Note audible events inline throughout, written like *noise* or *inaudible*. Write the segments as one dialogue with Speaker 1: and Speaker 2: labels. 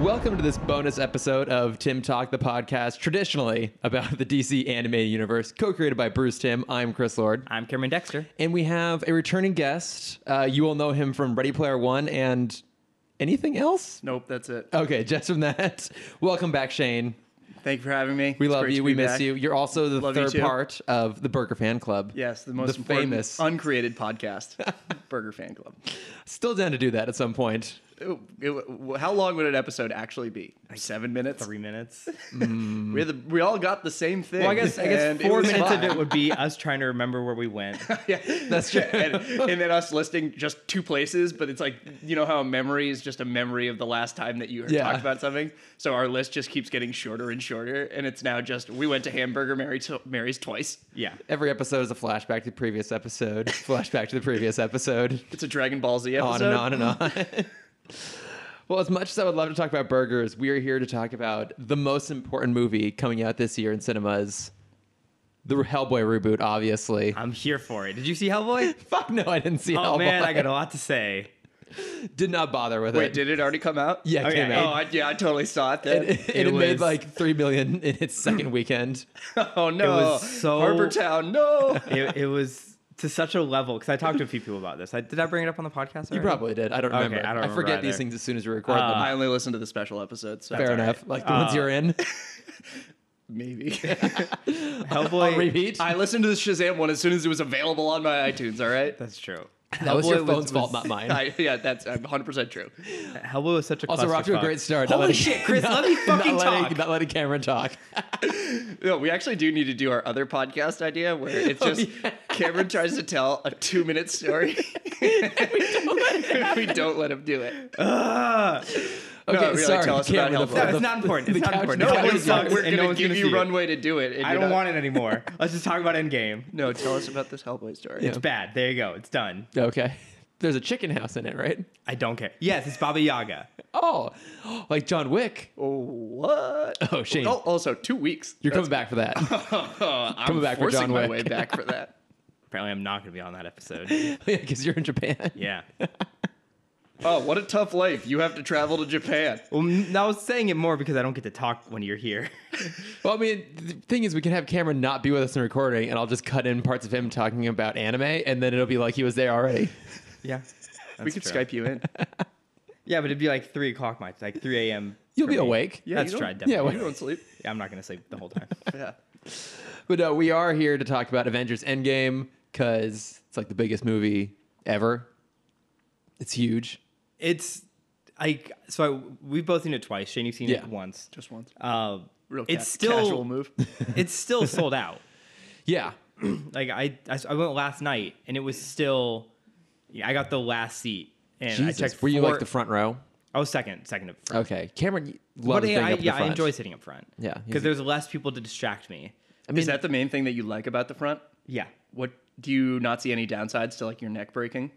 Speaker 1: Welcome to this bonus episode of Tim Talk, the podcast traditionally about the DC animated universe, co created by Bruce Tim. I'm Chris Lord.
Speaker 2: I'm Cameron Dexter.
Speaker 1: And we have a returning guest. Uh, you will know him from Ready Player One and anything else?
Speaker 3: Nope, that's it.
Speaker 1: Okay, *laughs* just from that. Welcome back, Shane.
Speaker 3: Thank you for having me.
Speaker 1: We
Speaker 3: It's
Speaker 1: love
Speaker 3: great
Speaker 1: you.
Speaker 3: to
Speaker 1: We
Speaker 3: be
Speaker 1: miss
Speaker 3: back.
Speaker 1: you. You're also the
Speaker 3: Love you
Speaker 1: third
Speaker 3: too.
Speaker 1: part of the Burger Fan Club.
Speaker 3: Yes, the most
Speaker 1: The
Speaker 3: important,
Speaker 1: famous.
Speaker 3: uncreated podcast,
Speaker 1: *laughs*
Speaker 3: Burger Fan Club.
Speaker 1: Still down to do that at some point.
Speaker 3: It- it- how long would an episode actually be? Seven minutes.
Speaker 2: Three *laughs* minutes.
Speaker 3: We, had the, we all got the same thing.
Speaker 2: Well, I guess I guess
Speaker 3: and
Speaker 2: four
Speaker 3: was
Speaker 2: minutes of
Speaker 3: fine. *laughs*
Speaker 2: it would be us trying to remember where we went.
Speaker 3: yeah,
Speaker 1: That's
Speaker 3: *laughs*
Speaker 1: true.
Speaker 3: and, and then us listing just two places, but it's like you know how a memory is just a memory of the last time that you heard-
Speaker 1: Yeah.
Speaker 3: talked about something. So our list just keeps getting shorter and shorter, and it's now just we went to Hamburger Mary to, Mary's twice.
Speaker 2: Yeah.
Speaker 1: Every episode is a flashback to the previous episode, flashback to the previous episode.
Speaker 3: It's a Dragon Ball Z episode.
Speaker 1: on and on and on.
Speaker 2: *laughs*
Speaker 1: well, as much as I would love to talk about burgers, we are here to talk about the most important movie coming out this year in cinemas. The Hellboy reboot, obviously.
Speaker 2: I'm here for it. Did you see Hellboy?
Speaker 1: Fuck no, I didn't see
Speaker 2: Oh
Speaker 1: Hellboy.
Speaker 2: man, I got a lot to say.
Speaker 1: *laughs* Did not bother with
Speaker 3: Wait,
Speaker 1: it.
Speaker 3: did it already come out?
Speaker 1: yeah, it
Speaker 2: Okay.
Speaker 1: came
Speaker 3: Oh,
Speaker 1: out.
Speaker 3: I, yeah, I totally saw it
Speaker 1: and
Speaker 3: then.
Speaker 1: it,
Speaker 2: it
Speaker 1: made
Speaker 2: was-
Speaker 1: like three million *laughs* in its
Speaker 2: *clears throat*
Speaker 1: second weekend.
Speaker 3: *laughs* oh no,
Speaker 2: was so-
Speaker 3: Harbor Town, no.
Speaker 2: It, it was to such a level because I talked to a few people about this. I, did I bring it up on the podcast?
Speaker 1: You
Speaker 2: already?
Speaker 1: probably did. I don't remember.
Speaker 2: I don't remember
Speaker 1: forget these
Speaker 2: either.
Speaker 1: things as soon as we record
Speaker 2: Uh,
Speaker 1: them.
Speaker 3: I only listened to the special episodes. So
Speaker 1: Fair
Speaker 2: all right. Uh,
Speaker 1: enough. Like the ones you're in.
Speaker 3: maybe. *laughs*
Speaker 1: On
Speaker 2: Hellboy.
Speaker 1: repeat.
Speaker 3: I listened to the Shazam one as soon as it was available on my iTunes. All right.
Speaker 2: That's true.
Speaker 1: that was
Speaker 2: Hellboy
Speaker 1: your phone's fault,
Speaker 2: was-
Speaker 1: not mine.
Speaker 3: *laughs* I, yeah, that's 100 percent true.
Speaker 2: Hellboy was such a
Speaker 1: also, we're off to a
Speaker 2: clusterfuck.
Speaker 1: great start. Not
Speaker 2: Holy
Speaker 1: letting- *laughs*
Speaker 2: shit, Chris! let me
Speaker 1: not
Speaker 2: fucking
Speaker 1: letting-
Speaker 2: talk.
Speaker 1: Not letting Cameron talk.
Speaker 3: No, we actually do need to do our other podcast idea where it's
Speaker 1: Oh,
Speaker 3: just
Speaker 1: yeah.
Speaker 3: Cameron tries to tell a two-minute story. we don't let him do it.
Speaker 2: Ugh.
Speaker 1: Okay,
Speaker 3: really,
Speaker 1: sorry.
Speaker 3: tell us
Speaker 1: Cameron,
Speaker 3: about
Speaker 1: the-
Speaker 3: Hellboy.
Speaker 2: Ah!
Speaker 1: the-
Speaker 2: No, it's not important.
Speaker 1: the
Speaker 2: It's not
Speaker 1: couch-
Speaker 2: important.
Speaker 1: the
Speaker 2: No,
Speaker 1: couch
Speaker 2: it
Speaker 1: is
Speaker 2: was not.
Speaker 1: dark.
Speaker 3: We're
Speaker 2: and no
Speaker 3: gonna
Speaker 2: one's
Speaker 3: give
Speaker 2: gonna
Speaker 3: you
Speaker 2: see it.
Speaker 3: runway to do it. and
Speaker 2: I
Speaker 3: you're
Speaker 2: don't
Speaker 3: not-
Speaker 2: want it anymore. Let's just talk about Endgame.
Speaker 3: No, tell us about this Hellboy story.
Speaker 1: Yeah.
Speaker 2: It's bad. There you go. It's done.
Speaker 1: Okay. There's a chicken house in it, right?
Speaker 2: I don't care. Yes, it's Baba Yaga.
Speaker 1: Oh, *gasps* like John Wick.
Speaker 3: Oh, what?
Speaker 1: Oh, Shane,
Speaker 3: Oh, also two weeks.
Speaker 1: you're
Speaker 3: That's-
Speaker 1: coming back for that.
Speaker 2: *laughs*
Speaker 1: *laughs*
Speaker 3: Oh, *laughs* I'm
Speaker 1: coming back for
Speaker 3: forcing
Speaker 1: John
Speaker 3: my
Speaker 1: Wick.
Speaker 3: way back for that.
Speaker 2: Apparently, I'm not going to be on that *laughs* episode.
Speaker 1: yeah, because you're in Japan.
Speaker 2: Yeah.
Speaker 3: *laughs* Oh, what a tough life! You have to travel to Japan.
Speaker 2: Well, n- I was saying it more because I don't get to talk when you're *laughs* here.
Speaker 1: Well, I mean, the thing is, we can have Cameron not be with us in recording, and I'll just cut in parts of him talking about anime, and then it'll be like he was there already.
Speaker 2: Yeah.
Speaker 3: we could Skype you *laughs* in.
Speaker 2: Yeah, but it'd be like 3 o'clock my Like 3 a.m.
Speaker 1: You'll
Speaker 2: for
Speaker 1: be
Speaker 2: me.
Speaker 1: awake.
Speaker 3: Yeah,
Speaker 2: That's
Speaker 3: you
Speaker 2: true. I
Speaker 3: don't-
Speaker 1: yeah,
Speaker 2: definitely-
Speaker 3: You don't sleep.
Speaker 2: yeah, I'm not going to sleep the whole time. *laughs*
Speaker 3: Yeah.
Speaker 1: But no, we are here to talk about Avengers Endgame because it's like the biggest movie ever. It's huge.
Speaker 2: It's like, so I, we've both seen it twice. Shane, you've seen
Speaker 1: Yeah.
Speaker 2: it once.
Speaker 3: Just once.
Speaker 2: Uh,
Speaker 3: Real
Speaker 2: it's
Speaker 3: ca-
Speaker 2: still
Speaker 3: casual *laughs* move.
Speaker 2: *laughs*
Speaker 1: *laughs*
Speaker 2: it's still sold out.
Speaker 1: Yeah.
Speaker 2: Like I, I, I went last night and it was still. Yeah, I got the last seat and I
Speaker 1: Jesus.
Speaker 2: checked.
Speaker 1: Were you
Speaker 2: four-
Speaker 1: like the front row?
Speaker 2: I was second, second up front.
Speaker 1: Okay, Cameron loves
Speaker 2: but
Speaker 1: being
Speaker 2: yeah, I,
Speaker 1: up in the
Speaker 2: yeah, I
Speaker 1: front.
Speaker 2: enjoy sitting up front.
Speaker 1: Yeah, he's-
Speaker 2: because there's less people to distract me.
Speaker 1: I mean,
Speaker 3: Is that the main thing that you like about the front?
Speaker 2: Yeah.
Speaker 3: What do you not see any downsides to like your neck breaking?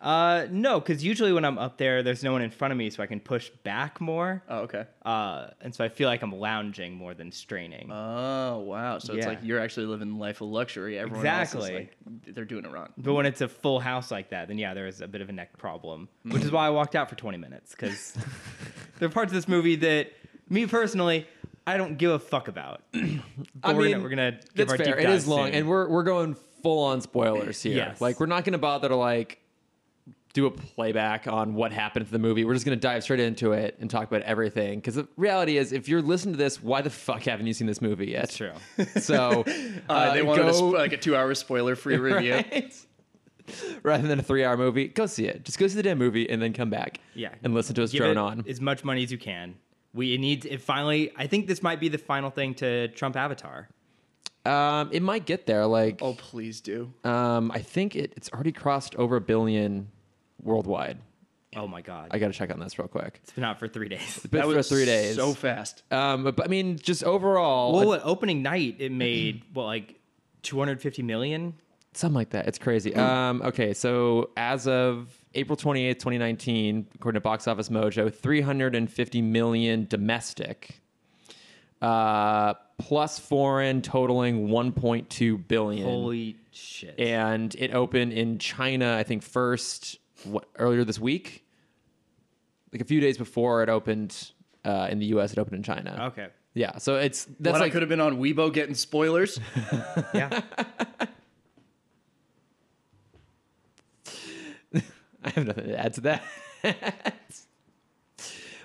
Speaker 2: Uh, no, because usually when I'm up there, there's no one in front of me, so I can push back more.
Speaker 3: Oh, okay.
Speaker 2: Uh, and so I feel like I'm lounging more than straining.
Speaker 3: Oh wow! So it's
Speaker 2: Yeah.
Speaker 3: like you're actually living life of luxury. Everyone else is
Speaker 2: Exactly.
Speaker 3: like they're doing it *laughs* wrong.
Speaker 2: but when it's a full house like that, then yeah, there is a bit of a neck problem,
Speaker 1: Mm.
Speaker 2: which is why I walked out for 20 minutes
Speaker 1: *laughs*
Speaker 2: because there are parts of this movie that me personally, I don't give a fuck about. But
Speaker 1: I
Speaker 2: we're
Speaker 1: mean,
Speaker 2: gonna, we're gonna give
Speaker 1: That's
Speaker 2: our
Speaker 1: fair.
Speaker 2: deep
Speaker 1: It
Speaker 2: dive
Speaker 1: is long,
Speaker 2: soon.
Speaker 1: and we're we're going full on spoilers here.
Speaker 2: Yes.
Speaker 1: Like we're not going to bother to like do a playback on what happened to the movie. We're just going to dive straight into it and talk about everything. Because the reality is, if you're listening to this, why the fuck haven't you seen this movie yet?
Speaker 2: It's true.
Speaker 1: *laughs*
Speaker 2: *laughs*
Speaker 1: So
Speaker 3: Uh, they wanted a,
Speaker 1: go-
Speaker 3: sp- like a two-hour *laughs* spoiler-free review.
Speaker 1: Right? Rather than a three-hour movie, go see it. Just go see the damn movie and then come back.
Speaker 2: Yeah.
Speaker 1: and listen to us
Speaker 2: give
Speaker 1: drone
Speaker 2: it
Speaker 1: on.
Speaker 2: as much money as you can. We it needs it finally. I think this might be the final thing to Trump Avatar.
Speaker 1: Um, it might get there. Like
Speaker 3: Oh please do.
Speaker 1: Um, I think it, it's already crossed over a billion worldwide.
Speaker 2: Oh my god,
Speaker 1: I got to check on this real quick.
Speaker 2: it's been out for
Speaker 1: *laughs*
Speaker 2: three days.
Speaker 1: It's been for three days.
Speaker 3: So fast.
Speaker 1: um, but, but I mean, just overall,
Speaker 2: Well, what opening night it made what like two hundred fifty million.
Speaker 1: something like that. It's
Speaker 2: *clears throat*
Speaker 1: crazy. Um, okay, so as of April 28th, 2019, according to Box Office Mojo, 350 million domestic, uh, plus foreign totaling 1.2 billion.
Speaker 2: Holy shit!
Speaker 1: and it opened in China, I think first what earlier this week, like a few days before it opened uh, in the U.S. It opened in China.
Speaker 2: Okay.
Speaker 1: Yeah, so it's that's
Speaker 3: That's I
Speaker 1: like
Speaker 3: could have been on Weibo getting *laughs* spoilers.
Speaker 2: Yeah.
Speaker 1: *laughs* I have nothing to add to that.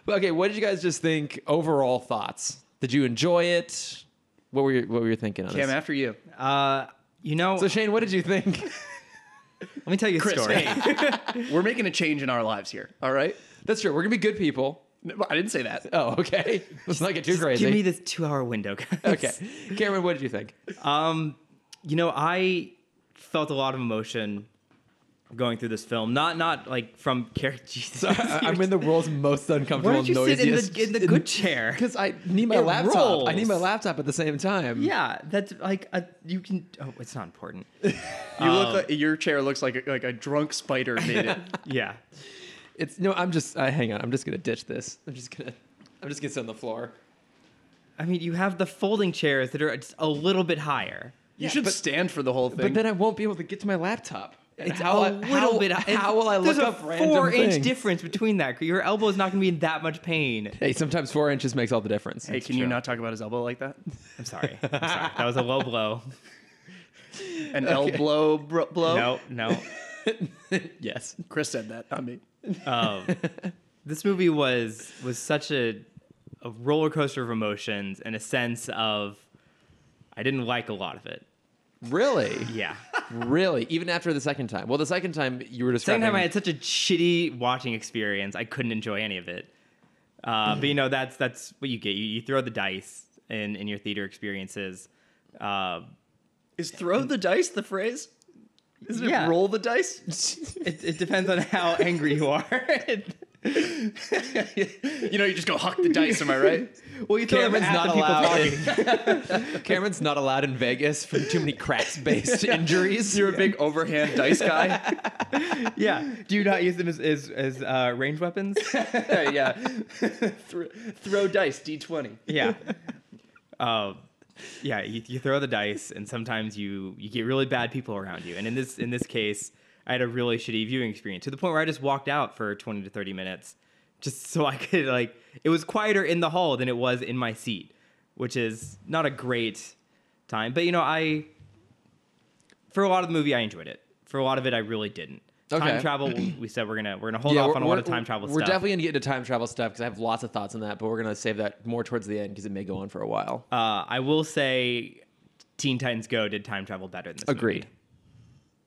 Speaker 1: but okay, what did you guys just think? Overall thoughts? Did you enjoy it? What were your, what were you thinking on
Speaker 3: Cam,
Speaker 1: this?
Speaker 3: after you.
Speaker 2: Uh, you
Speaker 1: *laughs*
Speaker 2: know,
Speaker 1: So Shane, what did you think? *laughs*
Speaker 2: let me tell you a
Speaker 3: Chris,
Speaker 2: story.
Speaker 3: hey, we're making a change in our lives here. All right.
Speaker 1: that's true. We're gonna be good people.
Speaker 3: No, I didn't say that.
Speaker 1: Oh, okay. *laughs* Let's not get too
Speaker 2: Just
Speaker 1: crazy.
Speaker 2: Give me this two-hour window, guys.
Speaker 1: okay, Cameron, what did you
Speaker 2: *laughs*
Speaker 1: think?
Speaker 2: Um, you know, I felt a lot of emotion going through this film. Not not like from Carrie. Jesus,
Speaker 1: I'm in the world's most uncomfortable.
Speaker 2: Why don't you sit in the, in the
Speaker 1: *laughs*
Speaker 2: good chair?
Speaker 1: Because I need my
Speaker 2: It
Speaker 1: laptop. I need my
Speaker 2: rolls.
Speaker 1: laptop at the same time.
Speaker 2: Yeah, that's like a, you can. Oh, it's not important.
Speaker 3: You look like your chair looks like a, like a drunk *laughs* spider made it.
Speaker 2: Yeah,
Speaker 1: It's no. I'm just. Uh, hang on. I'm just gonna ditch this. I'm just gonna. I'm just gonna sit on the floor.
Speaker 2: I mean, you have the folding chairs that are just a little bit higher.
Speaker 3: You should stand for the whole thing.
Speaker 1: But then I won't be able to get to my laptop. And
Speaker 2: It's
Speaker 1: how
Speaker 2: a
Speaker 1: I-
Speaker 2: little
Speaker 1: how-
Speaker 2: bit. hi-
Speaker 1: How will I
Speaker 2: there's
Speaker 1: look
Speaker 2: a
Speaker 1: up random
Speaker 2: four-inch
Speaker 1: things?
Speaker 2: difference between that. Your elbow is not going to be in that much pain.
Speaker 1: Hey, sometimes four inches makes all the difference.
Speaker 3: hey, can you not talk about his elbow like *laughs* that?
Speaker 2: I'm sorry. I'm sorry. *laughs* That was a low blow.
Speaker 3: An elbow bro- blow?
Speaker 2: No, no.
Speaker 1: *laughs* Yes.
Speaker 3: Chris said that, not me.
Speaker 1: *laughs*
Speaker 2: um, this movie was was such a a roller coaster of emotions and a sense of I didn't like a lot of it.
Speaker 1: Really?
Speaker 2: Yeah.
Speaker 1: really? Even after the second time? Well, the second time you were describing.
Speaker 2: Second time I had such a shitty watching experience, I couldn't enjoy any of it. Uh, but you know that's that's what you get. You, you throw the dice in in your theater experiences. Uh,
Speaker 3: Is throw the dice the phrase? Isn't
Speaker 2: Yeah.
Speaker 3: it roll the dice?
Speaker 2: it, it depends on how *laughs* angry you are.
Speaker 3: You know, you just go huck the dice, am I right?
Speaker 2: well, you
Speaker 1: *laughs*
Speaker 2: throw them
Speaker 1: Cameron's
Speaker 2: at
Speaker 1: not
Speaker 2: the people
Speaker 1: allowed.
Speaker 2: talking.
Speaker 1: *laughs* Cameron's not allowed in Vegas from too many *laughs* craps-based injuries.
Speaker 3: *laughs* You're a big overhand dice guy.
Speaker 2: Yeah. Do you not use them as as, as uh, range weapons?
Speaker 3: *laughs* yeah. Thro- throw dice, D20.
Speaker 2: yeah. *laughs* Um, yeah, you, you throw the dice, and sometimes you you get really bad people around you. And in this in this case, I had a really shitty viewing experience to the point where I just walked out for twenty to thirty minutes, just so I could like it was quieter in the hall than it was in my seat, which is not a great time. But you know, I for a lot of the movie I enjoyed it. For a lot of it, I really didn't.
Speaker 1: Okay.
Speaker 2: Time travel, we we said we're gonna
Speaker 1: *clears throat*
Speaker 2: we're gonna hold off on a lot of time travel
Speaker 1: We're
Speaker 2: stuff.
Speaker 1: definitely gonna get into time travel stuff because I have lots of thoughts on that, but we're gonna save that more towards the end because it may go on for a while.
Speaker 2: Uh, I will say, Teen Titans Go did time travel better than this. movie,
Speaker 1: Agreed.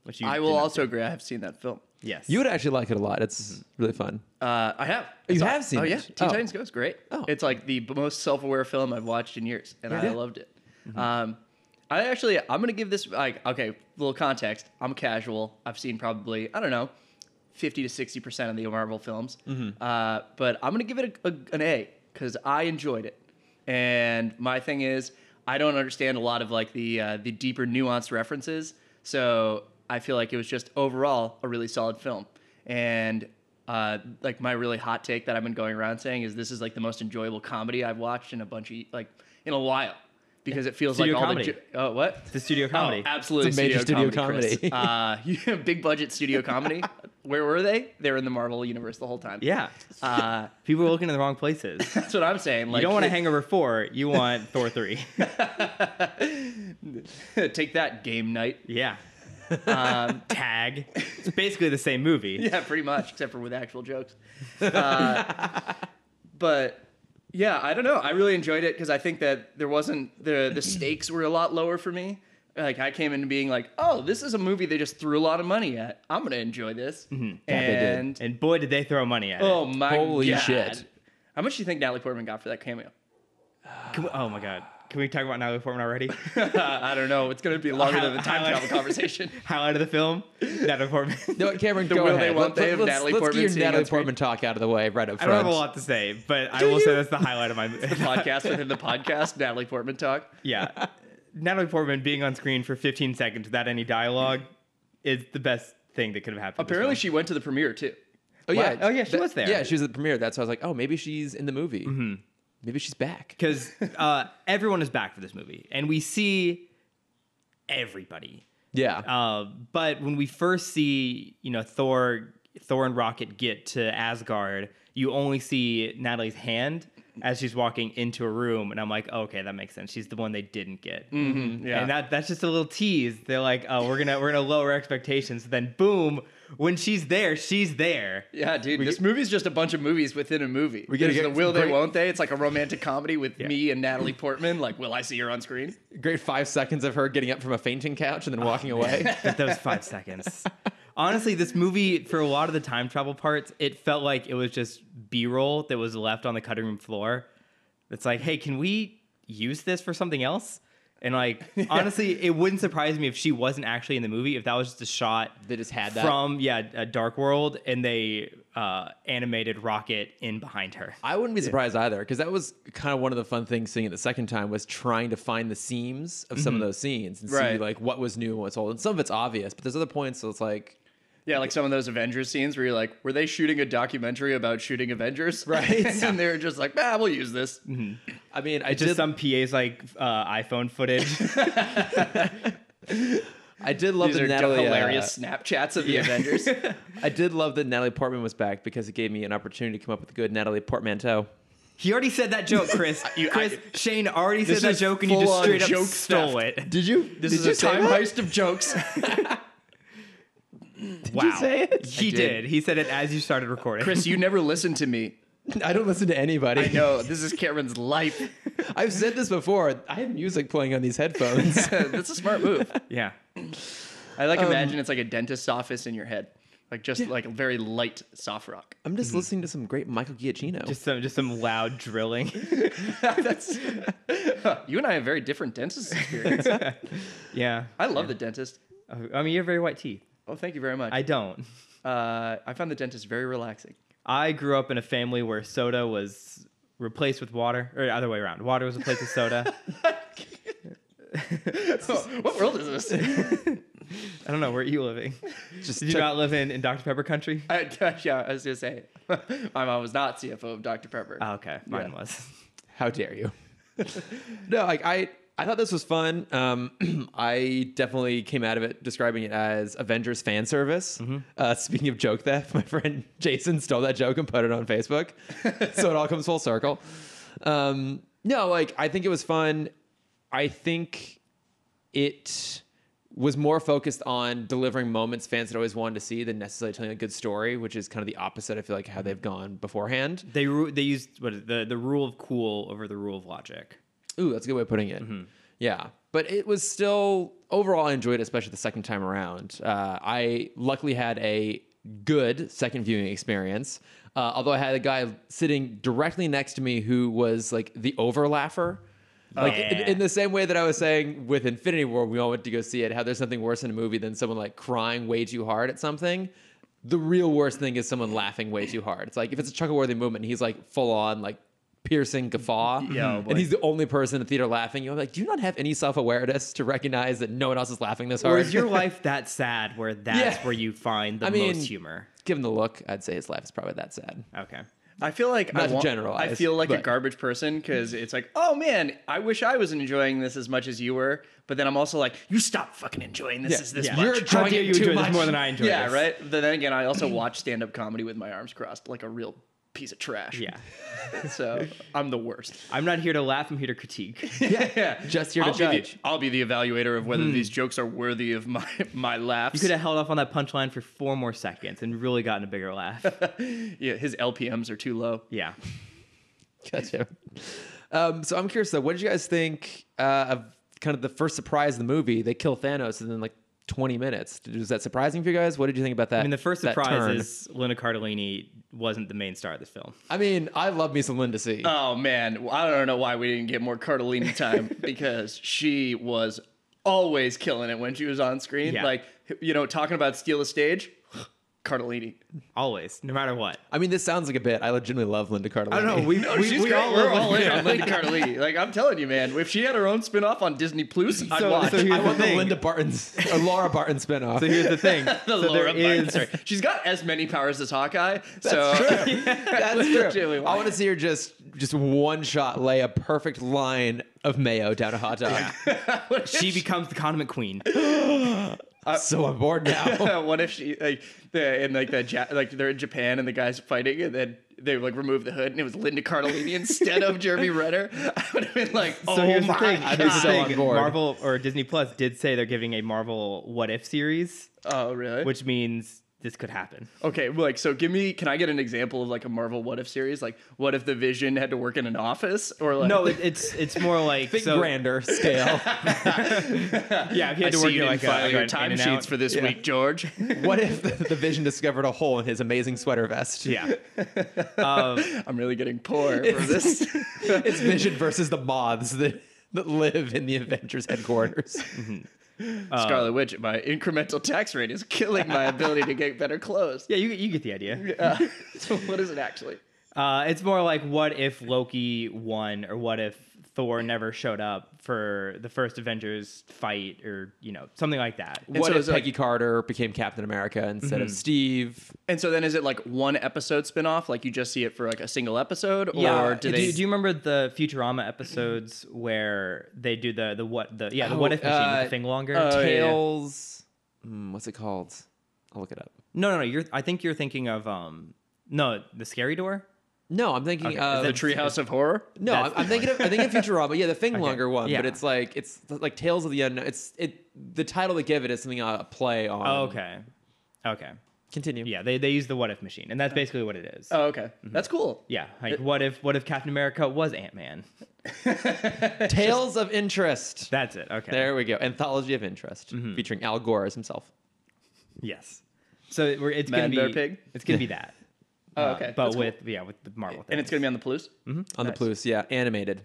Speaker 2: which you
Speaker 3: I
Speaker 2: did
Speaker 3: will
Speaker 2: not-
Speaker 3: also agree. I have seen that film.
Speaker 2: Yes.
Speaker 1: You would actually like it a lot. It's really fun.
Speaker 3: Uh, I have.
Speaker 1: You
Speaker 3: It's
Speaker 1: have seen
Speaker 3: Oh,
Speaker 1: it?
Speaker 3: yeah. Teen
Speaker 1: Oh.
Speaker 3: Titans Go is great.
Speaker 1: Oh.
Speaker 3: It's like the b- most self-aware film I've watched in years, and I
Speaker 1: Yeah. Mm-hmm.
Speaker 3: loved it. Um, I actually, I'm gonna give this like okay, little context. I'm casual. I've seen probably I don't know, fifty to sixty percent of the Marvel films.
Speaker 2: Mm-hmm.
Speaker 3: Uh, but I'm gonna give it a, a, an A because I enjoyed it, and my thing is I don't understand a lot of like the uh, the deeper nuanced references. So I feel like it was just overall a really solid film, and uh, like my really hot take that I've been going around saying is this is like the most enjoyable comedy I've watched in a bunch of like in a while because it feels
Speaker 2: Studio
Speaker 3: like all
Speaker 2: comedy.
Speaker 3: the ju- oh what
Speaker 2: the studio comedy.
Speaker 3: Oh, absolutely,
Speaker 1: It's a major studio
Speaker 3: Chris.
Speaker 1: *laughs*
Speaker 3: uh, *laughs* big budget studio comedy. Where were they? They were in the Marvel universe the whole time.
Speaker 2: yeah.
Speaker 3: uh,
Speaker 2: People were looking in the wrong
Speaker 3: *laughs*
Speaker 2: places.
Speaker 3: that's what I'm saying. Like,
Speaker 2: you don't
Speaker 3: *laughs*
Speaker 2: want a hangover four. You want Thor three.
Speaker 3: hang. take that game night.
Speaker 2: Yeah.
Speaker 3: Um,
Speaker 2: Tag. It's basically the same movie.
Speaker 3: yeah, *laughs* pretty much, except for with actual jokes. Uh, but yeah, I don't know. I really enjoyed it because I think that there wasn't the the stakes were a lot lower for me. Like I came into being like, oh, this is a movie they just threw a lot of money at. I'm gonna enjoy this.
Speaker 1: Yeah, they did.
Speaker 3: And
Speaker 2: And boy, did they throw money at
Speaker 3: oh my
Speaker 1: Holy
Speaker 3: God.
Speaker 1: shit.
Speaker 3: How much do you think Natalie Portman got for that cameo?
Speaker 2: it. Can we- oh my god. Can we talk about Natalie Portman already? *laughs*
Speaker 3: I don't know. It's gonna be longer than the time
Speaker 2: Highlight-
Speaker 3: travel
Speaker 1: *laughs*
Speaker 3: conversation.
Speaker 2: Highlight of the film. Natalie
Speaker 3: *laughs*
Speaker 2: Portman.
Speaker 1: No, Cameron,
Speaker 3: The
Speaker 1: go
Speaker 3: will they
Speaker 1: ahead.
Speaker 3: won't they of
Speaker 1: let's,
Speaker 3: Natalie
Speaker 1: let's
Speaker 3: Portman
Speaker 1: get
Speaker 3: sitting
Speaker 1: your
Speaker 3: on
Speaker 1: Natalie
Speaker 3: screen.
Speaker 1: Portman talk out of the way right up
Speaker 2: I
Speaker 1: front.
Speaker 2: don't have a lot to say, but I
Speaker 1: Do
Speaker 2: will say
Speaker 1: you?
Speaker 2: that's the highlight of
Speaker 3: *laughs*
Speaker 2: my
Speaker 3: podcast within the podcast, Natalie Portman talk.
Speaker 2: yeah. Natalie Portman being on screen for 15 seconds without any dialogue is the best thing that could have happened. to this
Speaker 3: Apparently,
Speaker 2: film.
Speaker 3: she went to the premiere too.
Speaker 1: Oh yeah,
Speaker 2: Oh, yeah, she
Speaker 1: That-
Speaker 2: was there. Mm-hmm.
Speaker 1: Yeah, she was at the premiere. That's why I was like, oh, maybe she's in the movie. Maybe she's back.
Speaker 2: because uh, everyone is back for this movie, and we see everybody.
Speaker 1: Yeah,
Speaker 2: um, Uh, but when we first see, you know, Thor Thor and Rocket get to Asgard, you only see Natalie's hand as she's walking into a room, and I'm like, "Oh, okay, that makes sense. She's the one they didn't get.
Speaker 3: yeah.
Speaker 2: And that that's just a little tease. They're like, oh, we're gonna we're gonna lower expectations. Then boom, when she's there, she's there.
Speaker 3: Yeah, dude, this movie's just a bunch of movies within a movie. We
Speaker 1: gotta
Speaker 3: There's
Speaker 1: get
Speaker 3: the will they,
Speaker 1: great-
Speaker 3: won't they. It's like a romantic comedy with me and Natalie Portman. Like, will I see her on screen?
Speaker 1: Great five seconds of her getting up from a fainting couch and then walking
Speaker 2: Oh,
Speaker 1: away.
Speaker 2: But those five seconds. Honestly, this movie for a lot of the time travel parts, it felt like it was just B-roll that was left on the cutting room floor. It's like, hey, can we use this for something else? And like, honestly, it wouldn't surprise me if she wasn't actually in the movie. If that was just a shot
Speaker 1: *laughs* They just had that.
Speaker 2: from yeah, a Dark World, and they uh, animated Rocket in behind her.
Speaker 1: I wouldn't be surprised either because that was kind of one of the fun things seeing it the second time was trying to find the seams of
Speaker 2: Mm-hmm.
Speaker 1: some of those scenes and see
Speaker 3: Right.
Speaker 1: like what was new and what's old. And some of it's obvious, but there's other points. So it's like
Speaker 3: Yeah, like some of those Avengers scenes where you're like, were they shooting a documentary about shooting Avengers?
Speaker 1: Right.
Speaker 3: *laughs*
Speaker 1: Mm-hmm.
Speaker 3: and they're just like, ah, we'll use this.
Speaker 1: I mean, I
Speaker 2: It's
Speaker 1: did
Speaker 2: just some PA's like uh, iPhone footage.
Speaker 1: I did love
Speaker 3: These
Speaker 1: that
Speaker 3: are
Speaker 1: Natalie. uh,
Speaker 3: hilarious Snapchats of the Avengers.
Speaker 1: I *laughs* did love that Natalie Portman was back because it gave me an opportunity to come up with a good Natalie Portmanteau.
Speaker 2: *laughs* he already said that joke, *laughs* Chris.
Speaker 3: You- I-
Speaker 2: Chris Shane already said
Speaker 3: This
Speaker 2: that
Speaker 3: is
Speaker 2: joke, and you just
Speaker 3: full-on
Speaker 2: straight up
Speaker 3: joke
Speaker 2: stole
Speaker 3: theft.
Speaker 2: it.
Speaker 1: Did you?
Speaker 3: This
Speaker 1: did
Speaker 3: is
Speaker 1: you
Speaker 3: a
Speaker 1: say
Speaker 3: time
Speaker 1: that?
Speaker 3: heist
Speaker 1: *laughs*
Speaker 3: of jokes.
Speaker 2: wow.
Speaker 1: you say it?
Speaker 2: He
Speaker 3: I
Speaker 2: did.
Speaker 3: did.
Speaker 2: He said it as you started recording.
Speaker 3: Chris, you never listen to me.
Speaker 1: I don't listen to anybody.
Speaker 3: I know this is Cameron's life.
Speaker 1: I've said this before. I have music playing on these headphones.
Speaker 3: *laughs* That's a smart move. Um,
Speaker 2: yeah.
Speaker 3: I like imagine it's like a dentist's office in your head, like just like very light soft rock.
Speaker 1: *laughs* I'm just listening to some great Michael Giacchino.
Speaker 2: Just some just some loud drilling.
Speaker 3: *laughs* That's you and I have very different dentist *laughs* experience.
Speaker 2: *laughs* yeah.
Speaker 3: I love the dentist.
Speaker 2: I mean, you have very white teeth.
Speaker 3: Oh, thank you very much.
Speaker 2: I don't.
Speaker 3: I, uh, I found the dentist very *laughs* relaxing.
Speaker 2: I grew up in a family where soda was replaced with water, or the other way around. Water was replaced with *laughs* soda.
Speaker 3: what world is this? *laughs*
Speaker 2: I don't know. Where are you living?
Speaker 1: Just
Speaker 2: Did you
Speaker 1: took-
Speaker 2: not live in, in Dr. Pepper
Speaker 1: *laughs*
Speaker 2: country?
Speaker 3: I, yeah, I was gonna say *laughs* my mom was not CFO of Dr Pepper.
Speaker 2: Oh, okay. Mine was.
Speaker 1: How dare you? *laughs* no, like I, I thought this was fun. Um, *clears throat* I definitely came out of it describing it as Avengers fan service. Uh, speaking of joke theft, *laughs* my friend Jason stole that joke and put it on Facebook, so it all comes full circle. Um, no, like I think it was fun. I think it was more focused on delivering moments fans had always wanted to see than necessarily telling a good story, which is kind of the opposite. I feel like how they've gone beforehand.
Speaker 2: They ru- they used what is it, the the rule of cool over the rule of logic.
Speaker 1: Ooh, that's a good way of putting it. Yeah, but it was still overall I enjoyed, it, especially the second time around. Uh, I luckily had a good second viewing experience. Uh, although I had a guy sitting directly next to me who was like the overlaffer. Like in,
Speaker 2: yeah.
Speaker 1: in the same way that I was saying with Infinity War, we all went to go see it. How there's nothing worse in a movie than someone like crying way too hard at something. The real worst thing is someone laughing way too hard. It's like if it's a chuckle-worthy movement, he's like full on like piercing guffaw,
Speaker 3: Yeah, oh boy.
Speaker 1: and he's the only person in the theater laughing. You're like, do you not have any self-awareness to recognize that no one else is laughing this hard?
Speaker 2: Or is your life that sad where that's
Speaker 1: Yeah.
Speaker 2: where you find the
Speaker 1: I mean-
Speaker 2: most humor?
Speaker 1: *laughs* Given the look, I'd say his life is probably that sad.
Speaker 2: Okay.
Speaker 3: I feel like
Speaker 1: Not
Speaker 3: I
Speaker 1: to
Speaker 3: want,
Speaker 1: generalize,
Speaker 3: I feel like a
Speaker 1: but-
Speaker 3: garbage person because it's like, oh man, I wish I was enjoying this as much as you were. But then I'm also like, you stop fucking enjoying this
Speaker 1: Yeah,
Speaker 3: as this
Speaker 1: yeah.
Speaker 3: much.
Speaker 1: You're
Speaker 2: How
Speaker 1: enjoying
Speaker 2: dare
Speaker 1: it
Speaker 2: you
Speaker 1: too
Speaker 2: enjoy
Speaker 1: much.
Speaker 2: this more than I enjoy
Speaker 3: yeah,
Speaker 2: this?
Speaker 3: right. But then again, I also watch stand up comedy with my arms crossed, like a real piece of trash.
Speaker 2: Yeah.
Speaker 3: *laughs* So I'm the worst.
Speaker 2: I'm not here to laugh. I'm here to critique.
Speaker 3: *laughs* Yeah.
Speaker 1: Just here to
Speaker 3: I'll be
Speaker 1: judge.
Speaker 3: the, I'll be the evaluator of whether these jokes are worthy of my *laughs* my
Speaker 2: You
Speaker 3: laughs.
Speaker 2: could have held off on that punchline for four more seconds and really gotten a bigger laugh.
Speaker 3: *laughs* yeah, his LPMs are too low.
Speaker 2: yeah.
Speaker 1: Gotcha. Um, so I'm curious though, what did you guys think uh, of kind of the first surprise of the movie? They kill Thanos in like 20 minutes. Did- Was that surprising for you guys? What did you think about that?
Speaker 2: I mean, the first
Speaker 1: that
Speaker 2: surprise
Speaker 1: turn?
Speaker 2: is Lena Cardellini wasn't the main star of this film.
Speaker 1: I mean, I love me some Linda C.
Speaker 2: Uh,
Speaker 3: Oh man, Well, I don't know why we didn't get more Cardellini
Speaker 2: *laughs*
Speaker 3: time because she was always killing it when she was on screen.
Speaker 2: Yeah.
Speaker 3: Like you know, talking about steal a stage, *sighs* Cardellini.
Speaker 2: Always, no matter what.
Speaker 1: I mean, this sounds like a bit. I legitimately love Linda Cardellini.
Speaker 2: I
Speaker 1: *laughs*
Speaker 2: don't know. *laughs* We, we,
Speaker 3: She's
Speaker 2: we
Speaker 3: great.
Speaker 2: all
Speaker 3: We're
Speaker 2: love
Speaker 3: all in
Speaker 2: Lena *laughs*
Speaker 3: on *laughs* Linda Cardellini. Like I'm telling you, man, if she had her own spin-off on Disney Plus, I'd
Speaker 2: So-
Speaker 3: watch.
Speaker 2: so here's
Speaker 1: I want the
Speaker 2: the thing.
Speaker 1: Linda Barton's or Laura Barton spinoff.
Speaker 2: So here's
Speaker 1: *laughs*
Speaker 2: the thing.
Speaker 3: the
Speaker 2: so there
Speaker 3: Laura Barton.
Speaker 2: is-
Speaker 3: Sorry. She's got as many powers as Hawkeye. so
Speaker 1: That's true. That's
Speaker 3: Legitimately
Speaker 1: true. I want to see her just just one shot lay a perfect line of mayo down a hot dog.
Speaker 2: she becomes the condiment queen.
Speaker 1: *laughs* so I'm bored now.
Speaker 3: *laughs* what if she like the and like the ja- like they're in Japan and the guys fighting and then they like remove the hood and it was Linda Cardellini instead
Speaker 2: *laughs*
Speaker 3: of Jeremy Renner? I would have been like, oh
Speaker 2: So here's
Speaker 3: my
Speaker 2: the thing.
Speaker 3: god,
Speaker 2: Here's the
Speaker 1: so
Speaker 2: thing.
Speaker 1: on board.
Speaker 2: Marvel or Disney Plus did say they're giving a Marvel what if series,
Speaker 3: oh really?
Speaker 2: which means this could happen.
Speaker 3: okay, well, like so, give me. Can I get an example of like a Marvel what if series? Like, what if the Vision had to work in an office or like *laughs*
Speaker 2: No, it, it's it's more like
Speaker 1: Think
Speaker 2: *laughs* so,
Speaker 1: grander
Speaker 2: *laughs*
Speaker 1: scale.
Speaker 2: Yeah, if you
Speaker 3: I
Speaker 2: had to
Speaker 3: see
Speaker 2: work
Speaker 3: you
Speaker 2: in
Speaker 3: didn't
Speaker 2: like
Speaker 3: file
Speaker 2: a,
Speaker 3: your
Speaker 2: like an in and
Speaker 3: timesheets
Speaker 2: out.
Speaker 3: for this
Speaker 1: Yeah.
Speaker 3: week, George.
Speaker 2: *laughs*
Speaker 1: what if the, the Vision discovered a hole in his amazing sweater vest? *laughs*
Speaker 2: Yeah. Um,
Speaker 3: I'm really
Speaker 2: *laughs*
Speaker 3: getting poor for this.
Speaker 1: *laughs* it's Vision versus the moths that, that live in the Avengers headquarters. *laughs*
Speaker 2: Uh,
Speaker 3: Scarlet Witch, my incremental tax rate is killing my ability to get better clothes.
Speaker 2: *laughs* yeah, you you get the idea.
Speaker 3: Uh, *laughs* so what is it actually?
Speaker 2: Uh, it's more like what if Loki won, or what if Thor never showed up for the first Avengers fight, or you know something like Mm-hmm. that.
Speaker 3: And
Speaker 1: what
Speaker 3: so
Speaker 1: if
Speaker 3: is it like-
Speaker 1: Peggy Carter became Captain America instead of Steve?
Speaker 3: And so then is it like one episode spinoff? Like you just see it for like a single episode? Or
Speaker 1: Yeah.
Speaker 3: do
Speaker 2: do,
Speaker 3: they.
Speaker 2: do you remember the Futurama episodes where they do the the what the yeah the
Speaker 1: Oh,
Speaker 2: what if machine
Speaker 1: uh,
Speaker 2: with the thing longer?
Speaker 3: Oh, yeah, yeah.
Speaker 1: Tales. Hmm, what's it called? I'll look it up.
Speaker 2: no, no, no. You're I think you're thinking of um no the scary door.
Speaker 1: No, I'm thinking
Speaker 2: is
Speaker 1: of
Speaker 3: the Treehouse of Horror?
Speaker 1: No,
Speaker 2: That's
Speaker 1: I'm, I'm thinking
Speaker 2: *laughs*
Speaker 1: of I think of Futurama. Yeah, the thing longer one,
Speaker 2: Yeah.
Speaker 1: but it's like it's like Tales of the Unknown. It's it the title they give it is something uh, a play on.
Speaker 3: Mm-hmm.
Speaker 2: Oh, okay, okay.
Speaker 1: continue.
Speaker 2: Yeah, they they use the what if machine, and that's basically what it is.
Speaker 3: Oh, okay.
Speaker 2: Mm-hmm.
Speaker 3: That's cool.
Speaker 2: Yeah, like what if what if Captain America was Ant Man?
Speaker 1: *laughs* Tales of Interest.
Speaker 2: That's it. Okay.
Speaker 1: There we go. Anthology of Interest featuring Al Gore as himself.
Speaker 2: Yes. So it- we're, it's
Speaker 3: Man,
Speaker 2: gonna
Speaker 3: bear,
Speaker 2: be
Speaker 3: pig?
Speaker 2: it's
Speaker 3: *laughs*
Speaker 2: gonna be that.
Speaker 3: Oh,
Speaker 2: Uh,
Speaker 3: okay.
Speaker 2: but
Speaker 3: That's cool.
Speaker 2: with Mm-hmm. yeah with, with Marvel.
Speaker 3: And it's going to be on the Plus?
Speaker 1: on the Plus, yeah, animated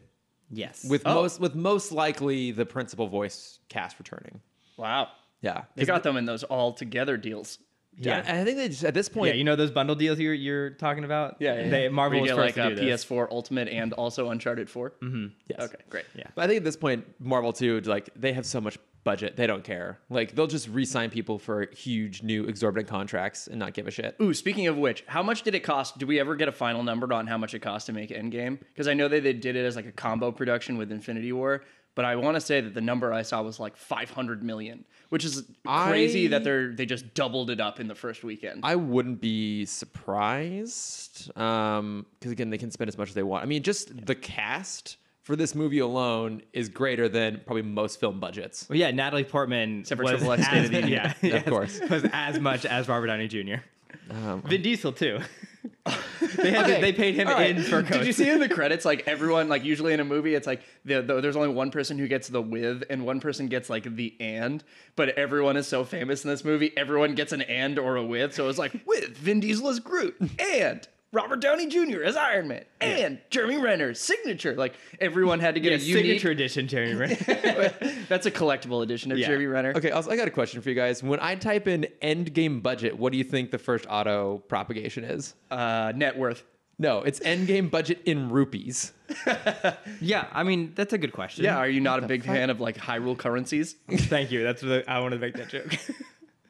Speaker 2: yes
Speaker 1: with
Speaker 3: Oh.
Speaker 1: most with most likely the principal voice cast returning.
Speaker 3: Wow.
Speaker 1: Yeah,
Speaker 3: They got them in those all together deals.
Speaker 1: yeah.
Speaker 2: yeah.
Speaker 1: I I think they just at this
Speaker 2: Yeah,
Speaker 1: point,
Speaker 2: you know those bundle deals you're you're talking about? They, Marvel
Speaker 3: Where
Speaker 2: was
Speaker 3: you get
Speaker 2: first
Speaker 3: like
Speaker 2: to
Speaker 3: a
Speaker 2: do this.
Speaker 3: PS4 Ultimate and also Uncharted 4. Mm-hmm.
Speaker 1: yes.
Speaker 3: Okay, great.
Speaker 2: Yeah.
Speaker 1: But I think at this point, Marvel too, like they have so much budget, they don't care. Like they'll just re-sign people for huge, new, exorbitant contracts and not give a shit.
Speaker 3: Ooh, speaking of which, how much did it cost? Do we ever get a final number on how much it cost to make Endgame? Because I know that they did it as like a combo production with Infinity War, but I want to say that the number I saw was like 500 million, which is crazy
Speaker 1: I-
Speaker 3: that they're they just doubled it up in the first weekend.
Speaker 1: I wouldn't be surprised because again, they can spend as much as they want. I mean, just the cast for this movie alone is greater than probably most film budgets.
Speaker 2: Well, yeah, Natalie Portman
Speaker 3: Except for
Speaker 2: was
Speaker 3: Triple X State of the
Speaker 2: as-
Speaker 3: Union.
Speaker 2: Yeah,
Speaker 1: Of
Speaker 2: *laughs* yes,
Speaker 1: course.
Speaker 2: was as much as Robert Downey Jr.
Speaker 1: Um,
Speaker 2: Vin Diesel too. they, had
Speaker 1: Okay.
Speaker 2: they paid him
Speaker 1: All right.
Speaker 2: in for coats.
Speaker 3: Did you see in the credits like everyone like usually in a movie it's like the, the, there's only one person who gets the with and one person gets like the and but everyone is so famous in this movie everyone gets an and or a with so
Speaker 1: *laughs*
Speaker 3: it's like with Vin Diesel as Groot and Robert Downey Jr. as Iron Man and Jeremy Renner's signature like everyone had to
Speaker 2: Yeah,
Speaker 3: get a unique
Speaker 2: signature edition, Terry. Right?
Speaker 3: *laughs* that's a collectible edition of
Speaker 2: Yeah.
Speaker 3: Jeremy Renner
Speaker 1: Okay, also, I got a question for you guys. When I type in end game budget, what do you think the first auto propagation is?
Speaker 3: uh, net worth
Speaker 1: No, it's end game budget in rupees.
Speaker 2: yeah, I mean that's a good question.
Speaker 3: yeah are you not a big fan of like Hyrule currencies
Speaker 2: Thank you. That's what I wanted to make that joke.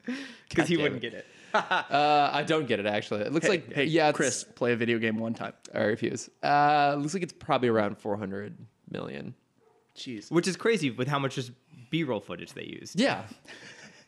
Speaker 2: *laughs* Because he
Speaker 1: damn
Speaker 2: wouldn't
Speaker 1: it.
Speaker 2: get it.
Speaker 1: Uh, I don't get it actually. It looks like
Speaker 3: hey
Speaker 1: yeah, it's-
Speaker 3: Chris play a video game one time
Speaker 1: I refuse. Uh, looks like it's probably around 400 million.
Speaker 3: jeez
Speaker 2: Which is crazy with how much just B-roll footage they used.
Speaker 1: Yeah,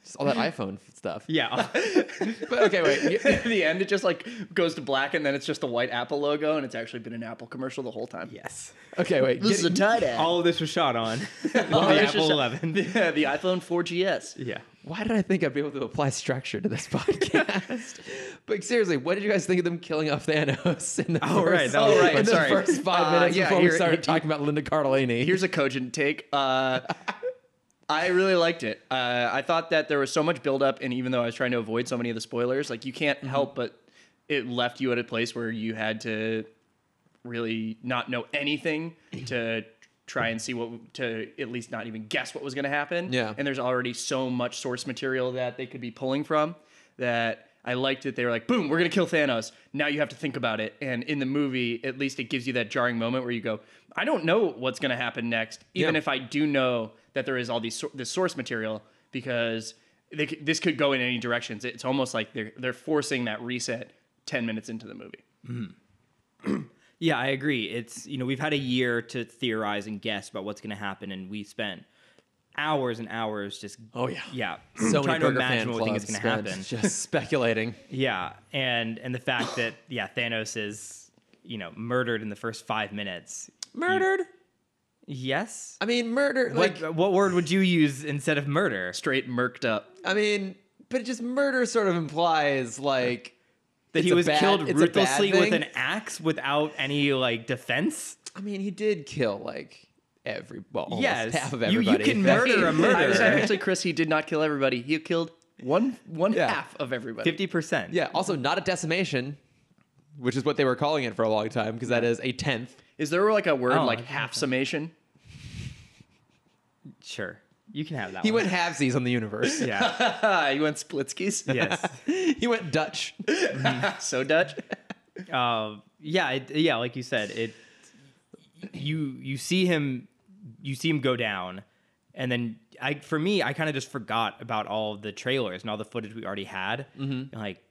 Speaker 1: just all that iPhone stuff.
Speaker 2: Yeah.
Speaker 1: But okay,
Speaker 3: *laughs*
Speaker 1: wait. y-
Speaker 3: at the end, it just like goes to black, and then it's just the white Apple logo, and it's actually been an Apple commercial the whole time.
Speaker 2: *laughs* yes.
Speaker 1: Okay, wait.
Speaker 3: This is a
Speaker 1: Get-
Speaker 3: tight end.
Speaker 2: All of this was shot on the
Speaker 3: Oh, it's
Speaker 2: Apple
Speaker 3: just-
Speaker 2: 11.
Speaker 3: *laughs* the, the iPhone 4GS.
Speaker 2: Yeah.
Speaker 1: why did I think I'd be able to apply structure to this *laughs*
Speaker 3: *laughs*
Speaker 1: podcast? but seriously, what did you guys think of them killing off Thanos in the
Speaker 2: Oh,
Speaker 1: first,
Speaker 2: right, that was
Speaker 3: Oh,
Speaker 2: a
Speaker 3: right.
Speaker 1: in the
Speaker 3: Sorry.
Speaker 1: first five
Speaker 3: Uh,
Speaker 1: minutes
Speaker 3: yeah,
Speaker 1: before
Speaker 3: here-
Speaker 1: we started
Speaker 3: here-
Speaker 1: talking about Linda Cardellini?
Speaker 3: Here's a cogent take. *laughs* Uh, I really liked it. Uh, I thought that there was so much buildup, and even though I was trying to avoid so many of the spoilers, like you can't help but it left you at a place where you had to really not know anything to try and see what to at least not even guess what was going to happen.
Speaker 1: Yeah.
Speaker 3: And there's already so much source material that they could be pulling from that I liked that they were like, boom, we're going to kill Thanos. Now you have to think about it. And in the movie, at least it gives you that jarring moment where you go, I don't know what's going to happen next, even
Speaker 1: Yeah.
Speaker 3: if I do know that there is all these, sor- this source material because they, c- this could go in any directions. It's almost like they're, they're forcing that reset 10 minutes into the movie.
Speaker 2: Yeah, I agree. It's, you know, we've had a year to theorize and guess about what's going to happen, and we spent hours and hours just
Speaker 1: Oh yeah. *clears throat*
Speaker 2: yeah
Speaker 1: So many
Speaker 2: trying to
Speaker 1: Burger fan
Speaker 2: imagine what we think is
Speaker 1: clubs
Speaker 2: going to happen. *laughs*
Speaker 1: Just speculating.
Speaker 2: Yeah, and and the fact that yeah Thanos is you know murdered in the first five minutes.
Speaker 1: Murdered.
Speaker 2: Yes.
Speaker 1: I mean, murder.
Speaker 2: Like,
Speaker 1: Like,
Speaker 2: what word would you use instead of murder?
Speaker 3: Straight murked up.
Speaker 1: I mean, but just murder sort of implies like
Speaker 2: That
Speaker 1: it's
Speaker 2: he
Speaker 1: a
Speaker 2: was
Speaker 1: bad-
Speaker 2: killed
Speaker 1: it's a bad
Speaker 2: ruthlessly with
Speaker 1: thing?
Speaker 2: an axe without any like defense.
Speaker 1: I mean, he did kill like every well, almost
Speaker 2: Yes.
Speaker 1: half of
Speaker 2: You- you
Speaker 1: everybody.
Speaker 2: can
Speaker 1: that- *laughs*
Speaker 2: murder a
Speaker 3: *laughs* I was
Speaker 2: murderer.
Speaker 3: actually Chris. He did not kill everybody. He killed one one
Speaker 1: Yeah.
Speaker 3: half of everybody.
Speaker 2: Fifty percent.
Speaker 1: Yeah. Also, not a decimation, which is what they were calling it for a long time because that is a tenth.
Speaker 3: Is there like a word
Speaker 2: Oh,
Speaker 3: like
Speaker 2: I
Speaker 3: half summation? *laughs*
Speaker 2: Sure. You can have that.
Speaker 1: He
Speaker 2: one.
Speaker 1: went halvesies on the universe.
Speaker 2: Yeah.
Speaker 3: you went splitskis.
Speaker 2: yes.
Speaker 1: *laughs* he went Dutch.
Speaker 3: *laughs* so Dutch.
Speaker 2: Um. yeah. It, yeah. Like you said, it. You you see him, you see him go down, and then I for me I kind of just forgot about all of the trailers and all the footage we already had.
Speaker 3: Mm-hmm.
Speaker 2: And like,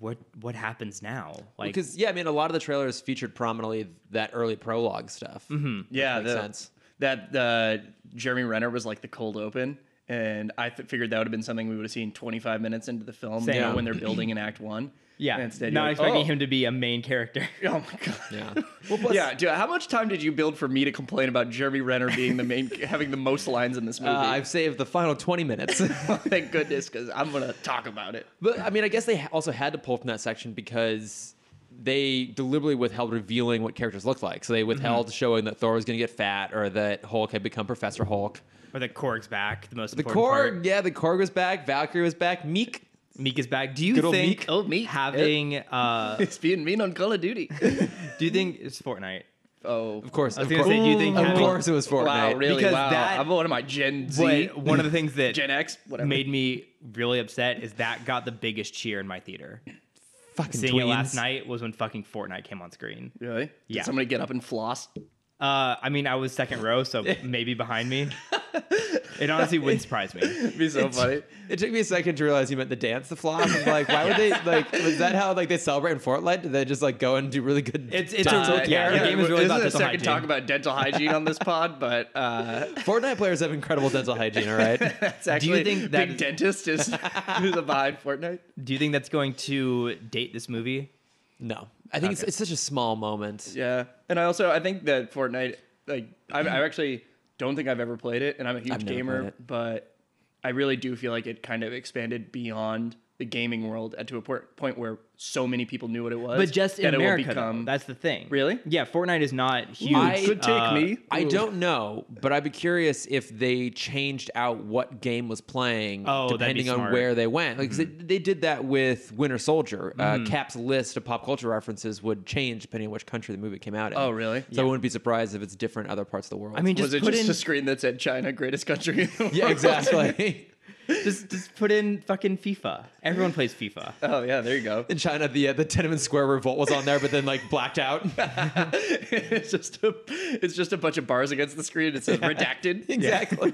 Speaker 2: what what happens now? Like,
Speaker 1: Because yeah, I mean, a lot of the trailers featured prominently that early prologue stuff.
Speaker 2: Mm-hmm.
Speaker 3: Yeah,
Speaker 1: Makes
Speaker 3: the-
Speaker 1: sense.
Speaker 3: That uh, Jeremy Renner was like the cold open, and I th- figured that would have been something we would have seen 25 minutes into the film you know,
Speaker 2: Same.
Speaker 3: when they're building in Act One.
Speaker 2: *clears throat* yeah,
Speaker 3: And instead,
Speaker 2: not
Speaker 3: you're like,
Speaker 2: expecting
Speaker 3: "Oh."
Speaker 2: him to be a main character. *laughs*
Speaker 3: *laughs* Oh my god.
Speaker 1: Yeah.
Speaker 3: yeah, dude. How much time did you build for me to complain about Jeremy Renner being the main, *laughs* having the most lines in this movie?
Speaker 1: Uh, I've saved the final 20 minutes. *laughs*
Speaker 3: *laughs* Thank goodness, because I'm gonna talk
Speaker 2: *laughs*
Speaker 3: about it.
Speaker 1: but I mean, I guess they ha- also had to pull from that section because they deliberately withheld revealing what characters looked like. So they withheld showing that Thor was going to get fat or that Hulk had become Professor Hulk.
Speaker 2: or the Korg's back. The most
Speaker 1: The
Speaker 2: important
Speaker 1: Korg,
Speaker 2: part.
Speaker 1: yeah, the Korg was back. Valkyrie was back. Meek.
Speaker 2: Meek is back. Do you
Speaker 1: Good old
Speaker 2: think
Speaker 1: Meek.
Speaker 3: Oh, Meek.
Speaker 2: having uh?
Speaker 3: It's being mean on Call of Duty. *laughs*
Speaker 2: do you think it's Fortnite?
Speaker 3: Oh,
Speaker 1: Of course.
Speaker 2: I was
Speaker 1: of
Speaker 2: gonna say,
Speaker 1: course.
Speaker 2: do you think
Speaker 1: Of
Speaker 2: having-
Speaker 1: course it was Fortnite.
Speaker 3: wow, really?
Speaker 2: Because
Speaker 3: wow.
Speaker 2: that-
Speaker 3: I'm one of my Gen *laughs* Z,
Speaker 2: What, one of the things that
Speaker 3: *laughs* Gen X, whatever.
Speaker 2: made me really upset is that got the biggest cheer in my theater.
Speaker 1: Fucking
Speaker 2: Seeing it last
Speaker 1: tweens.
Speaker 2: night was when fucking Fortnite came on screen.
Speaker 3: really? Did
Speaker 2: Yeah.
Speaker 3: somebody get up and floss?
Speaker 2: Uh, I mean, I was second row,
Speaker 3: *laughs*
Speaker 2: so maybe behind me. It honestly wouldn't surprise me.
Speaker 3: It'd be so funny.
Speaker 1: It took me a second to realize you meant the dance, the flop. I'm like, why would they like? Was that how like they celebrate in Fortnite? Did they just like go and do really good?
Speaker 2: It's- it's
Speaker 1: dance?
Speaker 2: a- yeah, the game is really
Speaker 3: this
Speaker 2: about
Speaker 3: is
Speaker 2: dental
Speaker 3: the second
Speaker 2: hygiene.
Speaker 3: talk about dental hygiene on this pod, but uh,
Speaker 1: Fortnite players have incredible dental hygiene. All right,
Speaker 2: *laughs*
Speaker 3: that's actually
Speaker 2: think that
Speaker 3: Big
Speaker 2: is-
Speaker 3: Dentist is *laughs* who's behind Fortnite?
Speaker 2: Do you think that's going to date this movie?
Speaker 1: no, I think it's,
Speaker 2: Okay.
Speaker 1: it's such a small moment.
Speaker 3: Yeah, and I also I think that Fortnite, like I, I actually don't think I've ever played it, and I'm a huge
Speaker 1: I've never played
Speaker 3: gamer,
Speaker 1: it.
Speaker 3: but I really do feel like it kind of expanded beyond the gaming world at to a por- point where so many people knew what it was,
Speaker 2: But just in
Speaker 3: that
Speaker 2: America,
Speaker 3: it will become.
Speaker 2: though, that's the thing.
Speaker 3: Really?
Speaker 2: Yeah, Fortnite is not huge.
Speaker 1: I-
Speaker 3: good take,
Speaker 2: Uh,
Speaker 3: me.
Speaker 1: I
Speaker 3: Ooh.
Speaker 1: don't know, but I'd be curious if they changed out what game was playing
Speaker 2: Oh, that'd be
Speaker 1: depending on
Speaker 2: smart.
Speaker 1: where they went. Like 'cause they, they did that with Winter Soldier. Uh, Cap's list of pop culture references would change depending on which country the movie came out in.
Speaker 3: Oh, really?
Speaker 1: So I wouldn't be surprised if it's different in other parts of the world.
Speaker 2: I mean, just
Speaker 3: was it
Speaker 2: put
Speaker 3: just
Speaker 2: in
Speaker 3: a screen that said China, greatest country? In the
Speaker 1: *laughs* yeah,
Speaker 3: world?
Speaker 1: exactly.
Speaker 2: just just put in fucking FIFA. Everyone plays FIFA.
Speaker 3: *laughs* Oh yeah, there you go.
Speaker 1: in China, the uh, the Tiananmen Square revolt was on there, but then like blacked out.
Speaker 3: it's just a, it's just a bunch of bars against the screen. It
Speaker 2: *laughs*
Speaker 3: says redacted.
Speaker 1: exactly.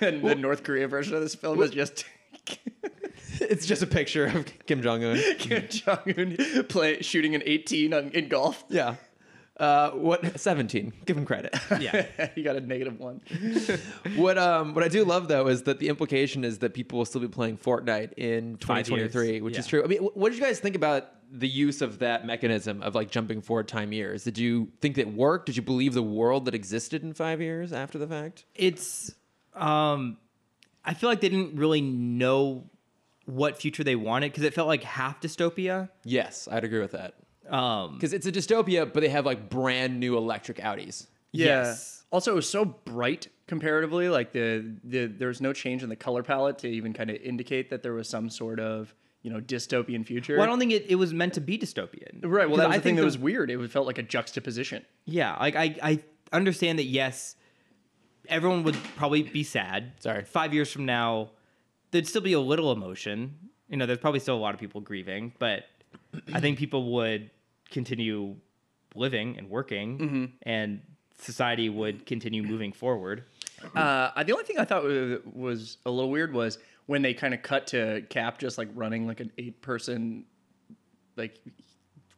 Speaker 3: and the North Korea version of this film is just *laughs*
Speaker 1: It's just a picture of Kim Jong Un.
Speaker 3: Kim Jong Un play shooting an 18 on, in golf. *laughs*
Speaker 1: Yeah. Uh, what seventeen? Give him credit.
Speaker 2: *laughs* Yeah.
Speaker 3: you got a negative one.
Speaker 1: what um what I do love though is that the implication is that people will still be playing Fortnite in
Speaker 2: Five years.
Speaker 1: 2023, which is
Speaker 2: Yeah.
Speaker 1: true. I mean, wh- what did you guys think about the use of that mechanism of like jumping forward time years? Did you think that worked? Did you believe the world that existed in five years after the fact?
Speaker 2: *laughs* it's um i feel like they didn't really know what future they wanted because it felt like half dystopia
Speaker 1: Yes, I'd agree with that
Speaker 2: um
Speaker 1: because it's a dystopia, but they have like brand new electric Audis.
Speaker 2: Yes.
Speaker 3: Also, it was so bright comparatively. Like the the there was no change in the color palette to even kind of indicate that there was some sort of you know dystopian future.
Speaker 2: well, I don't think it, it was meant to be dystopian.
Speaker 3: right. Well,
Speaker 2: 'Cause I
Speaker 3: that was the thing
Speaker 2: think
Speaker 3: that was weird. It felt like a juxtaposition.
Speaker 2: Yeah, like I, I understand that. Yes, everyone would probably be sad.
Speaker 1: Sorry.
Speaker 2: Five years from now, there'd still be a little emotion. You know, there's probably still a lot of people grieving, but I think people would continue living and working,
Speaker 3: Mm-hmm.
Speaker 2: and society would continue moving forward.
Speaker 3: Uh, I- the only thing I thought wa- was a little weird was when they kind of cut to Cap just like running like an eight person like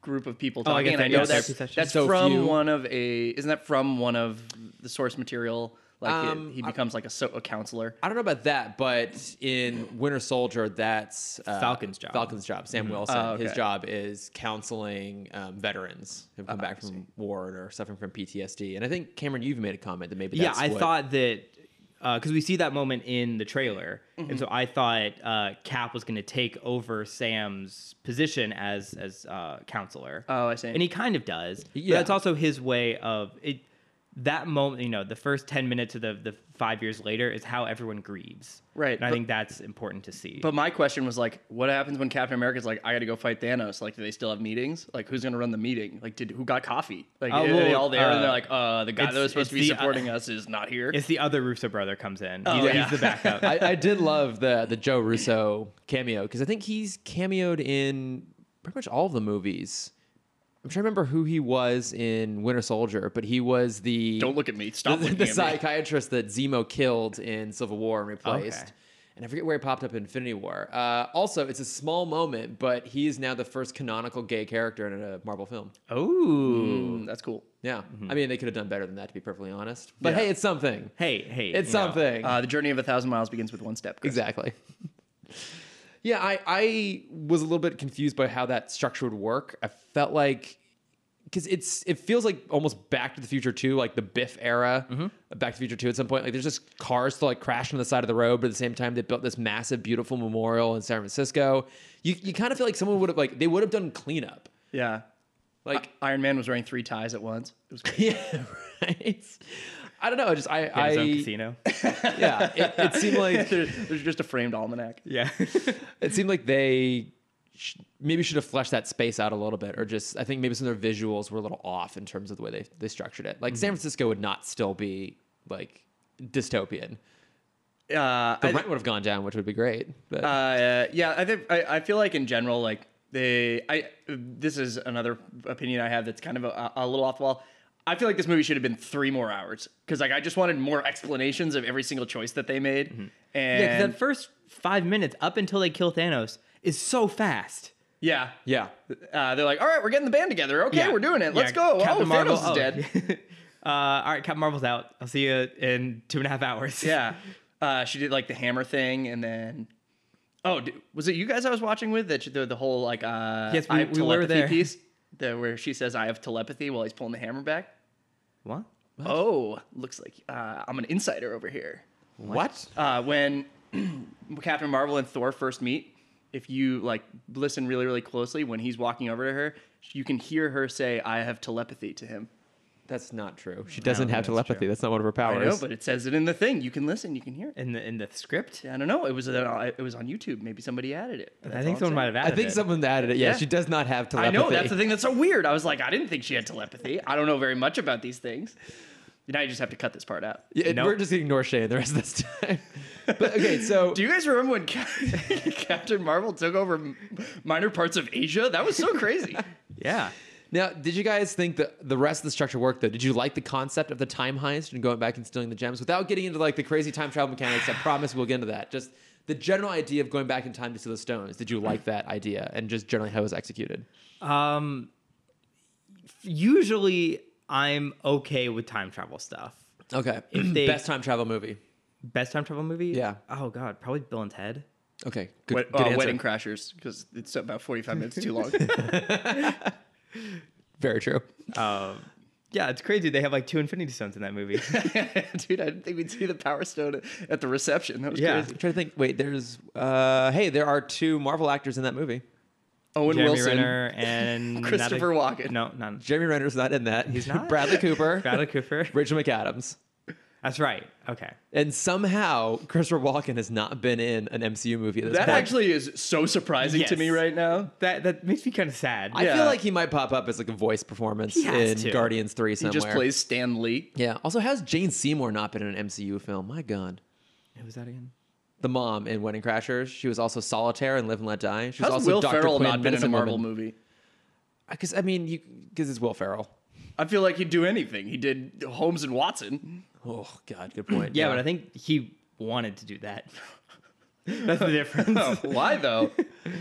Speaker 3: group of people
Speaker 2: Oh, I
Speaker 3: talking.
Speaker 2: guess
Speaker 3: and I
Speaker 2: that-
Speaker 3: know
Speaker 2: yeah,
Speaker 3: that's
Speaker 2: therapy session.
Speaker 3: that's
Speaker 1: So
Speaker 3: from
Speaker 1: few.
Speaker 3: one of a isn't that from one of the source material Like he-
Speaker 1: Um,
Speaker 3: he
Speaker 1: I-
Speaker 3: becomes like a, so, a counselor.
Speaker 1: I don't know about that, but in Winter Soldier, that's uh,
Speaker 2: Falcon's job. Mm-hmm.
Speaker 1: Falcon's job. Sam Wilson.
Speaker 3: Oh,
Speaker 1: His
Speaker 3: okay.
Speaker 1: job is counseling um, veterans who've
Speaker 2: Oh,
Speaker 1: come back from war and are suffering from PTSD. And I think Cameron, you've made a comment that maybe
Speaker 2: yeah,
Speaker 1: that's
Speaker 2: I
Speaker 1: what-
Speaker 2: thought that because we see that moment in the trailer,
Speaker 3: Mm-hmm.
Speaker 2: and so I thought uh, Cap was going to take over Sam's position as as uh, counselor.
Speaker 3: Oh, I see.
Speaker 2: and he kind of does.
Speaker 1: Yeah.
Speaker 2: but that's also his way of it. That moment, you know, the first ten minutes of the the five years later is how everyone grieves.
Speaker 3: Right,
Speaker 2: and I
Speaker 3: but-
Speaker 2: think that's important to see.
Speaker 3: But my question was like, what happens when Captain America's like, I got to go fight Thanos? Like, do they still have meetings? Like, who's gonna run the meeting? Like, did who got coffee? Like,
Speaker 2: Oh,
Speaker 3: are they
Speaker 2: well,
Speaker 3: all there?
Speaker 2: uh,
Speaker 3: and they're like, uh, the guy that
Speaker 2: it's-
Speaker 3: was supposed to
Speaker 2: it's
Speaker 3: be
Speaker 2: the-
Speaker 3: supporting us is not here.
Speaker 2: it's the other Russo brother comes in.
Speaker 3: Oh,
Speaker 2: he's,
Speaker 3: yeah.
Speaker 2: he's the
Speaker 1: *laughs*
Speaker 2: backup.
Speaker 3: *laughs*
Speaker 1: I, I did love the the Joe Russo cameo because I think he's cameoed in pretty much all of the movies. I'm trying to remember who he was in Winter Soldier, but he was the
Speaker 3: Don't look at me.
Speaker 1: *laughs*
Speaker 3: Stop
Speaker 1: the,
Speaker 3: looking
Speaker 1: the
Speaker 3: at me.
Speaker 1: psychiatrist that Zemo killed in Civil War and replaced.
Speaker 2: Okay.
Speaker 1: And I forget where he popped up in Infinity War. Uh, also, it's a small moment, but he is now the first canonical gay character in a Marvel film.
Speaker 2: oh,
Speaker 3: Mm, that's cool.
Speaker 1: Yeah, I mean they could have done better than that, to be perfectly honest. But
Speaker 3: Yeah.
Speaker 1: hey, it's something.
Speaker 2: hey, hey,
Speaker 1: It's
Speaker 2: you know.
Speaker 1: something.
Speaker 3: Uh, the journey of a thousand miles begins with one step. Chris.
Speaker 1: Exactly. *laughs* yeah, I, I was a little bit confused by how that structure would work. I felt like because it's it feels like almost Back to the Future 2, like the Biff era, Back to the Future 2 at some point. Like there's just cars still like crashing on the side of the road, but at the same time they built this massive, beautiful memorial in San Francisco. You you kind of feel like someone would have like they would have done cleanup.
Speaker 3: Yeah.
Speaker 1: Like
Speaker 3: Iron Man was wearing three ties at once. It was *laughs* great.
Speaker 1: Uh, *laughs* yeah, right. I don't know. I Just I,
Speaker 2: He had his own
Speaker 1: I
Speaker 2: casino.
Speaker 1: yeah. It, it seemed *laughs* like
Speaker 3: There- there's just a framed almanac. Uh,
Speaker 2: yeah.
Speaker 3: *laughs*
Speaker 2: *laughs*
Speaker 1: It seemed like they sh- maybe should have fleshed that space out a little bit, or just I think maybe some of their visuals were a little off in terms of the way they they structured it. Like San
Speaker 3: Mm-hmm.
Speaker 1: Francisco would not still be like dystopian.
Speaker 3: Uh,
Speaker 1: The
Speaker 3: I-
Speaker 1: rent would have gone down, which would be great. But
Speaker 3: uh, yeah, I think I, I feel like in general, like they, I this is another opinion I have that's kind of a, a little off the wall. I feel like this movie should have been three more hours because like I just wanted more explanations of every single choice that they made.
Speaker 2: Yeah, 'cause
Speaker 3: And
Speaker 2: that first five minutes up until they kill Thanos is so fast.
Speaker 3: yeah,
Speaker 1: yeah,
Speaker 3: Uh, they're like, all right, we're getting the band together. Okay, we're doing it. Let's go. oh, Thanos is dead.
Speaker 2: dead. *laughs* uh, all right, Captain Marvel's out. I'll see you in two and a half hours.
Speaker 3: *laughs* yeah, uh, she did like the hammer thing, and then. Oh, d was it you guys I was watching with that the, the whole like uh,
Speaker 2: Yes,
Speaker 3: I
Speaker 2: we-
Speaker 3: have
Speaker 2: we were
Speaker 3: telepathy
Speaker 2: there.
Speaker 3: piece, the, where she says I have telepathy while he's pulling the hammer back.
Speaker 2: What?
Speaker 3: Oh, looks like uh, I'm an insider over here.
Speaker 1: what?
Speaker 3: Uh, when *clears throat* Captain Marvel and Thor first meet, if you like listen really, really closely, when he's walking over to her, you can hear her say, "I have telepathy" to him.
Speaker 1: That's not true. She doesn't
Speaker 2: think
Speaker 1: have
Speaker 2: that's
Speaker 1: telepathy.
Speaker 2: true.
Speaker 1: That's not one of her
Speaker 3: I
Speaker 1: powers.
Speaker 3: know, but it says it in the thing. You can listen. You can hear it.
Speaker 2: In the in the script?
Speaker 3: I don't know. It was uh, it was on YouTube. Maybe somebody added it.
Speaker 2: I think someone might have
Speaker 1: I
Speaker 2: added
Speaker 1: think
Speaker 2: it.
Speaker 1: someone added it. Yeah,
Speaker 3: Yeah.
Speaker 1: she does not have
Speaker 3: I
Speaker 1: telepathy.
Speaker 3: know that's the thing that's so weird. I was like, I didn't think she had telepathy. I don't know very much about these things. Now you just have to cut this part out.
Speaker 1: Yeah,
Speaker 2: Nope.
Speaker 1: We're just gonna ignore Shane the rest of this time. *laughs* but okay, so
Speaker 3: *laughs* Do you guys remember when Cap- Captain Marvel took over m- minor parts of Asia? That was so
Speaker 1: *laughs*
Speaker 3: crazy.
Speaker 2: Yeah.
Speaker 1: Now, did you guys think that the rest of the structure worked though? Did you like the concept of the time heist and going back and stealing the gems without getting into like the crazy time travel mechanics? I promise we'll get into that. Just the general idea of going back in time to steal the stones. Did you like that idea and just generally how it was executed?
Speaker 2: Um, usually I'm okay with time travel stuff.
Speaker 1: *clears throat* Okay.
Speaker 2: they-
Speaker 1: Best time travel movie.
Speaker 2: Best time travel movie?
Speaker 1: Yeah.
Speaker 2: Oh God, probably Bill and Ted.
Speaker 1: Okay. Good,
Speaker 3: Wed-
Speaker 1: good
Speaker 3: uh,
Speaker 1: answer.
Speaker 3: Wedding Crashers, because it's about 45 minutes too
Speaker 1: *laughs*
Speaker 3: long. *laughs*
Speaker 1: Very true.
Speaker 2: Um, yeah, it's crazy. They have like two Infinity Stones in that
Speaker 3: *laughs*
Speaker 2: movie.
Speaker 3: Dude, I didn't think we'd see the Power Stone at the reception. That was
Speaker 2: Yeah.
Speaker 3: crazy.
Speaker 1: *laughs* I'm trying to think. Wait, there's uh hey, there are two Marvel actors in that movie.
Speaker 3: Owen
Speaker 2: Jeremy
Speaker 3: Wilson.
Speaker 2: Renner and not a-
Speaker 3: *laughs* Christopher Walken.
Speaker 2: No, not
Speaker 1: Jeremy Renner's not in that. He's *laughs*
Speaker 2: not?
Speaker 1: Bradley Cooper.
Speaker 2: Bradley
Speaker 3: *laughs*
Speaker 2: Cooper.
Speaker 1: Rachel McAdams.
Speaker 2: That's right. Okay.
Speaker 1: And somehow Christopher Walken has not been in an MCU movie at this
Speaker 3: That
Speaker 1: point.
Speaker 3: actually is so surprising to
Speaker 2: Yes.
Speaker 3: me right now.
Speaker 2: That that makes me kind of sad.
Speaker 1: I
Speaker 3: Yeah.
Speaker 1: feel like he might pop up as like a voice performance
Speaker 2: has
Speaker 1: in
Speaker 2: to.
Speaker 1: Guardians Three
Speaker 3: He
Speaker 1: somewhere.
Speaker 3: just plays Stan Lee.
Speaker 1: Yeah. Also, how's Jane Seymour not been in an MCU film? My God.
Speaker 2: Who was that again?
Speaker 1: The mom in Wedding Crashers. She was also Solitaire in Live and Let Die. She was
Speaker 3: How's
Speaker 1: also
Speaker 3: Will
Speaker 1: Dr.
Speaker 3: Ferrell
Speaker 1: Quinn,
Speaker 3: not been in a
Speaker 1: Medicine
Speaker 3: Marvel
Speaker 1: Woman.
Speaker 3: movie?
Speaker 1: Because I mean, you because it's Will Ferrell.
Speaker 3: I feel like he'd do anything. He did Holmes and Watson.
Speaker 1: Oh God, good point.
Speaker 2: Yeah, but I think he wanted to do that. *laughs* That's the
Speaker 3: *laughs*
Speaker 2: difference.
Speaker 3: Why though?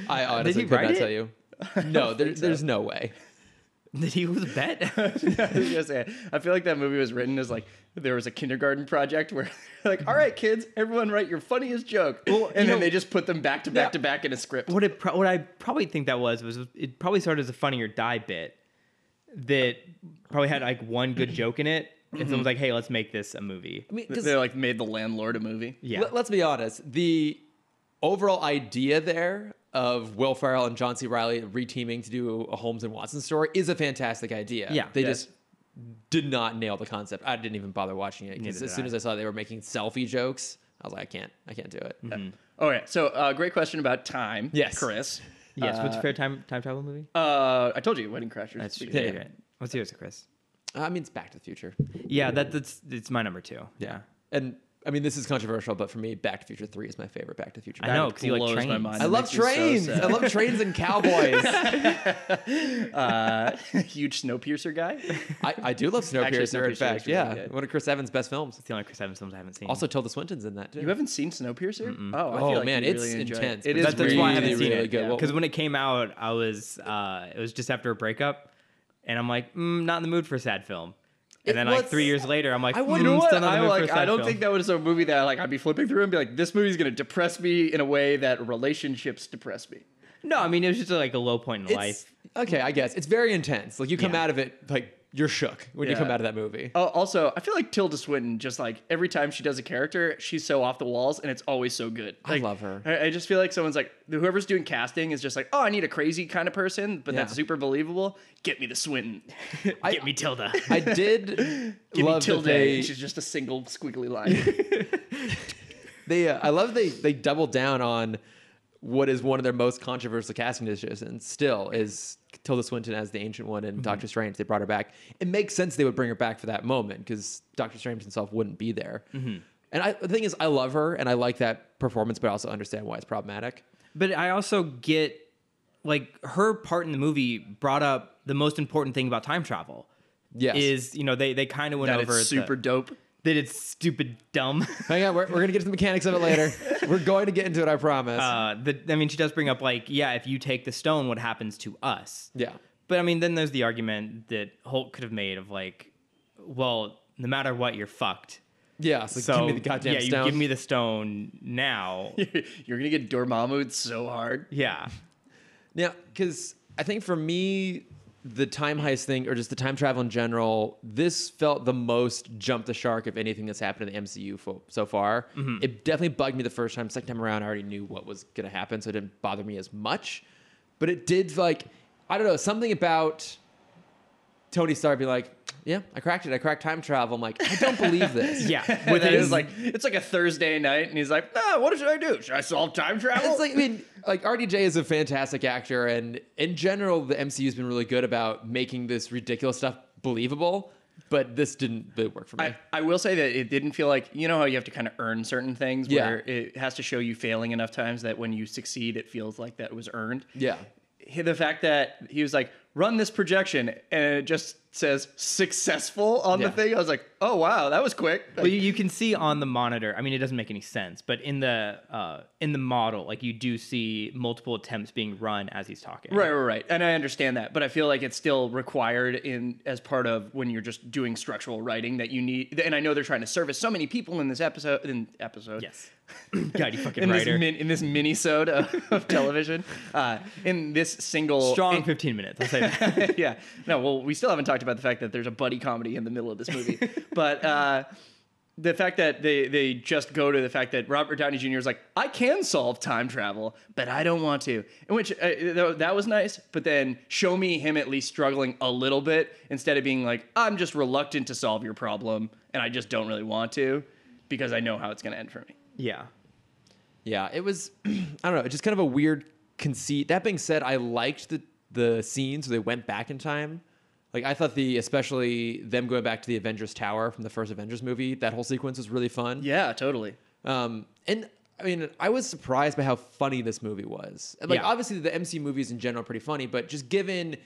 Speaker 1: I honestly
Speaker 2: he
Speaker 1: could
Speaker 2: write
Speaker 3: *laughs*
Speaker 1: not
Speaker 2: it?
Speaker 1: tell you. No, there, there's no way.
Speaker 2: Did he lose a bet? *laughs*
Speaker 3: *laughs* I was gonna say, I feel like that movie was written as like there was a kindergarten project where *laughs* like, all right, kids, everyone write your funniest joke,
Speaker 2: Well, you
Speaker 3: and then
Speaker 2: know-
Speaker 3: they just put them back to back
Speaker 2: Yeah.
Speaker 3: to back in a script.
Speaker 2: what it pro- what I probably think that was was it probably started as a funny or die bit that probably had like one
Speaker 3: *clears throat*
Speaker 2: good joke in it, and
Speaker 3: Mm-hmm.
Speaker 2: someone's like, "Hey, let's make this a movie."
Speaker 1: I mean, 'cause
Speaker 3: They like made the landlord a movie.
Speaker 2: Yeah,
Speaker 1: let, us be honest. The overall idea there of Will Ferrell and John C. Riley reteaming to do a Holmes and Watson story is a fantastic idea.
Speaker 2: Yeah.
Speaker 1: they
Speaker 2: Yes.
Speaker 1: just did not nail the concept. I didn't even bother watching it
Speaker 2: Neither
Speaker 1: because
Speaker 2: did
Speaker 1: as soon
Speaker 2: I.
Speaker 1: as I saw they were making selfie jokes, I was like, I can't, I can't do it.
Speaker 2: Mm-hmm.
Speaker 3: All right, so uh, great question about time.
Speaker 1: Yes.
Speaker 3: Chris.
Speaker 2: yes. What's your favorite time time travel movie?
Speaker 3: Uh, I told you, Wedding Crashers.
Speaker 1: true. Yeah.
Speaker 2: What's yours, Chris?
Speaker 1: Uh, I mean, it's Back to the Future.
Speaker 2: Yeah, that, that's it's my number two. Yeah,
Speaker 1: And I mean, this is controversial, but for me, Back to the Future Three is my favorite Back to the Future.
Speaker 2: I know because you like
Speaker 3: blows my
Speaker 2: trains.
Speaker 3: mind.
Speaker 1: I
Speaker 3: It
Speaker 1: love
Speaker 3: makes me so
Speaker 1: trains.
Speaker 3: sad.
Speaker 1: I love trains
Speaker 2: *laughs*
Speaker 1: and cowboys.
Speaker 3: Uh, *laughs* huge Snowpiercer guy.
Speaker 1: I, I do love Snowpiercer.
Speaker 3: Actually, Snowpiercer
Speaker 1: in
Speaker 3: is
Speaker 1: fact,
Speaker 3: really
Speaker 1: yeah,
Speaker 3: good.
Speaker 1: one of Chris Evans' best films.
Speaker 2: It's the only Chris Evans films I haven't seen.
Speaker 1: Also, Tilda Swinton's in that too.
Speaker 3: You haven't seen Snowpiercer? Oh, I
Speaker 1: Oh,
Speaker 3: feel like
Speaker 1: man,
Speaker 3: you'd
Speaker 1: it's
Speaker 3: really enjoy
Speaker 1: intense, but
Speaker 3: It, it is
Speaker 2: that's, that's
Speaker 3: really,
Speaker 2: why I haven't
Speaker 3: really,
Speaker 2: seen
Speaker 1: really
Speaker 2: it.
Speaker 1: good. Well-
Speaker 2: Because when it came out, I was uh, it was just after a breakup, and I'm like, mm, not in the mood for a sad film.
Speaker 1: It
Speaker 2: And then like
Speaker 1: was-
Speaker 2: three years later, I'm like,
Speaker 1: I
Speaker 2: I
Speaker 1: would-
Speaker 2: mm,
Speaker 1: You know
Speaker 2: still
Speaker 3: What?
Speaker 2: not in
Speaker 3: I,
Speaker 2: the mood for a
Speaker 3: like,
Speaker 2: sad
Speaker 3: I don't
Speaker 2: film.
Speaker 3: think that was a movie that like I'd be flipping through and be like, this movie's gonna depress me in a way that relationships depress me.
Speaker 2: No, I mean it was just like a low point in
Speaker 1: It's-
Speaker 2: life.
Speaker 1: Okay, I guess it's very intense. Like you come
Speaker 2: Yeah.
Speaker 1: out of it like you're shook when you
Speaker 3: Yeah.
Speaker 1: come out of that movie.
Speaker 3: Oh, also, I feel like Tilda Swinton just like every time she does a character, she's so off the walls, and it's always so good.
Speaker 1: I
Speaker 3: Like,
Speaker 1: love her.
Speaker 3: I, I just feel like someone's like whoever's doing casting is just like, oh, I need a crazy kind of person, but that's
Speaker 1: Yeah.
Speaker 3: super believable. Get me the Swinton.
Speaker 1: I-
Speaker 2: Get me Tilda.
Speaker 1: *laughs*
Speaker 2: *laughs*
Speaker 1: I did
Speaker 3: *laughs* Give me
Speaker 1: love that
Speaker 3: Tilda.
Speaker 1: they.
Speaker 3: and She's just a single squiggly line.
Speaker 1: *laughs* they uh, I love they they doubled down on what is one of their most controversial casting decisions. Still is Tilda Swinton as the Ancient One
Speaker 3: Mm-hmm.
Speaker 1: in Doctor Strange. They brought her back. It makes sense they would bring her back for that moment because Doctor Strange himself wouldn't be there.
Speaker 3: Mm-hmm.
Speaker 1: And I, the thing is, I love her and I like that performance, but I also understand why it's problematic.
Speaker 2: But I also get like her part in the movie brought up the most important thing about time travel.
Speaker 1: Yes.
Speaker 2: Is you know they they kind of went
Speaker 3: that
Speaker 2: over the-
Speaker 3: it's super dope. *laughs*
Speaker 2: that it's stupid dumb. *laughs*
Speaker 1: Hang on, we're, we're gonna get to the mechanics of it later. we're going to get into it, I promise.
Speaker 2: uh, the, I mean, she does bring up like, yeah, if you take the stone, what happens to us?
Speaker 1: yeah.
Speaker 2: But I mean, then there's the argument that Hulk could have made of like, well, no matter what, you're fucked.
Speaker 1: Yeah, so,
Speaker 2: So
Speaker 1: give me the goddamn
Speaker 2: yeah, you
Speaker 1: stone.
Speaker 2: give me the stone now.
Speaker 3: You're gonna get Dormammu so hard.
Speaker 2: yeah,
Speaker 1: Yeah, because I think for me, the time heist thing, or just the time travel in general, this felt the most jump the shark of anything that's happened in the MCU fo- so far.
Speaker 2: Mm-hmm.
Speaker 1: It definitely bugged me the first time. Second time around, I already knew what was going to happen, so it didn't bother me as much. But it did, like, I don't know, something about Tony Stark being like, yeah, I cracked it. I cracked time travel. I'm like, I don't believe this.
Speaker 2: *laughs*
Speaker 3: *laughs*
Speaker 2: yeah.
Speaker 3: With it
Speaker 2: Within-
Speaker 3: is like it's like a Thursday night, and he's like, Nah, what should I do? Should I solve time travel?
Speaker 1: It's like I mean, like RDJ is a fantastic actor, and in general, the MCU has been really good about making this ridiculous stuff believable. But this didn't really work for me.
Speaker 3: *laughs* I, I will say that it didn't feel like you know how you have to kind of earn certain things
Speaker 1: Yeah.
Speaker 3: where it has to show you failing enough times that when you succeed it feels like that was earned.
Speaker 1: yeah,
Speaker 3: He- The fact that he was like run this projection and it just says successful on
Speaker 1: Yeah.
Speaker 3: the thing, I was like, oh wow, that was quick.
Speaker 2: Well, you, you can see on the monitor. I mean, it doesn't make any sense, but in the uh, in the model, like you do see multiple attempts being run as he's talking.
Speaker 3: Right, right, right. And I understand that, but I feel like it's still required in as part of when you're just doing structural writing that you need. And I know they're trying to service so many people in this episode. In episode,
Speaker 2: Yes. *clears throat* God, you fucking
Speaker 3: in this,
Speaker 2: writer.
Speaker 3: min, in this mini-sode of, of television, uh, in this single
Speaker 2: Strong 15 minutes. I'll say
Speaker 3: *laughs*
Speaker 2: that.
Speaker 3: yeah. No, well, we still haven't talked about the fact that there's a buddy comedy in the middle of this movie. but uh, the fact that they, they just go to the fact that Robert Downey Jr. is like, I can solve time travel, but I don't want to. In which uh, th- that was nice. But then show me him at least struggling a little bit instead of being like, I'm just reluctant to solve your problem and I just don't really want to because I know how it's going to end for me.
Speaker 2: yeah.
Speaker 1: yeah. It was *clears throat* I don't know, it's just kind of a weird conceit. That being said, I liked the the scenes where they went back in time. Like I thought the especially them going back to the Avengers Tower from the first Avengers movie, that whole sequence was really fun.
Speaker 3: Yeah, totally.
Speaker 1: Um, and I mean, I was surprised by how funny this movie was. Like,
Speaker 2: Yeah.
Speaker 1: obviously, the MC movies in general are pretty funny, but just given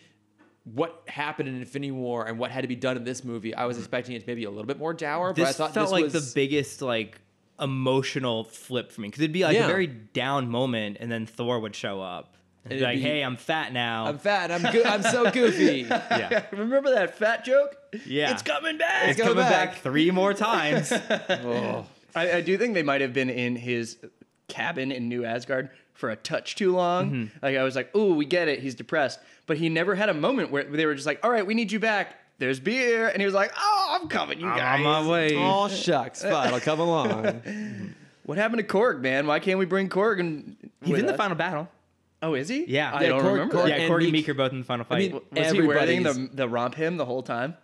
Speaker 1: what happened in Infinity War and what had to be done in this movie, I was expecting it to maybe a little bit more dour. but I
Speaker 2: this
Speaker 1: thought
Speaker 2: felt
Speaker 1: Mm-hmm. this
Speaker 2: like
Speaker 1: was
Speaker 2: the biggest like emotional flip for me because it'd be like
Speaker 1: Yeah.
Speaker 2: a very down moment and then thor would show up
Speaker 1: it'd
Speaker 2: like,
Speaker 1: be,
Speaker 2: hey, I'm fat
Speaker 1: *laughs*
Speaker 2: now.
Speaker 1: I'm fat. I'm go- I'm so goofy.
Speaker 2: yeah,
Speaker 3: Remember that fat joke?
Speaker 2: Yeah.
Speaker 3: It's coming back.
Speaker 2: it's
Speaker 1: go
Speaker 2: coming back.
Speaker 1: back.
Speaker 2: three
Speaker 1: *laughs*
Speaker 2: more times.
Speaker 1: *laughs* Oh.
Speaker 3: I, I do think they might have been in his cabin in New Asgard for a touch too long.
Speaker 2: Mm-hmm.
Speaker 3: Like I was like, "Ooh, we get it. He's depressed." But he never had a moment where they were just like, "All right, we need you back. There's beer," and he was like, "Oh, I'm coming, you guys."
Speaker 2: I'm on my way.
Speaker 1: Aw, shucks, fine. I'll come along.
Speaker 3: What happened to Korg, man? Why can't we bring Korg? And
Speaker 2: He's in the final battle.
Speaker 3: Oh, is he?
Speaker 2: Yeah.
Speaker 3: I
Speaker 2: Yeah,
Speaker 3: don't
Speaker 1: Korg-
Speaker 3: remember.
Speaker 1: Korg-
Speaker 3: that.
Speaker 2: yeah,
Speaker 1: and
Speaker 2: Corey and
Speaker 1: Meek-
Speaker 2: Meek are both in the final
Speaker 1: I mean,
Speaker 2: fight.
Speaker 3: Was he wearing the
Speaker 1: everybody's-
Speaker 3: the romp him the whole time?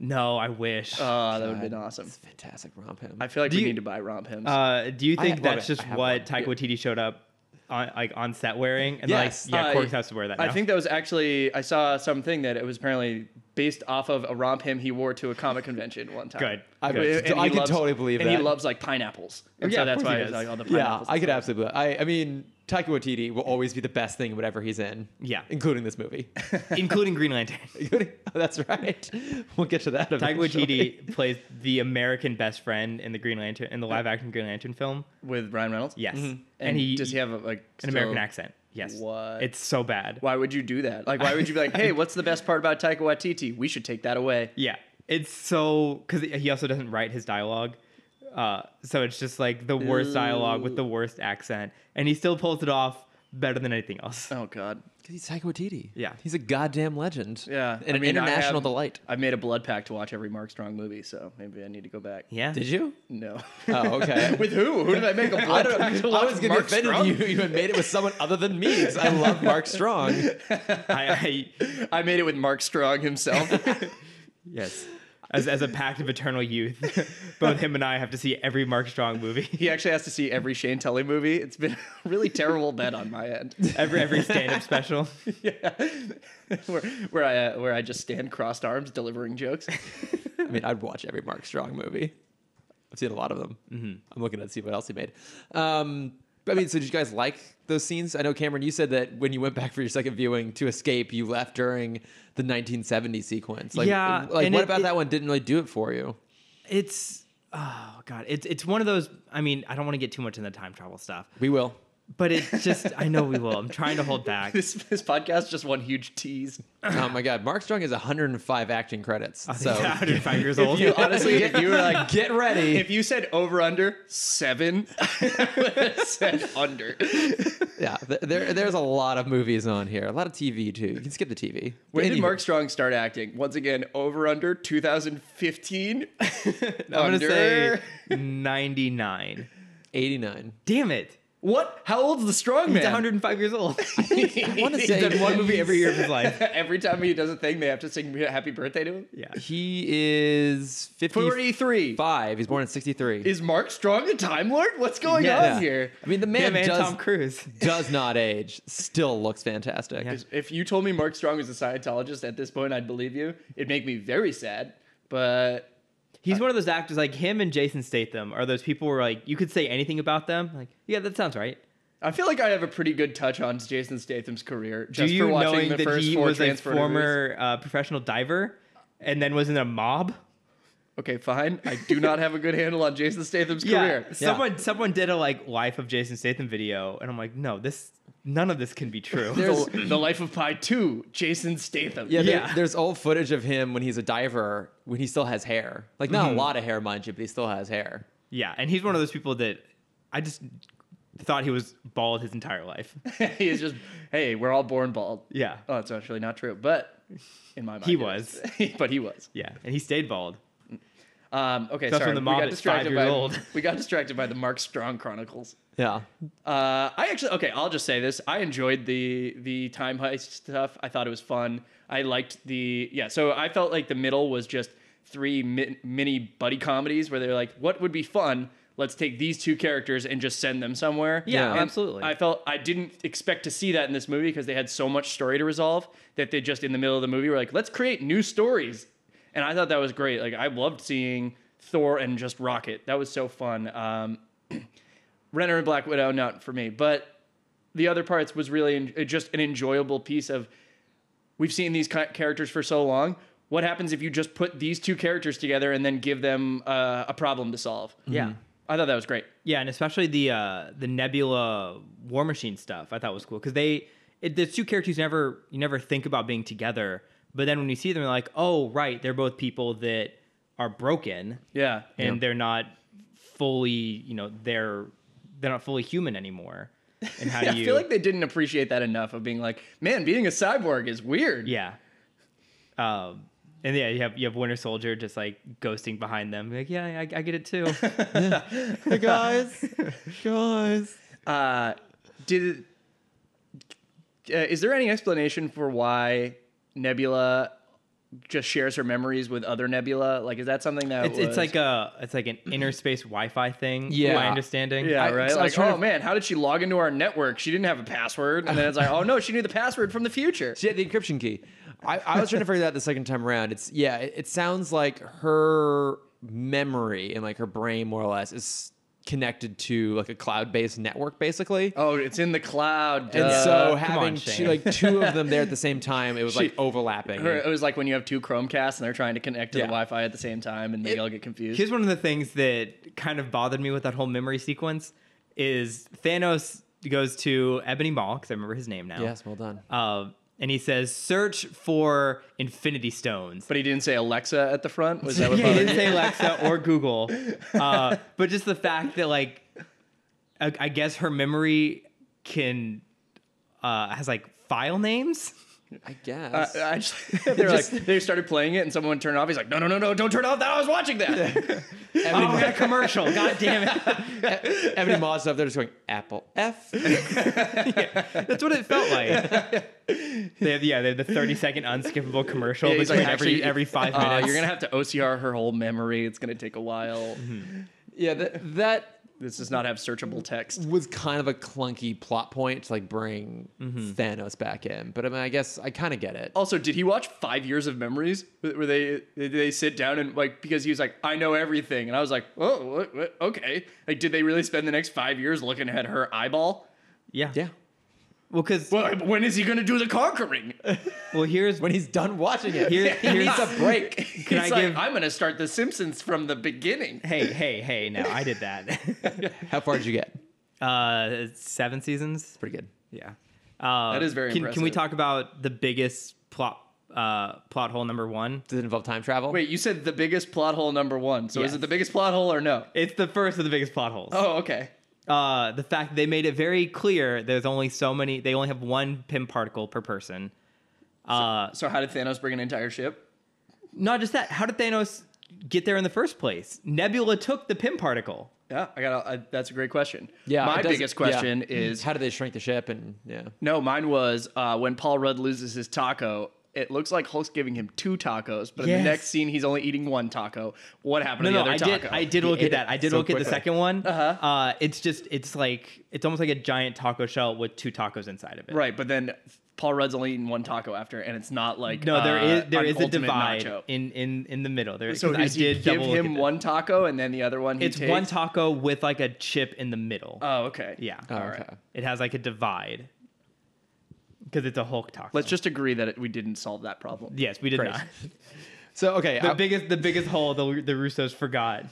Speaker 2: no, I wish.
Speaker 1: Uh,
Speaker 3: Oh, that would have been awesome.
Speaker 1: *laughs* It's fantastic romp him.
Speaker 3: I feel like
Speaker 2: Do
Speaker 3: we
Speaker 2: you-
Speaker 3: need to buy romp hymns.
Speaker 2: Uh, do you
Speaker 1: I
Speaker 2: think
Speaker 1: love
Speaker 2: that's
Speaker 1: it. I
Speaker 2: just
Speaker 1: have
Speaker 2: what
Speaker 1: one.
Speaker 2: Taika Waititi showed up on, like on set wearing? And
Speaker 1: Yes.
Speaker 2: like, yeah,
Speaker 3: Uh,
Speaker 2: Corey has to wear that.
Speaker 3: I
Speaker 2: now.
Speaker 3: think that was actually I saw something that it was apparently based off of a romp him he wore to a comic convention one time.
Speaker 2: Good.
Speaker 1: I
Speaker 2: Good.
Speaker 1: would-
Speaker 3: And
Speaker 1: I
Speaker 3: he
Speaker 1: can totally believe
Speaker 3: and
Speaker 1: that.
Speaker 3: he loves like pineapples. And
Speaker 2: Yeah,
Speaker 3: so
Speaker 2: of
Speaker 3: that's
Speaker 2: course
Speaker 3: why
Speaker 2: he
Speaker 3: it's
Speaker 2: does.
Speaker 3: like all the
Speaker 1: yeah,
Speaker 3: pineapples.
Speaker 1: I could absolutely. I, I mean, Taika Waititi will always be the best thing, whatever he's in.
Speaker 2: Yeah.
Speaker 1: including this movie.
Speaker 2: *laughs*
Speaker 1: *laughs*
Speaker 2: including Green Lantern.
Speaker 1: Including- that's right. We'll get to that.
Speaker 2: Taika
Speaker 1: eventually.
Speaker 2: Waititi plays the American best friend in the Green Lantern in the live action Green Lantern film.
Speaker 3: with Ryan Reynolds.
Speaker 2: Yes,
Speaker 3: Mm-hmm. And, he does he have a, like
Speaker 2: an
Speaker 3: still-
Speaker 2: American accent? Yes,
Speaker 3: What?
Speaker 2: It's so bad.
Speaker 3: Why would you do that? Like why would you be like, hey, what's the best part about Taika Waititi? We should take that away.
Speaker 2: Yeah, it's so because he also doesn't write his dialogue, uh, so it's just like the worst dialogue with the worst accent, and he still pulls it off better than anything else.
Speaker 3: Oh God.
Speaker 1: 'Cause he's Taika Waititi.
Speaker 2: Yeah.
Speaker 1: he's a goddamn legend.
Speaker 3: Yeah.
Speaker 1: and
Speaker 3: I mean,
Speaker 1: an
Speaker 3: I
Speaker 1: international
Speaker 3: have-
Speaker 1: delight.
Speaker 3: I made a blood pact to watch every Mark Strong movie, so maybe I need to go back.
Speaker 2: *laughs* Yeah,
Speaker 1: Did you?
Speaker 3: No.
Speaker 1: Oh, okay.
Speaker 3: *laughs* with who? Who did I make
Speaker 1: *laughs*
Speaker 3: a
Speaker 1: I,
Speaker 3: blood
Speaker 1: don't,
Speaker 3: pact to
Speaker 1: I
Speaker 3: watch?
Speaker 1: was getting
Speaker 3: Mark
Speaker 1: offended
Speaker 3: Strong?
Speaker 1: you. You had made it with someone other than me. 'cause I love Mark Strong.
Speaker 2: I, I
Speaker 3: I made it with Mark
Speaker 1: *laughs*
Speaker 3: Strong himself.
Speaker 2: yes. As, as a pact of eternal youth, *laughs* both him and I have to see every Mark Strong movie, *laughs*
Speaker 3: he actually has to see every Shane Tully movie. It's been *laughs* a really terrible bet on my end,
Speaker 2: every every stand up special.
Speaker 3: *laughs* where, where I uh, where I just stand crossed arms delivering jokes. *laughs*
Speaker 1: I mean, I'd watch every Mark Strong movie. I've seen a lot of them. Mm-hmm. I'm looking to see what else he made. Um, but I mean, so did you guys like those scenes? I know Cameron, you said that when you went back for your second viewing to escape, you left during the 1970 sequence. Like,
Speaker 2: Yeah,
Speaker 1: like
Speaker 2: and
Speaker 1: what
Speaker 2: it-
Speaker 1: about
Speaker 2: it-
Speaker 1: that one didn't really do it for you?
Speaker 2: It's oh god, it's it's one of those. I mean, I don't want to get too much in the time travel stuff,
Speaker 1: We will.
Speaker 2: but
Speaker 3: *laughs*
Speaker 2: it's just I know we will. I'm trying to hold back. *laughs*
Speaker 3: This this podcast just one huge tease.
Speaker 1: oh my God, Mark Strong has 105 acting credits. So
Speaker 2: Oh, Yeah, 105 years old.
Speaker 3: You honestly, if you were like,
Speaker 1: get ready.
Speaker 3: if you said over under seven, *laughs* I would have said
Speaker 2: *laughs*
Speaker 3: under.
Speaker 1: yeah, th- there, there's a lot of movies on here. A lot of TV too. You can skip the TV.
Speaker 3: When did
Speaker 1: Anywho.
Speaker 3: Mark Strong start acting? Once again, over under 2015.
Speaker 2: *laughs* *laughs* I'm gonna say 99.
Speaker 1: 89?
Speaker 2: Damn it!
Speaker 3: what? How old's the Strong
Speaker 2: He's
Speaker 3: *laughs* man?
Speaker 2: 105 years old.
Speaker 1: I want to
Speaker 2: *laughs* He's done one movie every year of his life.
Speaker 3: *laughs* Every time he does a thing, they have to sing happy birthday to him.
Speaker 2: Yeah.
Speaker 1: He is 55.
Speaker 3: 43.
Speaker 1: He's born in 63.
Speaker 3: Is Mark Strong a Time Lord? What's going
Speaker 2: Yeah.
Speaker 3: on
Speaker 1: Yeah.
Speaker 3: here?
Speaker 1: I mean, the
Speaker 2: Yeah,
Speaker 1: man,
Speaker 2: man,
Speaker 1: does,
Speaker 2: Tom Cruise.
Speaker 1: does not age. Still looks fantastic.
Speaker 2: Yeah.
Speaker 3: If you told me Mark Strong was a Scientologist at this point, I'd believe you. It'd make me very sad, but
Speaker 2: He's one of those actors like him and Jason Statham are those people where like you could say anything about them. Like, yeah, that sounds right.
Speaker 3: I feel like I have a pretty good touch on Jason Statham's career
Speaker 2: Do
Speaker 3: just
Speaker 2: you
Speaker 3: for
Speaker 2: knowing
Speaker 3: watching the
Speaker 2: that
Speaker 3: first
Speaker 2: he
Speaker 3: four
Speaker 2: was a
Speaker 3: Transformers movies.
Speaker 2: former uh, professional diver and then was in a mob?
Speaker 3: Okay, fine. I do not have a good handle on Jason Statham's career.
Speaker 2: Yeah. Someone someone did a like life of Jason Statham video, and I'm like, no, this none of this can be true.
Speaker 1: There's-
Speaker 3: The, the Life of Pi 2, Jason Statham.
Speaker 1: Yeah, there-
Speaker 2: Yeah.
Speaker 1: there's old footage of him when he's a diver when he still has hair. Like not a lot of hair, mind you, but he still has hair.
Speaker 2: *laughs* yeah, and he's one of those people that I just thought he was bald his entire life.
Speaker 3: *laughs* he is just, hey, we're all born bald.
Speaker 2: Yeah.
Speaker 3: Oh, that's actually not true, but in my mind,
Speaker 2: He
Speaker 3: it is. *laughs* but he was.
Speaker 2: Yeah, and he stayed bald.
Speaker 3: Um, okay,
Speaker 2: That's
Speaker 3: sorry.
Speaker 2: when the
Speaker 3: we
Speaker 2: mob
Speaker 3: got
Speaker 2: is five
Speaker 3: distracted
Speaker 2: years
Speaker 3: by
Speaker 2: old.
Speaker 3: *laughs* we got distracted by the Mark Strong Chronicles.
Speaker 1: Yeah.
Speaker 3: Uh, I actually okay. I'll just say this. I enjoyed the the time heist stuff. I thought it was fun. I liked the yeah. So I felt like the middle was just three mi- mini buddy comedies where they're like, what would be fun? Let's take these two characters and just send them somewhere.
Speaker 2: Yeah,
Speaker 1: Yeah.
Speaker 2: absolutely.
Speaker 3: I felt I didn't expect to see that in this movie because they had so much story to resolve that they just in the middle of the movie were like, let's create new stories. And I thought that was great. Like I loved seeing Thor and just Rocket. That was so fun. Um, Renner and Black Widow, not for me, but the other parts was really en- uh, just an enjoyable piece of we've seen these ca- characters for so long. What happens if you just put these two characters together and then give them uh, a problem to solve?
Speaker 2: Yeah.
Speaker 3: I thought that was great.
Speaker 2: Yeah, and especially the uh, the Nebula War Machine stuff, I thought was cool because they it, the two characters never you never think about being together, but then when you see them, you're like, oh right, they're both people that are broken
Speaker 3: Yeah.
Speaker 2: and they're not fully you know they're they're not fully human anymore. And
Speaker 3: *laughs*
Speaker 2: how do you?
Speaker 3: I feel like they didn't appreciate that enough of being like, man, being a cyborg is weird.
Speaker 2: Yeah. Um, and yeah, you have you have Winter Soldier just like ghosting behind them, like yeah, I, I get it
Speaker 3: *laughs*
Speaker 2: too.
Speaker 1: Hey *laughs* guys, guys.
Speaker 3: Uh, did uh, is there any explanation for why Nebula just shares her memories with other Nebula? Like, is that something that
Speaker 2: it's, it's
Speaker 3: was-
Speaker 2: like a it's like an inner space Wi-Fi thing.
Speaker 1: Yeah.
Speaker 2: Yeah, my understanding.
Speaker 3: yeah,
Speaker 1: I-
Speaker 3: right?
Speaker 1: so I was
Speaker 3: like,
Speaker 1: trying
Speaker 3: oh
Speaker 1: to-
Speaker 3: man, how did she log into our network? She didn't have a password, and then it's like, oh no, she knew the password from the future.
Speaker 1: She had the encryption key. I, I was trying to figure that out the second time around. It's yeah, it, it sounds like her memory and like her brain more or less is connected to like a cloud-based network basically.
Speaker 3: Oh, it's in the cloud.
Speaker 1: And
Speaker 3: duh.
Speaker 1: so
Speaker 2: come on,
Speaker 1: having two,
Speaker 2: Shane.
Speaker 1: like two of them there at
Speaker 2: *laughs*
Speaker 1: the same time, it was like overlapping.
Speaker 3: Or
Speaker 2: uh,
Speaker 3: it was like when you have two Chromecasts and they're trying to connect to
Speaker 1: Yeah.
Speaker 3: the Wi-Fi at the same time, and they all get confused.
Speaker 2: Here's one of the things that kind of bothered me with that whole memory sequence is Thanos goes to Ebony Maw because I remember his name now.
Speaker 1: yes, well done.
Speaker 2: Um, and he says, "Search for Infinity Stones."
Speaker 3: But he didn't say Alexa at the front. Was that what?
Speaker 2: yeah, he
Speaker 3: bothered
Speaker 2: didn't
Speaker 3: you?
Speaker 2: say Alexa
Speaker 3: *laughs*
Speaker 2: or Google, uh, but just the fact that like, I, I guess her memory can uh, has like file names.
Speaker 1: I guess.
Speaker 3: I, I just, *laughs* they're like they started playing it and someone turned it off. He's like, no, no, no, no, don't turn it off. That I was watching that.
Speaker 1: Ebony,
Speaker 2: *laughs*
Speaker 1: E,
Speaker 2: Oh, we got a commercial! God damn it!
Speaker 1: Ebony Maw's up there just going Apple
Speaker 2: *laughs*
Speaker 1: F.
Speaker 2: That's what it felt like.
Speaker 3: *laughs*
Speaker 2: They have, yeah, they have the thirty second unskippable commercial
Speaker 3: Yeah, he's
Speaker 2: between
Speaker 3: like,
Speaker 2: every
Speaker 3: "Actually,
Speaker 2: every five
Speaker 3: uh,
Speaker 2: minutes.
Speaker 3: you're gonna have to OCR her whole memory. It's gonna take a while.
Speaker 1: Yeah, that that
Speaker 3: This does not have searchable text.
Speaker 1: was kind of a clunky plot point to like bring
Speaker 2: Mm-hmm.
Speaker 1: Thanos back in. But I mean, I guess I kind of get it.
Speaker 2: Oh,
Speaker 3: Also, did he watch Five Years of Memories? Where where they they- they sit down and like because he was like, I know everything, and I was like, oh, what, what, okay. Like, did they really spend the next five years looking at her eyeball?
Speaker 2: yeah,
Speaker 1: Yeah.
Speaker 2: Well, because
Speaker 3: Well, when is he gonna do the conquering?
Speaker 2: well, here's
Speaker 1: When he's done watching it, *laughs*
Speaker 2: Here-
Speaker 1: he
Speaker 2: here's-
Speaker 1: needs a break.
Speaker 2: Can
Speaker 3: *laughs* He's
Speaker 2: I
Speaker 3: like,
Speaker 2: give-
Speaker 3: I'm gonna start The Simpsons from the beginning.
Speaker 2: hey, hey, hey. Now I did
Speaker 3: *laughs*
Speaker 2: that.
Speaker 1: *laughs* How far did you get?
Speaker 2: uh, seven seasons.
Speaker 1: Pretty good.
Speaker 2: Yeah, uh,
Speaker 3: That is very
Speaker 2: Can, can we
Speaker 3: impressive.
Speaker 2: talk about the biggest plot uh, plot hole number one?
Speaker 1: Does it involve time travel?
Speaker 3: Wait, you said the biggest plot hole number one. So is
Speaker 2: Yes.
Speaker 3: it the biggest plot hole or no?
Speaker 2: It's the first of the biggest plot holes.
Speaker 3: Oh, okay.
Speaker 2: Uh, the fact they made it very clear there's only so many. They only have one pim particle per person. Uh,
Speaker 3: So how did Thanos bring an entire ship?
Speaker 2: not just that. How did Thanos get there in the first place? Nebula took the pim particle.
Speaker 3: Yeah, I got. I, that's a great question.
Speaker 1: Yeah.
Speaker 3: My
Speaker 1: it does-
Speaker 3: biggest
Speaker 1: yeah. Mm-hmm.
Speaker 3: question is
Speaker 1: how do they shrink the ship? And yeah,
Speaker 3: no. Mine was uh, when Paul Rudd loses his taco. It looks like Hulk's giving him two tacos, but in
Speaker 2: Yes.
Speaker 3: the next scene he's only eating one taco. What happened
Speaker 2: No,
Speaker 3: to
Speaker 2: no,
Speaker 3: the other
Speaker 2: I
Speaker 3: taco?
Speaker 2: did. I did
Speaker 1: He
Speaker 3: *laughs*
Speaker 2: look
Speaker 1: ate
Speaker 2: at
Speaker 1: it
Speaker 2: that. I did
Speaker 1: so
Speaker 2: look at the
Speaker 1: quickly.
Speaker 2: second one.
Speaker 3: Uh-huh.
Speaker 2: Uh, it's just, it's like, it's almost like a giant taco shell with two tacos inside of it.
Speaker 3: Right, but then Paul Rudd's only eating one taco after, and it's not like
Speaker 2: No, there
Speaker 3: uh,
Speaker 2: is there
Speaker 3: an
Speaker 2: is a
Speaker 3: ultimate
Speaker 2: divide
Speaker 3: nacho.
Speaker 2: in in in the middle. There,
Speaker 3: So
Speaker 2: 'cause
Speaker 3: does
Speaker 2: I
Speaker 3: he
Speaker 2: did
Speaker 3: give
Speaker 2: double look at
Speaker 3: him
Speaker 2: this.
Speaker 3: one taco and then the other one? He
Speaker 2: It's
Speaker 3: takes?
Speaker 2: one taco with like a chip in the middle.
Speaker 3: Oh, okay.
Speaker 2: yeah,
Speaker 1: oh,
Speaker 3: All right.
Speaker 1: okay.
Speaker 2: it has like a divide because it's a Hulk taco.
Speaker 3: Let's just agree that it, we didn't solve that problem.
Speaker 2: yes, we did
Speaker 1: Great.
Speaker 2: not.
Speaker 1: So okay,
Speaker 2: *laughs* The
Speaker 1: I-
Speaker 2: biggest the biggest hole the the Russos forgot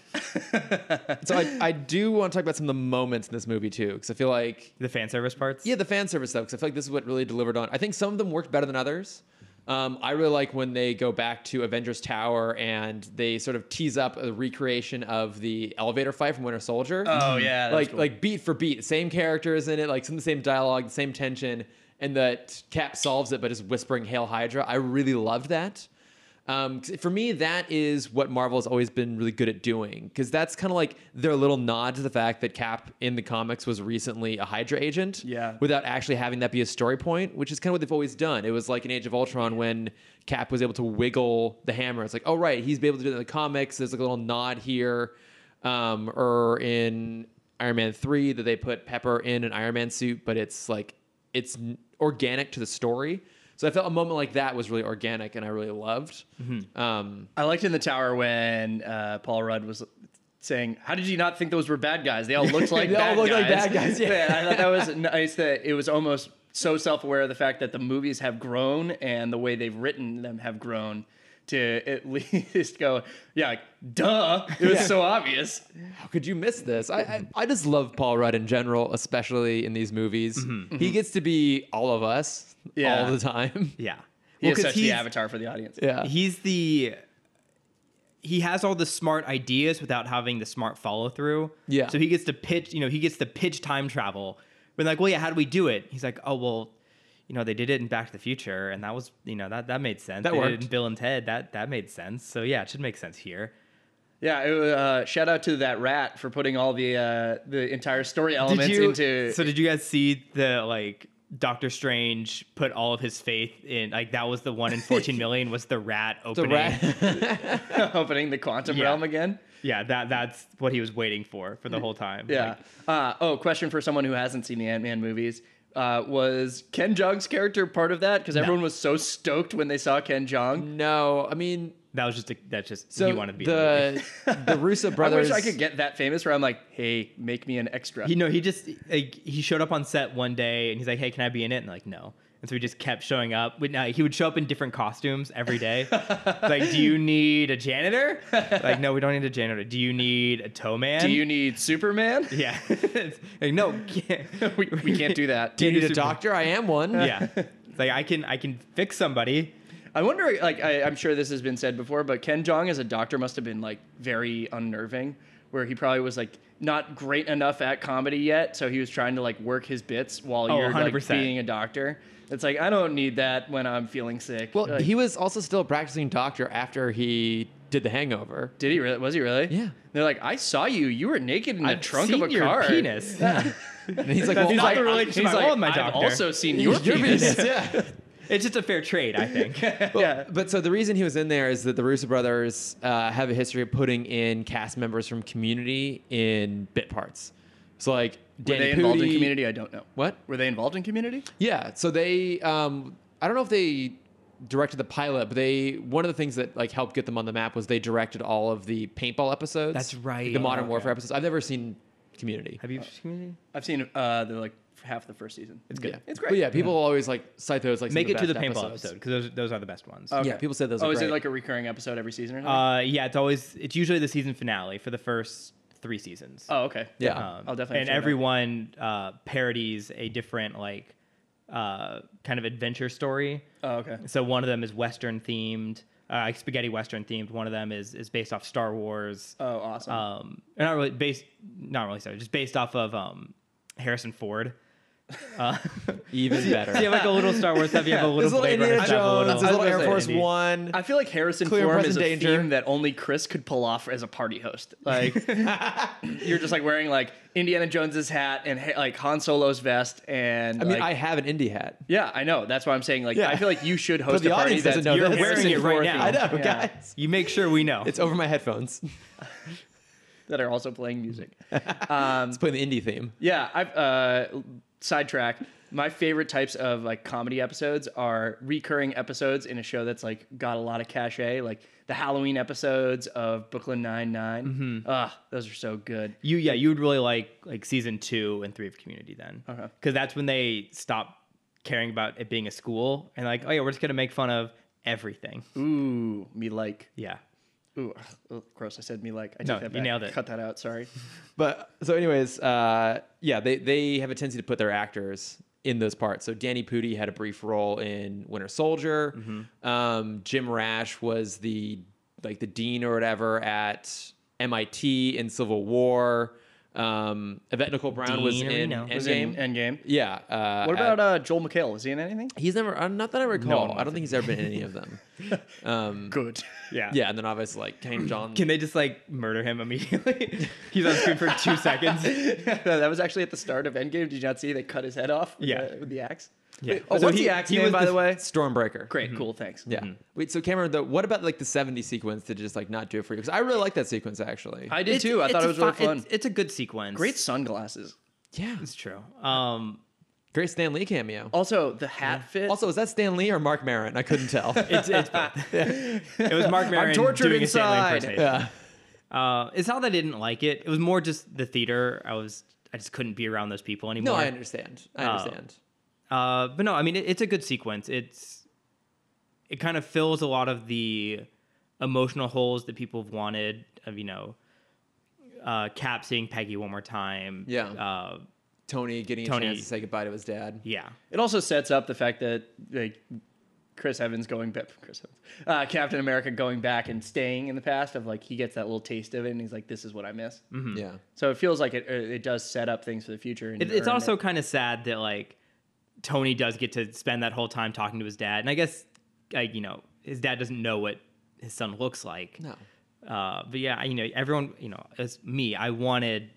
Speaker 1: so I, I do want to talk about some of the moments in this movie too, because I feel like
Speaker 2: the fan service parts.
Speaker 1: Yeah, the fan service though, because I feel like this is what really delivered on. I think some of them worked better than others. Um, I really like when they go back to Avengers Tower and they sort of tease up a recreation of the elevator fight from Winter Soldier.
Speaker 3: Oh, yeah, that was
Speaker 1: like
Speaker 3: cool.
Speaker 1: like beat for beat, same characters in it, like some of the same dialogue, the same tension, and that Cap solves it by just whispering "Hail Hydra." I really loved that. Um, 'cause for me, that is what Marvel has always been really good at doing because that's kind of like their little nod to the fact that Cap in the comics was recently a Hydra agent
Speaker 3: Yeah.
Speaker 1: without actually having that be a story point, which is kind of what they've always done. It was like in Age of Ultron when Cap was able to wiggle the hammer. It's like, oh right, he's been able to do that in the comics. There's like a little nod here, um, or in Iron Man three that they put Pepper in an Iron Man suit, but it's like it's n- organic to the story. So I felt a moment like that was really organic and I really loved. Um,
Speaker 3: I liked in the tower when uh, Paul Rudd was saying, "How did you not think those were bad guys? They all looked like
Speaker 1: *laughs* They all
Speaker 3: bad
Speaker 1: looked
Speaker 3: guys.
Speaker 1: like bad guys, yeah.
Speaker 3: I thought
Speaker 1: *laughs*
Speaker 3: that was nice. That it was almost so self-aware of the fact that the movies have grown and the way they've written them have grown to at *laughs* least go, yeah, like, duh, it was
Speaker 1: Yeah.
Speaker 3: so obvious.
Speaker 1: How could you miss this? I, I I just love Paul Rudd in general, especially in these movies. He gets to be all of us
Speaker 3: Yeah.
Speaker 1: all the time.
Speaker 2: Yeah.
Speaker 3: He
Speaker 2: Well,
Speaker 3: is
Speaker 2: 'cause
Speaker 3: such the
Speaker 2: he's-
Speaker 3: avatar for the audience.
Speaker 1: Yeah.
Speaker 2: he's the he has all the smart ideas without having the smart follow through.
Speaker 1: Yeah.
Speaker 2: So he gets to pitch, you know, he gets to pitch time travel. But like, well, yeah, how do we do it? He's like, oh well, you know, they did it in Back to the Future, and that was, you know, that that made sense.
Speaker 1: That
Speaker 2: they did it
Speaker 1: worked.
Speaker 2: in Bill and Ted, that that made sense. So yeah, it should make sense here.
Speaker 3: Yeah, it, wa- uh, shout out to that rat for putting all the uh, the entire story elements
Speaker 2: did you,
Speaker 3: into.
Speaker 2: So did you guys see the like Doctor Strange put all of his faith in like that was the one
Speaker 1: *laughs*
Speaker 2: in 14 million was the rat
Speaker 1: The
Speaker 2: opening.
Speaker 3: *laughs*
Speaker 1: rat.
Speaker 3: *laughs* opening the quantum
Speaker 2: Yeah.
Speaker 3: realm again.
Speaker 2: Yeah, that that's what he was waiting for for the
Speaker 1: *laughs*
Speaker 2: whole time.
Speaker 3: Yeah.
Speaker 2: Like,
Speaker 3: Uh, oh, question for someone who hasn't seen the Ant Man movies. Uh, was Ken Jong's character part of that? Because everyone was so stoked when they saw Ken Jong.
Speaker 1: no, I mean,
Speaker 2: That was just a, that's just
Speaker 1: so
Speaker 2: he wanted to be in the movie.
Speaker 1: the
Speaker 3: *laughs*
Speaker 1: the Russo brothers.
Speaker 3: I wish I could get that famous where I'm like, hey, make me an extra.
Speaker 2: He no, he just like he showed up on set one day and he's like, "Hey, can I be in it?" And they're like, "No." And so he just kept showing up. But now he would show up in different costumes every day. It's like, "Do you need a janitor?" Like, "No, we don't need a janitor. Do you need a tow man?" *laughs*
Speaker 3: Do you need Superman?
Speaker 2: Yeah. It's like, "No, can't.
Speaker 3: we, we can't
Speaker 2: *laughs*
Speaker 3: do that.
Speaker 1: Do you need a
Speaker 2: Super-
Speaker 1: doctor? I am one.
Speaker 2: Yeah. It's like I can I can fix somebody.
Speaker 3: I wonder, like, I, I'm sure this has been said before, but Ken Jong as a doctor must have been, like, very unnerving, where he probably was, like, not great enough at comedy yet. So he was trying to, like, work his bits while
Speaker 2: Oh,
Speaker 3: you're, like,
Speaker 2: 100%.
Speaker 3: being a doctor. It's like, I don't need that when I'm feeling sick.
Speaker 1: Well,
Speaker 3: Like,
Speaker 1: he was also still a practicing doctor after he did The Hangover.
Speaker 3: did he really? Was he really?
Speaker 1: Yeah.
Speaker 3: They're like, I saw you. You were naked in the trunk
Speaker 2: seen
Speaker 3: of a
Speaker 2: your
Speaker 3: car.
Speaker 2: penis.
Speaker 1: And he's like, "Oh,
Speaker 2: That's
Speaker 1: well,
Speaker 2: not
Speaker 1: I-
Speaker 2: the relationship
Speaker 3: He's
Speaker 2: I
Speaker 3: like,
Speaker 2: want my
Speaker 3: I've
Speaker 2: doctor.
Speaker 3: also seen your,
Speaker 1: *laughs*
Speaker 3: penis. *laughs*
Speaker 1: yeah.
Speaker 2: It's just a fair trade, I think.
Speaker 1: Well, But so the reason he was in there is that the Russo brothers uh, have a history of putting in cast members from Community in bit parts. So like
Speaker 3: Were
Speaker 1: Danny
Speaker 3: they involved in
Speaker 1: Pudi-
Speaker 3: community? I don't know.
Speaker 1: What?
Speaker 3: Were they involved in community?
Speaker 1: Yeah. So they, um, I don't know if they directed the pilot, but they one of the things that like helped get them on the map was they directed all of the paintball episodes.
Speaker 2: That's right.
Speaker 1: The Modern
Speaker 2: Okay.
Speaker 1: Warfare episodes. I've never seen Community.
Speaker 2: Have you seen
Speaker 3: I've seen uh, the, like, half the first season. It's
Speaker 1: Yeah.
Speaker 3: It's great.
Speaker 1: But yeah, people always like cite those like some
Speaker 2: Make
Speaker 1: of
Speaker 2: it to the
Speaker 1: best
Speaker 2: paintball
Speaker 1: episodes.
Speaker 2: episode because those, those are the best ones.
Speaker 3: Okay.
Speaker 1: Yeah, people said those.
Speaker 3: Oh,
Speaker 1: are
Speaker 3: is
Speaker 1: great.
Speaker 3: it like a recurring episode every season or something?
Speaker 2: Uh, yeah, it's always it's usually the season finale for the first three seasons. Um,
Speaker 3: oh, okay.
Speaker 1: yeah?
Speaker 3: I'll definitely
Speaker 2: And
Speaker 3: check it out.
Speaker 2: everyone uh, parodies a different like uh, kind of adventure story.
Speaker 3: Oh, okay.
Speaker 2: So one of them is Western themed, uh, like spaghetti Western themed. One of them is is based off Star Wars.
Speaker 3: Oh, awesome.
Speaker 1: uh,
Speaker 2: Um, and not really based, not really sorry, just based off of um, Harrison Ford. Uh,
Speaker 1: *laughs* Even better.
Speaker 2: so you have like a little Star Wars stuff. You have a
Speaker 1: There's
Speaker 2: little,
Speaker 1: a little
Speaker 2: Blade Runner
Speaker 1: Indiana
Speaker 2: stuff, a little-
Speaker 1: Jones,
Speaker 3: I
Speaker 1: there's a
Speaker 3: was
Speaker 1: little
Speaker 3: gonna
Speaker 1: Air
Speaker 3: say,
Speaker 1: Force
Speaker 2: Indy.
Speaker 1: One.
Speaker 3: I feel like Harrison
Speaker 1: Clear
Speaker 3: Form
Speaker 1: present
Speaker 3: is a
Speaker 1: danger.
Speaker 3: theme that only Chris could pull off as a party host.
Speaker 1: *laughs*
Speaker 3: Like, you're just like wearing like Indiana Jones's hat and ha- like Han Solo's vest, and
Speaker 1: I mean,
Speaker 3: like-
Speaker 1: I have an indie hat.
Speaker 3: yeah, I know. That's why I'm saying like
Speaker 1: Yeah.
Speaker 3: I feel like
Speaker 1: *laughs*
Speaker 3: you should host
Speaker 1: the
Speaker 3: a party
Speaker 1: audience doesn't know
Speaker 3: that's you're
Speaker 1: this.
Speaker 3: wearing
Speaker 2: Seeing
Speaker 3: it
Speaker 2: it
Speaker 1: *laughs*
Speaker 2: right
Speaker 3: right
Speaker 2: now.
Speaker 3: now.
Speaker 1: I know, guys.
Speaker 2: You make sure we know.
Speaker 1: It's over my headphones.
Speaker 3: that are also playing music.
Speaker 1: It's playing the indie theme.
Speaker 3: Yeah, I've uh, sidetrack. My favorite types of like comedy episodes are recurring episodes in a show that's like got a lot of cachet, like the Halloween episodes of Brooklyn Nine
Speaker 1: Mm-hmm.
Speaker 3: Nine. Ah, those are so good.
Speaker 2: You yeah, you would really like like season two and three of Community then,
Speaker 3: Okay.
Speaker 2: Because that's when they stop caring about it being a school and like, oh yeah, we're just gonna make fun of everything.
Speaker 3: Ooh, me like.
Speaker 2: Yeah,
Speaker 3: Ooh, ugh, ugh, gross. I said me like. I
Speaker 2: No,
Speaker 3: take that
Speaker 2: you
Speaker 3: back.
Speaker 2: nailed it.
Speaker 3: Cut that out. Sorry.
Speaker 1: But so, anyways, uh, yeah, they they have a tendency to put their actors in those parts. So Danny Pudi had a brief role in Winter Soldier.
Speaker 3: Mm-hmm.
Speaker 1: Um, Jim Rash was the like the dean or whatever at MIT in Civil War. Um, Yvette Nicole Brown was
Speaker 2: Dean
Speaker 1: in
Speaker 2: Areno.
Speaker 1: Endgame.
Speaker 3: Was in Endgame.
Speaker 1: yeah. Uh,
Speaker 3: What
Speaker 1: at-
Speaker 3: about uh, Joel McHale? Is he in anything?
Speaker 1: He's never. Uh, not that I recall.
Speaker 2: one
Speaker 1: I don't
Speaker 2: was
Speaker 1: think he's ever been in any of
Speaker 3: *laughs*
Speaker 1: them.
Speaker 3: Good.
Speaker 2: yeah,
Speaker 1: yeah, and then obviously like King John.
Speaker 2: Can they just like murder him immediately? *laughs* He's on screen for *laughs* two
Speaker 3: *laughs*
Speaker 2: seconds.
Speaker 3: that was actually at the start of Endgame. Did you not see they cut his head off? With
Speaker 2: Yeah.
Speaker 3: the, with the axe.
Speaker 2: Yeah.
Speaker 3: Oh,
Speaker 1: So
Speaker 3: what's
Speaker 1: he-
Speaker 3: the axe Mm-hmm.
Speaker 1: he
Speaker 3: name,
Speaker 1: was
Speaker 3: by the way?
Speaker 1: Stormbreaker.
Speaker 3: Great. Cool. Thanks.
Speaker 1: Yeah. Wait. So Cameron, though, what about like the '70s sequence did just like not do it for you? Because I really like that sequence actually.
Speaker 3: I did
Speaker 2: It's-
Speaker 3: too. I
Speaker 2: it's
Speaker 3: thought
Speaker 2: a
Speaker 3: it was really
Speaker 2: fi-
Speaker 3: fun.
Speaker 2: It's, it's a good sequence.
Speaker 3: Great sunglasses.
Speaker 1: yeah.
Speaker 2: It's true. Um,
Speaker 1: Great Stan Lee cameo.
Speaker 3: Also, the hat fit.
Speaker 1: Also, is that Stan Lee or Mark Maron? I couldn't tell.
Speaker 2: it's, it's *laughs* both. It was Mark Maron
Speaker 3: tortured
Speaker 2: doing a Stanley
Speaker 3: inside.
Speaker 2: impersonation.
Speaker 1: yeah.
Speaker 2: Uh, it's not that I didn't like it. It was more just the theater. I was I just couldn't be around those people anymore.
Speaker 1: No, I understand. I understand.
Speaker 2: Uh, but no, I mean it, it's a good sequence. It's it kind of fills a lot of the emotional holes that people have wanted of you know uh, Cap seeing Peggy one more time.
Speaker 1: Yeah.
Speaker 2: Uh,
Speaker 1: Tony getting
Speaker 2: Tony.
Speaker 1: a chance to say goodbye to his dad.
Speaker 2: yeah.
Speaker 3: It also sets up the fact that like Chris Evans going back, Chris Evans, uh, Captain America going back and staying in the past of like he gets that little taste of it and he's like, this is what I miss.
Speaker 1: Yeah.
Speaker 3: So it feels like it uh, it does set up things for the future. And
Speaker 2: It, it's
Speaker 3: earn
Speaker 2: also
Speaker 3: it.
Speaker 2: kind of sad that like Tony does get to spend that whole time talking to his dad, and I guess like you know his dad doesn't know what his son looks like.
Speaker 1: No.
Speaker 2: Uh, but yeah, I- you know everyone, you know, as me, I wanted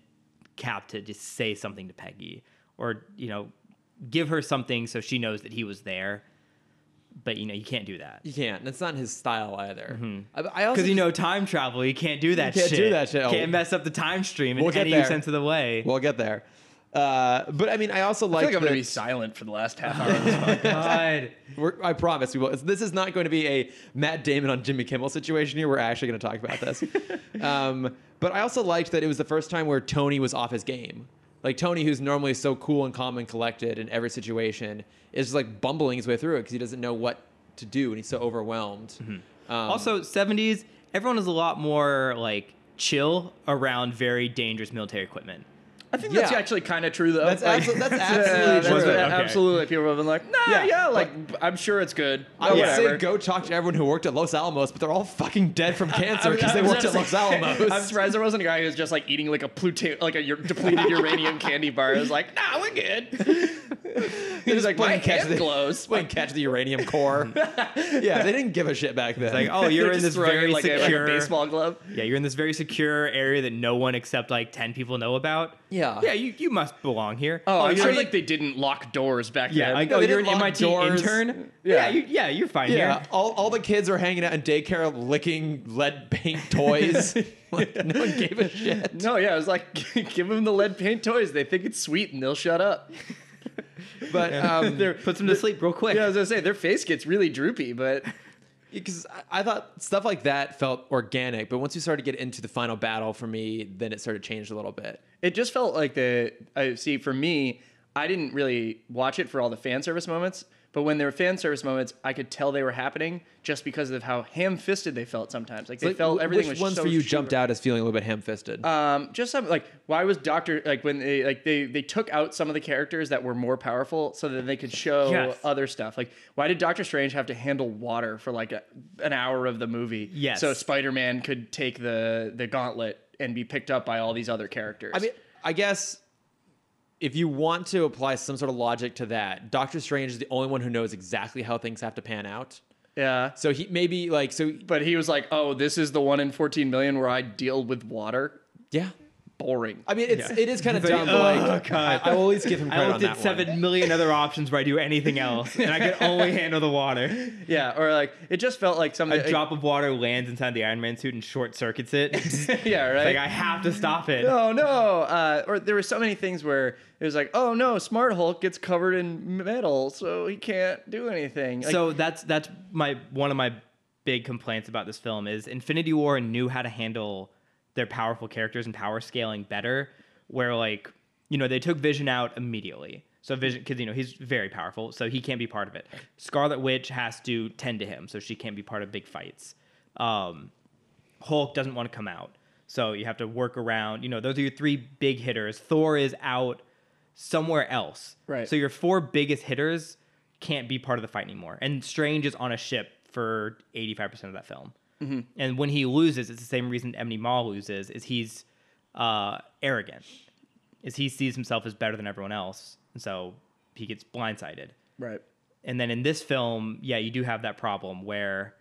Speaker 2: Cap to just say something to Peggy, or you know, give her something so she knows that he was there. But you know, you can't do that
Speaker 1: You can't. And it's not his style either. I, I also
Speaker 2: because you
Speaker 1: just-
Speaker 2: know time travel. You can't do that.
Speaker 1: can't do
Speaker 2: shit.
Speaker 1: that shit.
Speaker 2: Can't mess up the time stream in
Speaker 1: We'll get
Speaker 2: any
Speaker 1: there.
Speaker 2: sense of the way.
Speaker 1: we'll get there. Uh, but I mean, I also
Speaker 3: I
Speaker 1: like.
Speaker 3: feel like I'm gonna be silent for the last half hour. of this podcast.
Speaker 2: God.
Speaker 1: We're, I promise we will. This is not going to be a Matt Damon on Jimmy Kimmel situation here. We're actually going to talk about
Speaker 3: *laughs*
Speaker 1: this. um, but I also liked that it was the first time where Tony was off his game. Like Tony, who's normally so cool and calm and collected in every situation, is just like bumbling his way through it because he doesn't know what to do and he's so overwhelmed. *laughs*
Speaker 3: Mm-hmm.
Speaker 1: Um,
Speaker 2: Also, 70s, everyone is a lot more like chill around very dangerous military equipment.
Speaker 3: I think that's
Speaker 1: Yeah.
Speaker 3: actually kind of true though.
Speaker 1: That's abso-
Speaker 3: *laughs*
Speaker 1: that's absolutely
Speaker 2: true.
Speaker 3: a-
Speaker 2: Okay.
Speaker 3: Absolutely, people have been like, nah,
Speaker 1: Yeah,
Speaker 3: yeah, like b- I'm sure it's good.
Speaker 1: I would
Speaker 3: Whatever.
Speaker 1: say go talk to everyone who worked at Los Alamos, but they're all fucking dead from cancer because
Speaker 3: *laughs* I
Speaker 1: they
Speaker 3: was
Speaker 1: worked at
Speaker 3: gonna
Speaker 1: Los
Speaker 3: say- *laughs*
Speaker 1: Alamos.
Speaker 3: I'm surprised there wasn't a guy who was just like eating like a pluto, like a u- depleted uranium candy bar. I was like, nah, we're good.
Speaker 1: They're just
Speaker 3: like,
Speaker 1: playing
Speaker 3: my hand
Speaker 1: the,
Speaker 3: glows. *laughs*
Speaker 1: playing catch the uranium core. yeah, they didn't give a shit back then. *laughs*
Speaker 2: Like, oh, you're
Speaker 3: They're
Speaker 2: in
Speaker 3: just
Speaker 2: this
Speaker 3: throwing
Speaker 2: very
Speaker 3: like a, like a
Speaker 2: secure Oh,
Speaker 3: baseball glove.
Speaker 2: Yeah, you're in this very secure area that no one except like 10 people know about.
Speaker 1: Yeah.
Speaker 2: Yeah, you, you must belong here.
Speaker 3: Oh, I'm
Speaker 2: you're
Speaker 3: sure
Speaker 2: in-
Speaker 3: like they didn't lock doors back
Speaker 2: yeah,
Speaker 3: then.
Speaker 2: like,
Speaker 1: No,
Speaker 2: oh,
Speaker 1: they
Speaker 2: you're an
Speaker 1: didn't lock
Speaker 2: MIT
Speaker 1: doors.
Speaker 2: intern.
Speaker 3: Yeah.
Speaker 2: Yeah, you, yeah, you're fine
Speaker 1: Yeah,
Speaker 2: here.
Speaker 1: all, all the kids are hanging out in daycare licking lead *laughs* paint toys. like, no one gave a *laughs* shit.
Speaker 3: *laughs* no, yeah, I was like, *laughs* give them the lead paint toys. They think it's sweet and they'll shut up.
Speaker 1: But
Speaker 2: *laughs*
Speaker 1: um,
Speaker 2: There, puts them to sleep real quick.
Speaker 3: Yeah, I was *laughs* gonna say their face gets really droopy, but
Speaker 1: because I thought stuff like that felt organic, but once you started to get into the final battle for me, then it started to change a little bit.
Speaker 3: It just felt like the I see for me, I didn't really watch it for all the fan service moments, but when there were fan service moments, I could tell they were happening just because of how ham-fisted they felt sometimes. Like they
Speaker 1: Like,
Speaker 3: felt
Speaker 1: wh-
Speaker 3: everything
Speaker 1: Which
Speaker 3: was
Speaker 1: ones
Speaker 3: so
Speaker 1: for you
Speaker 3: sure.
Speaker 1: jumped out as feeling a little bit ham-fisted?
Speaker 3: Um, just some like why was Doctor like when they like they they took out some of the characters that were more powerful so that they could show
Speaker 2: Yes.
Speaker 3: other stuff. Like why did Doctor Strange have to handle water for like a, an hour of the movie?
Speaker 2: Yes.
Speaker 3: so Spider Man could take the the gauntlet and be picked up by all these other characters.
Speaker 1: I mean, I guess if you want to apply some sort of logic to that, Doctor Strange is the only one who knows exactly how things have to pan out.
Speaker 3: yeah.
Speaker 1: So he maybe like so
Speaker 3: But he was like, "Oh, this is the one in 14 million where I deal with water."
Speaker 1: yeah.
Speaker 3: Boring.
Speaker 1: I mean, it's
Speaker 2: Yeah.
Speaker 1: it is kind of
Speaker 2: He's like,
Speaker 1: dumb, but like
Speaker 2: "Oh, God."
Speaker 1: I, I will always give him
Speaker 2: I
Speaker 1: credit on
Speaker 2: looked
Speaker 1: that
Speaker 2: at
Speaker 1: seven.
Speaker 2: seven million other options where I do anything else, and
Speaker 1: *laughs*
Speaker 2: I could only handle the water.
Speaker 3: Yeah, or like it just felt like something.
Speaker 2: A drop of water lands inside the Iron Man suit and short
Speaker 1: *laughs*
Speaker 2: circuits it.
Speaker 3: *laughs* yeah, right.
Speaker 2: like I have to stop it.
Speaker 3: oh no! Uh, or there were so many things where it was like, "Oh no, Smart Hulk gets covered in metal, so he can't do anything." Like,
Speaker 2: so that's that's my one of my big complaints about this film is Infinity War knew how to handle their powerful characters and power scaling better. Where like you know they took Vision out immediately. So Vision, because you know he's very powerful, so he can't be part of it. Scarlet Witch has to tend to him, so she can't be part of big fights. Um, Hulk doesn't want to come out. So you have to work around, you know, those are your three big hitters. Thor is out somewhere else.
Speaker 3: Right.
Speaker 2: So your four biggest hitters can't be part of the fight anymore. And Strange is on a ship for 85% of that film. And when he loses, it's the same reason Ebony Maw loses, is he's uh, arrogant. Is he sees himself as better than everyone else. And so he gets blindsided.
Speaker 3: right.
Speaker 2: And then in this film, yeah, you do have that problem where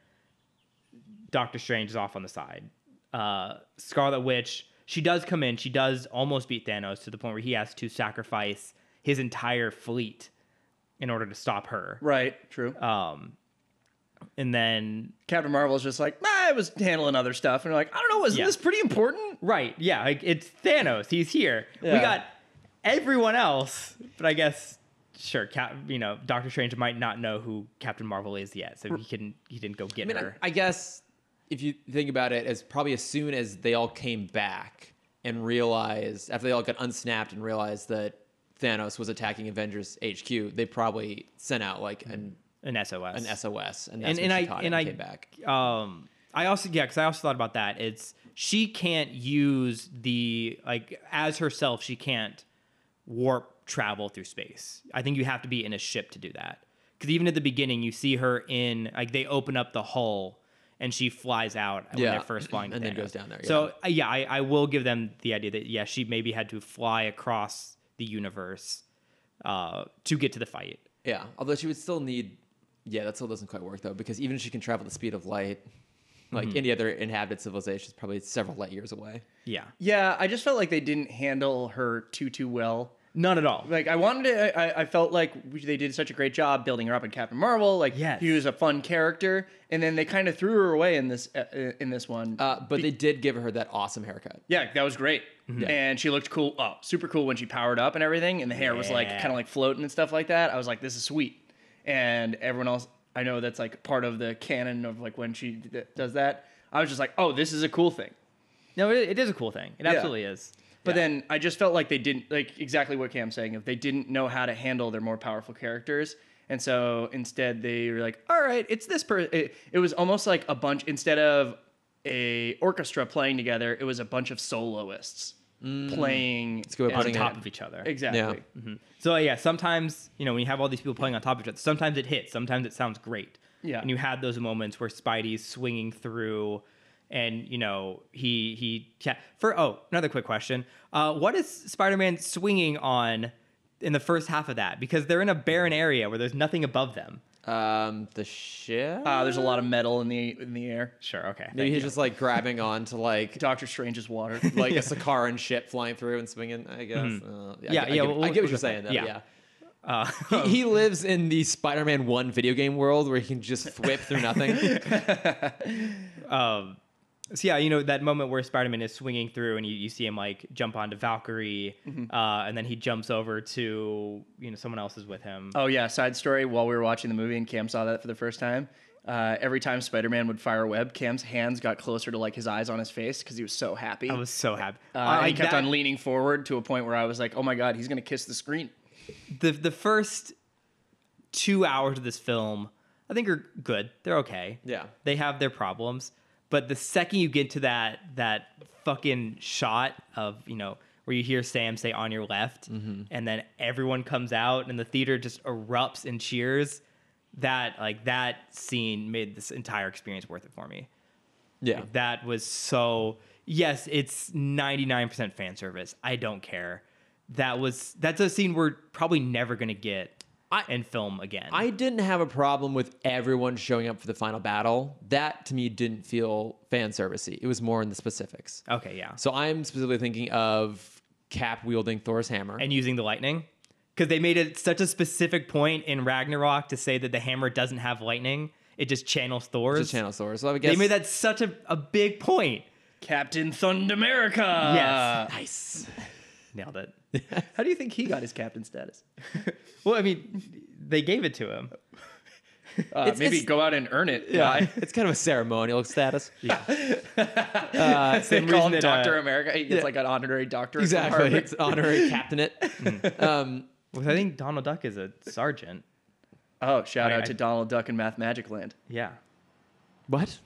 Speaker 2: Doctor Strange is off on the side. Uh, Scarlet Witch, she does come in. She does almost beat Thanos to the point where he has to sacrifice his entire fleet in order to stop her.
Speaker 3: Right. True.
Speaker 2: Um, and then,
Speaker 3: Captain Marvel's just like, "Ah, I was handling other stuff," and you're like, "I don't know, was
Speaker 2: Yeah.
Speaker 3: not this pretty important?"
Speaker 2: right, yeah, like it's Thanos. He's here. We
Speaker 3: Yeah.
Speaker 2: got everyone else, but I guess sure, Cap, you know, Doctor Strange might not know who Captain Marvel is yet, so he couldn't. He didn't go get
Speaker 1: I mean,
Speaker 2: her.
Speaker 1: I, I guess if you think about it, as probably as soon as they all came back and realized after they all got unsnapped and realized that Thanos was attacking Avengers HQ, they probably sent out like an
Speaker 2: an SOS.
Speaker 1: an SOS and that's
Speaker 2: and
Speaker 1: when she
Speaker 2: and I
Speaker 1: caught it
Speaker 2: and I
Speaker 1: came back.
Speaker 2: um I also yeah, because I also thought about that. It's she can't use the like as herself. She can't warp travel through space. I think you have to be in a ship to do that. Because even at the beginning, you see her in like they open up the hull and she flies out when
Speaker 1: Yeah.
Speaker 2: they're
Speaker 1: *laughs*
Speaker 2: first flying, to
Speaker 1: And then
Speaker 2: Thanos.
Speaker 1: goes down there,
Speaker 2: So uh, yeah, I, I will give them the idea that yeah, she maybe had to fly across the universe uh, to get to the fight.
Speaker 1: Yeah, although she would still need. Yeah, that still doesn't quite work though, because even if she can travel the speed of light, like
Speaker 2: Mm-hmm.
Speaker 1: any other inhabited civilization is probably several light years away.
Speaker 2: Yeah,
Speaker 3: Yeah, I just felt like they didn't handle her too too well.
Speaker 2: none at all.
Speaker 3: Like I wanted to, I, I felt like we- they did such a great job building her up in Captain Marvel. Like
Speaker 2: Yes.
Speaker 3: he was a fun character, and then they kind of threw her away in this uh, in this one.
Speaker 1: Uh, but they did give her that awesome haircut.
Speaker 3: yeah, that was great,
Speaker 2: Mm-hmm.
Speaker 3: and she looked cool. Oh, super cool when she powered up and everything, and the hair was like
Speaker 2: Yeah.
Speaker 3: kind of like floating and stuff like that. I was like, this is sweet. And everyone else, I know that's like part of the canon of like when she d- does that. I was just like, oh, this is a cool thing.
Speaker 2: No, it, it is a cool thing. It absolutely is.
Speaker 3: But
Speaker 2: Yeah.
Speaker 3: then I just felt like they didn't like exactly what Cam's saying. If they didn't know how to handle their more powerful characters, and so instead they were like, "All right, it's this person." It, it was almost like a bunch instead of a orchestra playing together. It was a bunch of soloists
Speaker 2: Mm.
Speaker 3: playing. Let's
Speaker 1: go about
Speaker 2: on
Speaker 1: putting
Speaker 2: top
Speaker 1: it-
Speaker 2: of each other.
Speaker 3: Exactly.
Speaker 2: So yeah, sometimes you know when you have all these people playing on top of each other, sometimes it hits, sometimes it sounds great.
Speaker 3: Yeah.
Speaker 2: And you had those moments where Spidey's swinging through, and you know he he yeah. For oh, another quick question: uh, What is Spider-Man swinging on in the first half of that? Because they're in a barren area where there's nothing above them.
Speaker 1: Um, the ship.
Speaker 3: Uh, there's a lot of metal in the in the air.
Speaker 2: Sure. Okay.
Speaker 1: Maybe
Speaker 2: thank
Speaker 1: he's
Speaker 2: you.
Speaker 1: just like grabbing on to like
Speaker 3: Doctor Strange's
Speaker 2: *laughs*
Speaker 3: water.
Speaker 1: like a Sakaran ship flying through and swinging. I guess. Uh, I,
Speaker 2: Mm-hmm. Yeah,
Speaker 1: I, get- I,
Speaker 2: yeah, we'll-
Speaker 1: get
Speaker 2: we'll
Speaker 1: what you're
Speaker 2: get that.
Speaker 1: saying. Though.
Speaker 2: Yeah.
Speaker 1: Yeah.
Speaker 2: Uh, *laughs*
Speaker 1: He, he lives in the Spider-Man One video game world where he can just whip through nothing.
Speaker 2: *laughs* Um, so yeah, you know that moment where Spider-Man is swinging through, and you, you see him like jump onto Valkyrie, uh, and then he jumps over to you know someone else is with him.
Speaker 3: Oh yeah, side story. While we were watching the movie and Cam saw that for the first time, uh, every time Spider-Man would fire a web, Cam's hands got closer to like his eyes on his face because he was so happy.
Speaker 2: I was so happy.
Speaker 3: uh,
Speaker 2: I
Speaker 3: and he kept
Speaker 2: that-
Speaker 3: on leaning forward to a point where I was like, "Oh my god, he's gonna kiss the screen."
Speaker 2: the the first two hours of this film, I think are good. They're okay.
Speaker 1: Yeah.
Speaker 2: they have their problems, but the second you get to that that fucking shot of you know where you hear Sam say "on your left,"
Speaker 3: Mm-hmm.
Speaker 2: and then everyone comes out and the theater just erupts in cheers. That like that scene made this entire experience worth it for me.
Speaker 1: Yeah.
Speaker 2: That was so. Yes, it's 99% fan service. I don't care. That was that's a scene we're probably never going to get
Speaker 1: I-
Speaker 2: in film again.
Speaker 1: I didn't have a problem with everyone showing up for the final battle. That to me didn't feel fan servicey. It was more in the specifics.
Speaker 2: okay, yeah.
Speaker 1: So I'm specifically thinking of Cap wielding Thor's hammer.
Speaker 2: And using the lightning because they made it such a specific point in Ragnarok to say that the hammer doesn't have lightning. It just channels Thor's.
Speaker 1: It's a channel Thor. So I would guess
Speaker 2: They made that such a, a big point.
Speaker 3: Captain Thunder America.
Speaker 2: Yes. *laughs*
Speaker 1: nice.
Speaker 2: Nailed it.
Speaker 3: How do you think he got his captain status?
Speaker 2: Well, I mean, they gave it to him.
Speaker 3: Uh,
Speaker 1: It's-
Speaker 3: maybe
Speaker 1: it's-
Speaker 3: go out and earn it. *laughs*
Speaker 1: Yeah, *laughs* it's kind of a ceremonial status. Yeah,
Speaker 3: they
Speaker 2: *laughs* Same
Speaker 3: call
Speaker 2: reason
Speaker 3: him
Speaker 2: that, uh,
Speaker 3: Doctor America. He gets like an honorary
Speaker 1: *laughs*
Speaker 3: doctor.
Speaker 1: exactly. It's honorary
Speaker 2: *laughs*
Speaker 1: captainate. um,
Speaker 2: Well, I think Donald Duck is a sergeant.
Speaker 3: Oh, shout
Speaker 2: I-
Speaker 3: out
Speaker 2: I-
Speaker 3: to Donald Duck and Math Magic Land.
Speaker 2: Yeah.
Speaker 1: what?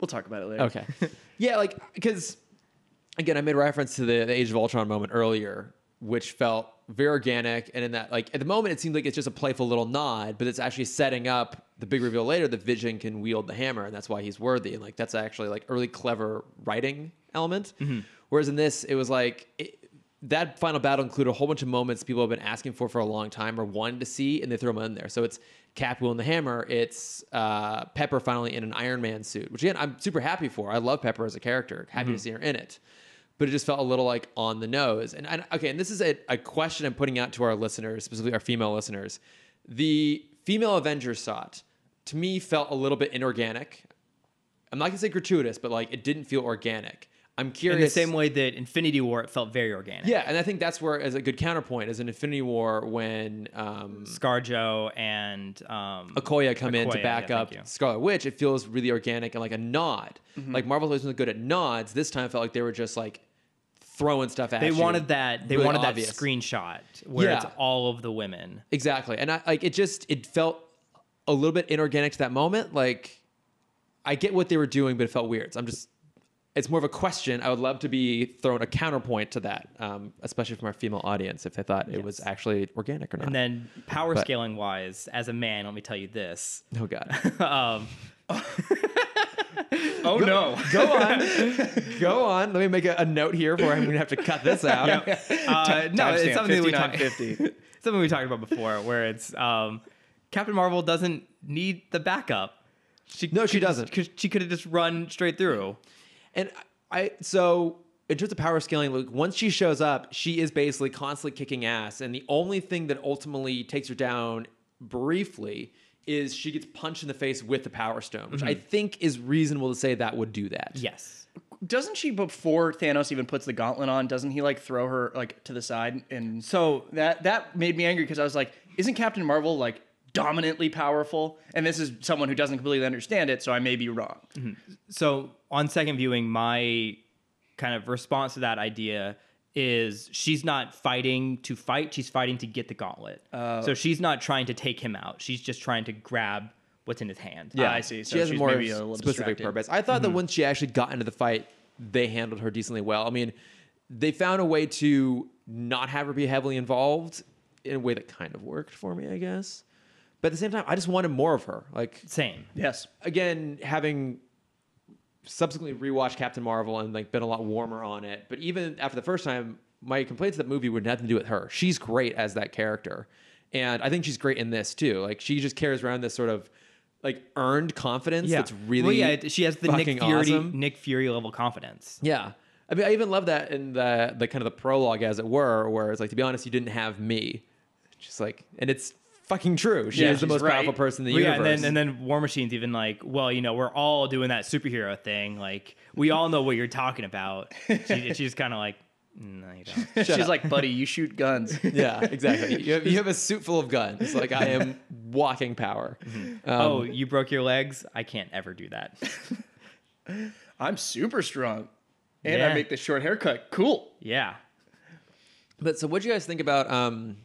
Speaker 3: We'll talk about it later.
Speaker 1: Okay. *laughs* yeah, like because again, I made reference to the, the Age of Ultron moment earlier, which felt very organic, and in that, like at the moment, it seems like it's just a playful little nod, but it's actually setting up the big reveal later. The Vision can wield the hammer, and that's why he's worthy, and like that's actually like early clever writing element. Whereas in this, it was like. It, that final battle included a whole bunch of moments people have been asking for for a long time or wanted to see, and they throw them in there. So it's Cap will and the hammer. It's uh, Pepper finally in an Iron Man suit, which again I'm super happy for. I love Pepper as a character. Happy
Speaker 2: Mm-hmm.
Speaker 1: to see her in it, but it just felt a little like on the nose. And, and okay, and this is a, a question I'm putting out to our listeners, specifically our female listeners. The female Avengers shot to me felt a little bit inorganic. I'm not gonna say gratuitous, but like it didn't feel organic. I'm
Speaker 2: In
Speaker 1: curious.
Speaker 2: the same way that Infinity War, it felt very organic.
Speaker 1: Yeah, and I think that's where, as a good counterpoint, as an Infinity War, when um,
Speaker 2: ScarJo and um,
Speaker 1: Okoye come in to
Speaker 2: Okoye,
Speaker 1: back
Speaker 2: yeah,
Speaker 1: up
Speaker 2: thank you.
Speaker 1: Scarlet Witch, it feels really organic and like a nod.
Speaker 2: Mm-hmm.
Speaker 1: Like Marvel's always been good at nods. This time, it felt like they were just like throwing stuff at
Speaker 2: they
Speaker 1: you.
Speaker 2: wanted that. They
Speaker 1: Really
Speaker 2: wanted
Speaker 1: obvious.
Speaker 2: that screenshot where it's
Speaker 1: Yeah.
Speaker 2: all of the women.
Speaker 1: exactly, and I like it. Just it felt a little bit inorganic to that moment. Like I get what they were doing, but it felt weird. So I'm just, it's more of a question. I would love to be thrown a counterpoint to that, um, especially from our female audience if they thought it was actually organic or not.
Speaker 2: And then power
Speaker 1: But-
Speaker 2: scaling wise, as a man, let me tell you this.
Speaker 1: oh god,
Speaker 2: um,
Speaker 3: Oh
Speaker 2: *laughs*
Speaker 3: no.
Speaker 1: *laughs* go on, go on. Let me make a, a note here before I'm gonna have to cut this out.
Speaker 2: uh, no, it's
Speaker 3: timestamp,
Speaker 2: something that we talked
Speaker 3: 59.50.
Speaker 2: *laughs* something we talked about before, where it's um, Captain Marvel doesn't need the backup. She
Speaker 1: No, she
Speaker 2: could just-
Speaker 1: doesn't.
Speaker 2: could- she could have just run straight through.
Speaker 1: And I so in terms of power scaling, like once she shows up, she is basically constantly kicking ass, and the only thing that ultimately takes her down briefly is she gets punched in the face with the power stone, which I think is reasonable to say that would do that.
Speaker 2: Yes.
Speaker 3: Doesn't she before Thanos even puts the gauntlet on? Doesn't he like throw her like to the side? And so that that made me angry because I was like, isn't Captain Marvel like dominantly powerful? And this is someone who doesn't completely understand it, so I may be wrong.
Speaker 2: So on second viewing, my kind of response to that idea is she's not fighting to fight; she's fighting to get the gauntlet. so she's not trying to take him out; she's just trying to grab what's in his hand. Uh,
Speaker 3: Yeah. I see. So
Speaker 1: she has
Speaker 3: she's
Speaker 1: a more
Speaker 3: maybe a little
Speaker 1: specific
Speaker 3: distracted. Mm-hmm.
Speaker 1: purpose. I thought that once she actually got into the fight, they handled her decently well. I mean, they found a way to not have her be heavily involved in a way that kind of worked for me, I guess. But at the same time, I just wanted more of her. Like
Speaker 2: Same. *laughs*
Speaker 3: Yes.
Speaker 1: again, having subsequently rewatched Captain Marvel and like been a lot warmer on it, but even after the first time, my complaints of that movie would nothing to do with her. She's great as that character, and I think she's great in this too. Like she just carries around this sort of like earned confidence that's really
Speaker 2: well, yeah. it- She has the Nick
Speaker 1: fucking
Speaker 2: Fury
Speaker 1: awesome.
Speaker 2: Nick Fury level confidence.
Speaker 1: Yeah. I mean, I even love that in the the kind of the prologue, as it were, where it's like, to be honest, you didn't have me. Just like, and it's fucking true. She
Speaker 3: Yeah,
Speaker 1: is the
Speaker 3: she's
Speaker 1: most
Speaker 3: right.
Speaker 1: powerful person in the
Speaker 2: Well, yeah,
Speaker 1: universe.
Speaker 2: and then and then War Machine's even like, well, you know, we're all doing that superhero thing. Like, we all know what you're talking about. She, she's kind of like, no, you don't.
Speaker 3: She's like, buddy, you
Speaker 2: *laughs*
Speaker 3: shoot guns.
Speaker 1: yeah, exactly. You have, you have a suit full of guns. Like I am walking power. *laughs* Um,
Speaker 2: oh, you broke your legs? I can't ever do that.
Speaker 3: I'm super strong. And I
Speaker 2: Yeah.
Speaker 3: make this short haircut. Cool.
Speaker 2: yeah.
Speaker 1: But so, what do you guys think about um,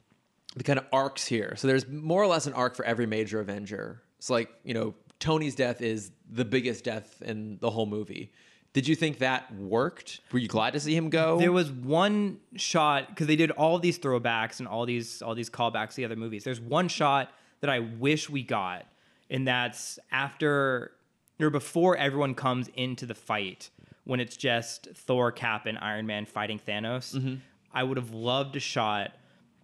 Speaker 1: the kind of arcs here? So, there's more or less an arc for every major Avenger. So, like you know, Tony's death is the biggest death in the whole movie. Did you think that worked? Were you glad to see him go?
Speaker 2: There was one shot because they did all these throwbacks and all these all these callbacks to the other movies. There's one shot that I wish we got, and that's after or before everyone comes into the fight when it's just Thor, Cap, and Iron Man fighting Thanos. I would have loved a shot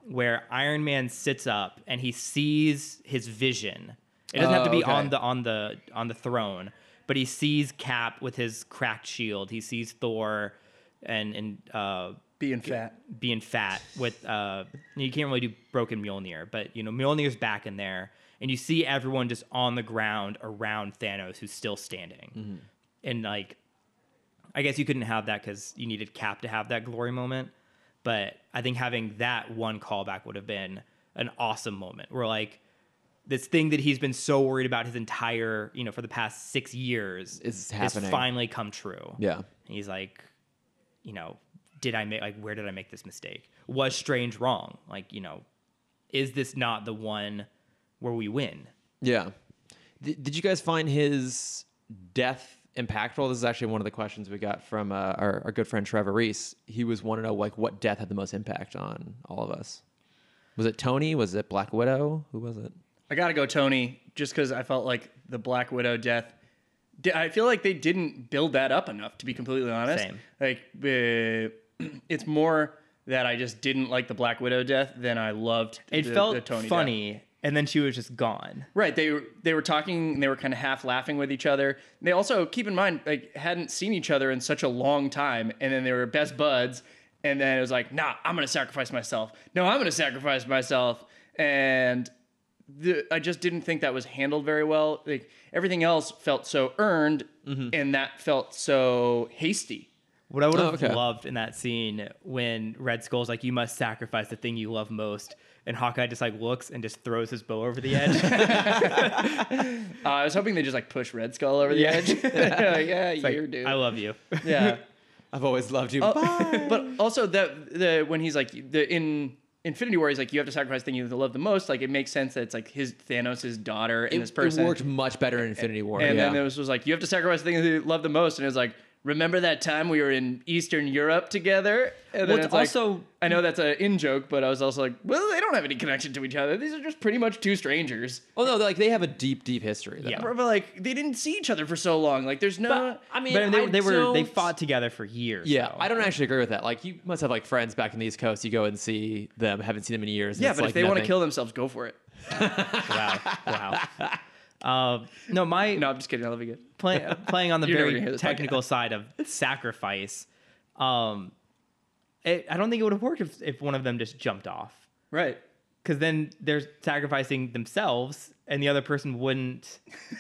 Speaker 2: where Iron Man sits up and he sees his vision. It doesn't have to
Speaker 1: Oh,
Speaker 2: be
Speaker 1: okay.
Speaker 2: on the on the on the throne, but he sees Cap with his cracked shield. He sees Thor and and uh,
Speaker 3: Being fat.
Speaker 2: being fat with uh, you can't really do broken Mjolnir, but you know Mjolnir's back in there, and you see everyone just on the ground around Thanos who's still standing,
Speaker 1: Mm-hmm.
Speaker 2: and like, I guess you couldn't have that because you needed Cap to have that glory moment, but I think having that one callback would have been an awesome moment where like this thing that he's been so worried about his entire you know for the past six years
Speaker 1: Is
Speaker 2: has
Speaker 1: happening.
Speaker 2: finally come true.
Speaker 1: yeah.
Speaker 2: And he's like, you know, did I make like where did I make this mistake? Was Strange wrong? Like, you know, is this not the one where we win?
Speaker 1: Yeah. D- did you guys find his death impactful? This is actually one of the questions we got from uh, our, our good friend Trevor Reese. He was wanting to know like what death had the most impact on all of us. Was it Tony? Was it Black Widow? Who was it?
Speaker 3: I gotta go, Tony, just because I felt like the Black Widow death. di- I feel like they didn't build that up enough, to be completely honest.
Speaker 2: Same.
Speaker 3: Like, uh, *clears throat* it's more that I just didn't like the Black Widow death than I loved.
Speaker 2: It
Speaker 3: the-
Speaker 2: felt
Speaker 3: the Tony death.
Speaker 2: funny, and then she was just gone.
Speaker 3: Right. They were they were talking and they were kind of half laughing with each other. They also keep in mind like hadn't seen each other in such a long time, and then they were best buds. And then it was like, nah, I'm gonna sacrifice myself. No, I'm gonna sacrifice myself. And the, I just didn't think that was handled very well. Like everything else felt so earned,
Speaker 2: Mm-hmm.
Speaker 3: and that felt so hasty.
Speaker 2: What I would
Speaker 1: Oh,
Speaker 2: have
Speaker 1: okay.
Speaker 2: loved in that scene when Red Skull's like, "You must sacrifice the thing you love most," and Hawkeye just like looks and just throws his bow over the edge.
Speaker 3: Uh, I was hoping they just like push Red Skull over the
Speaker 2: Yeah. *laughs*
Speaker 3: edge. *laughs* Like, yeah,
Speaker 2: Like,
Speaker 3: *laughs* you're dude.
Speaker 2: I love
Speaker 3: *laughs*
Speaker 2: you.
Speaker 3: yeah.
Speaker 2: *laughs*
Speaker 1: I've always loved you.
Speaker 3: Oh, but also that the when he's like the in Infinity War, he's like, you have to sacrifice the thing you love the most. Like, it makes sense that it's like his Thanos, his daughter, and
Speaker 1: It,
Speaker 3: *laughs* this
Speaker 1: it
Speaker 3: person.
Speaker 1: worked much better in Infinity War.
Speaker 3: and
Speaker 1: yeah.
Speaker 3: then this was like, you have to sacrifice the thing you love the most. And it was like, remember that time we were in Eastern Europe together? And then
Speaker 2: Well, it's
Speaker 3: like-
Speaker 2: also-
Speaker 3: I know that's an in joke, but I was also like, well, they don't have any connection to each other. These are just pretty much two strangers.
Speaker 1: oh no, like they have a deep, deep history. Though.
Speaker 2: Yeah.
Speaker 3: But like, they didn't see each other for so long. Like, there's no.
Speaker 1: But, I mean,
Speaker 2: but I mean, they,
Speaker 1: I
Speaker 2: they were they
Speaker 1: don't-
Speaker 2: fought together for years.
Speaker 1: Yeah,
Speaker 2: so.
Speaker 1: I don't actually agree with that. Like, you must have like friends back in the East Coast. You go and see them, haven't seen them in years. and
Speaker 3: yeah,
Speaker 1: it's
Speaker 3: but
Speaker 1: like
Speaker 3: if they want to
Speaker 1: nothing.
Speaker 3: kill themselves, go for it.
Speaker 2: Wow, *laughs* wow. Um, no, my
Speaker 3: No, I'm just kidding. I love you. good.
Speaker 2: play,
Speaker 1: *laughs*
Speaker 2: playing on the
Speaker 3: You're never gonna hear
Speaker 2: very
Speaker 3: this
Speaker 2: technical side of sacrifice. Um, it, I don't think it would have worked if, if one of them just jumped off,
Speaker 3: Right.
Speaker 2: because then they're sacrificing themselves, and the other person wouldn't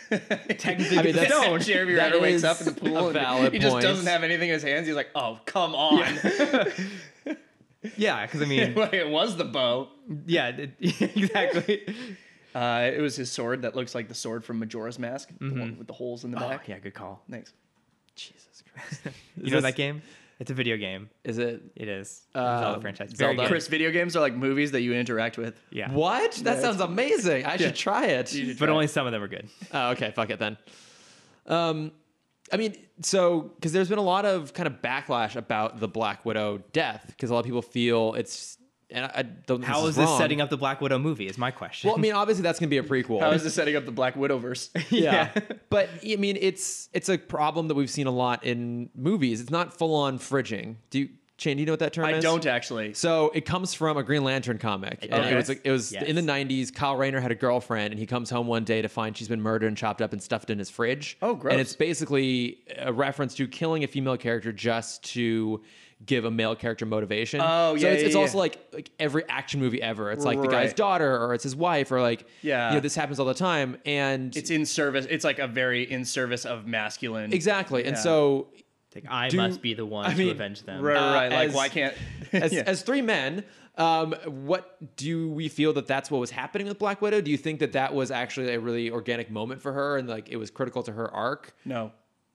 Speaker 2: technically
Speaker 1: I mean,
Speaker 2: get the
Speaker 1: that's-
Speaker 2: stone.
Speaker 3: *laughs* Jeremy
Speaker 1: that
Speaker 3: Renner wakes
Speaker 1: is
Speaker 3: up in the pool
Speaker 1: a
Speaker 3: and
Speaker 1: valid
Speaker 3: he just
Speaker 1: point.
Speaker 3: doesn't have anything in his hands. He's like, oh, come on.
Speaker 2: Yeah, because
Speaker 1: *laughs*
Speaker 2: I mean,
Speaker 3: *laughs* Like, it was the bow.
Speaker 2: yeah, it- *laughs*
Speaker 1: *laughs*
Speaker 2: exactly.
Speaker 3: Uh, it was his sword that looks like the sword from Majora's Mask, the
Speaker 1: Mm-hmm.
Speaker 3: one with the holes in the
Speaker 2: Oh,
Speaker 3: back.
Speaker 2: yeah, good call.
Speaker 3: Thanks.
Speaker 1: Jesus Christ. *laughs*
Speaker 2: You
Speaker 1: Is
Speaker 2: know
Speaker 1: this-
Speaker 2: that game? It's a video game.
Speaker 1: Is it?
Speaker 2: It is
Speaker 1: Uh,
Speaker 2: Zelda franchise. Very
Speaker 1: Zelda.
Speaker 2: good.
Speaker 3: Chris, video games are like movies that you interact with.
Speaker 2: Yeah,
Speaker 1: What? That sounds amazing. I should try it.
Speaker 3: You should
Speaker 2: but
Speaker 3: try
Speaker 2: only
Speaker 3: it.
Speaker 2: some of them are good.
Speaker 1: Oh, okay. Fuck it then. Um, I mean, so because there's been a lot of kind of backlash about the Black Widow death because a lot of people feel it's and I, I don't.
Speaker 2: How
Speaker 1: this
Speaker 2: is this setting up the Black Widow movie? Is my question.
Speaker 1: Well, I mean, obviously that's gonna be a prequel.
Speaker 3: How is this setting up the
Speaker 1: *laughs*
Speaker 3: Black Widowverse?
Speaker 1: yeah.
Speaker 2: *laughs* Yeah.
Speaker 1: but I mean, it's it's a problem that we've seen a lot in movies. It's not full on fridging. Do you, Shane? Do you know what that term is?
Speaker 3: I don't actually.
Speaker 1: So it comes from a Green Lantern comic, and
Speaker 2: Okay.
Speaker 1: it was like, it was
Speaker 2: Yes.
Speaker 1: in the '90s. Kyle Rayner had a girlfriend, and he comes home one day to find she's been murdered and chopped up and stuffed in his fridge.
Speaker 3: Oh, gross.
Speaker 1: And it's basically a reference to killing a female character just to give a male character motivation.
Speaker 3: Oh,
Speaker 1: so
Speaker 3: yeah,
Speaker 1: it's,
Speaker 3: yeah,
Speaker 1: it's
Speaker 3: yeah.
Speaker 1: also like like every action movie ever. It's like the guy's
Speaker 3: Right.
Speaker 1: daughter, or it's his wife, or like
Speaker 3: Yeah.
Speaker 1: you know, this happens all the time, and
Speaker 3: It's in service. It's like a very in service of masculine.
Speaker 1: exactly, and
Speaker 3: Yeah.
Speaker 1: so
Speaker 2: Like, I
Speaker 1: Do-
Speaker 2: must be the one
Speaker 1: I mean,
Speaker 2: to avenge them.
Speaker 3: Right,
Speaker 1: Uh,
Speaker 3: right. right. like,
Speaker 1: as-
Speaker 3: why can't?
Speaker 1: *laughs*
Speaker 3: *laughs*
Speaker 1: as,
Speaker 3: Yeah.
Speaker 1: as three men, um, what do we feel that that's what was happening with Black Widow? Do you think that that was actually a really organic moment for her and like it was critical to her arc?
Speaker 3: no,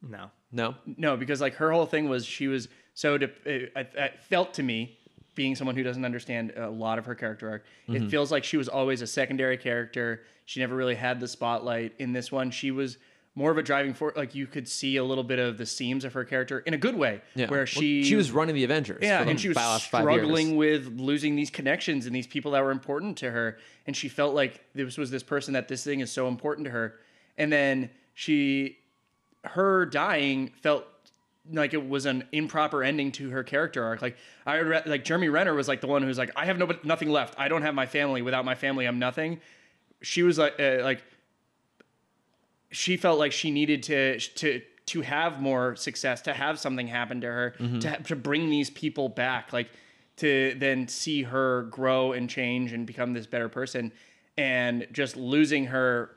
Speaker 2: No.
Speaker 1: No.
Speaker 3: no, because like her whole thing was she was so. De- it, it, it felt to me, being someone who doesn't understand a lot of her character arc,
Speaker 1: Mm-hmm.
Speaker 3: it feels like she was always a secondary character. She never really had the spotlight. In this one, she was more of a driving force. Like you could see a little bit of the seams of her character in a good way,
Speaker 1: Yeah.
Speaker 3: where
Speaker 1: Well,
Speaker 3: she
Speaker 1: she was running the Avengers.
Speaker 3: Yeah,
Speaker 1: for the
Speaker 3: and she was
Speaker 1: last five
Speaker 3: struggling
Speaker 1: years.
Speaker 3: with losing these connections and these people that were important to her. And she felt like this was this person that this thing is so important to her. And then she, her dying felt like it was an improper ending to her character arc. Like I re- like Jeremy Renner was like the one who's like, I have no nothing left. I don't have my family. Without my family, I'm nothing. She was like, uh, like she felt like she needed to to to have more success, to have something happen to her, to ha- to bring these people back, like to then see her grow and change and become this better person, and just losing her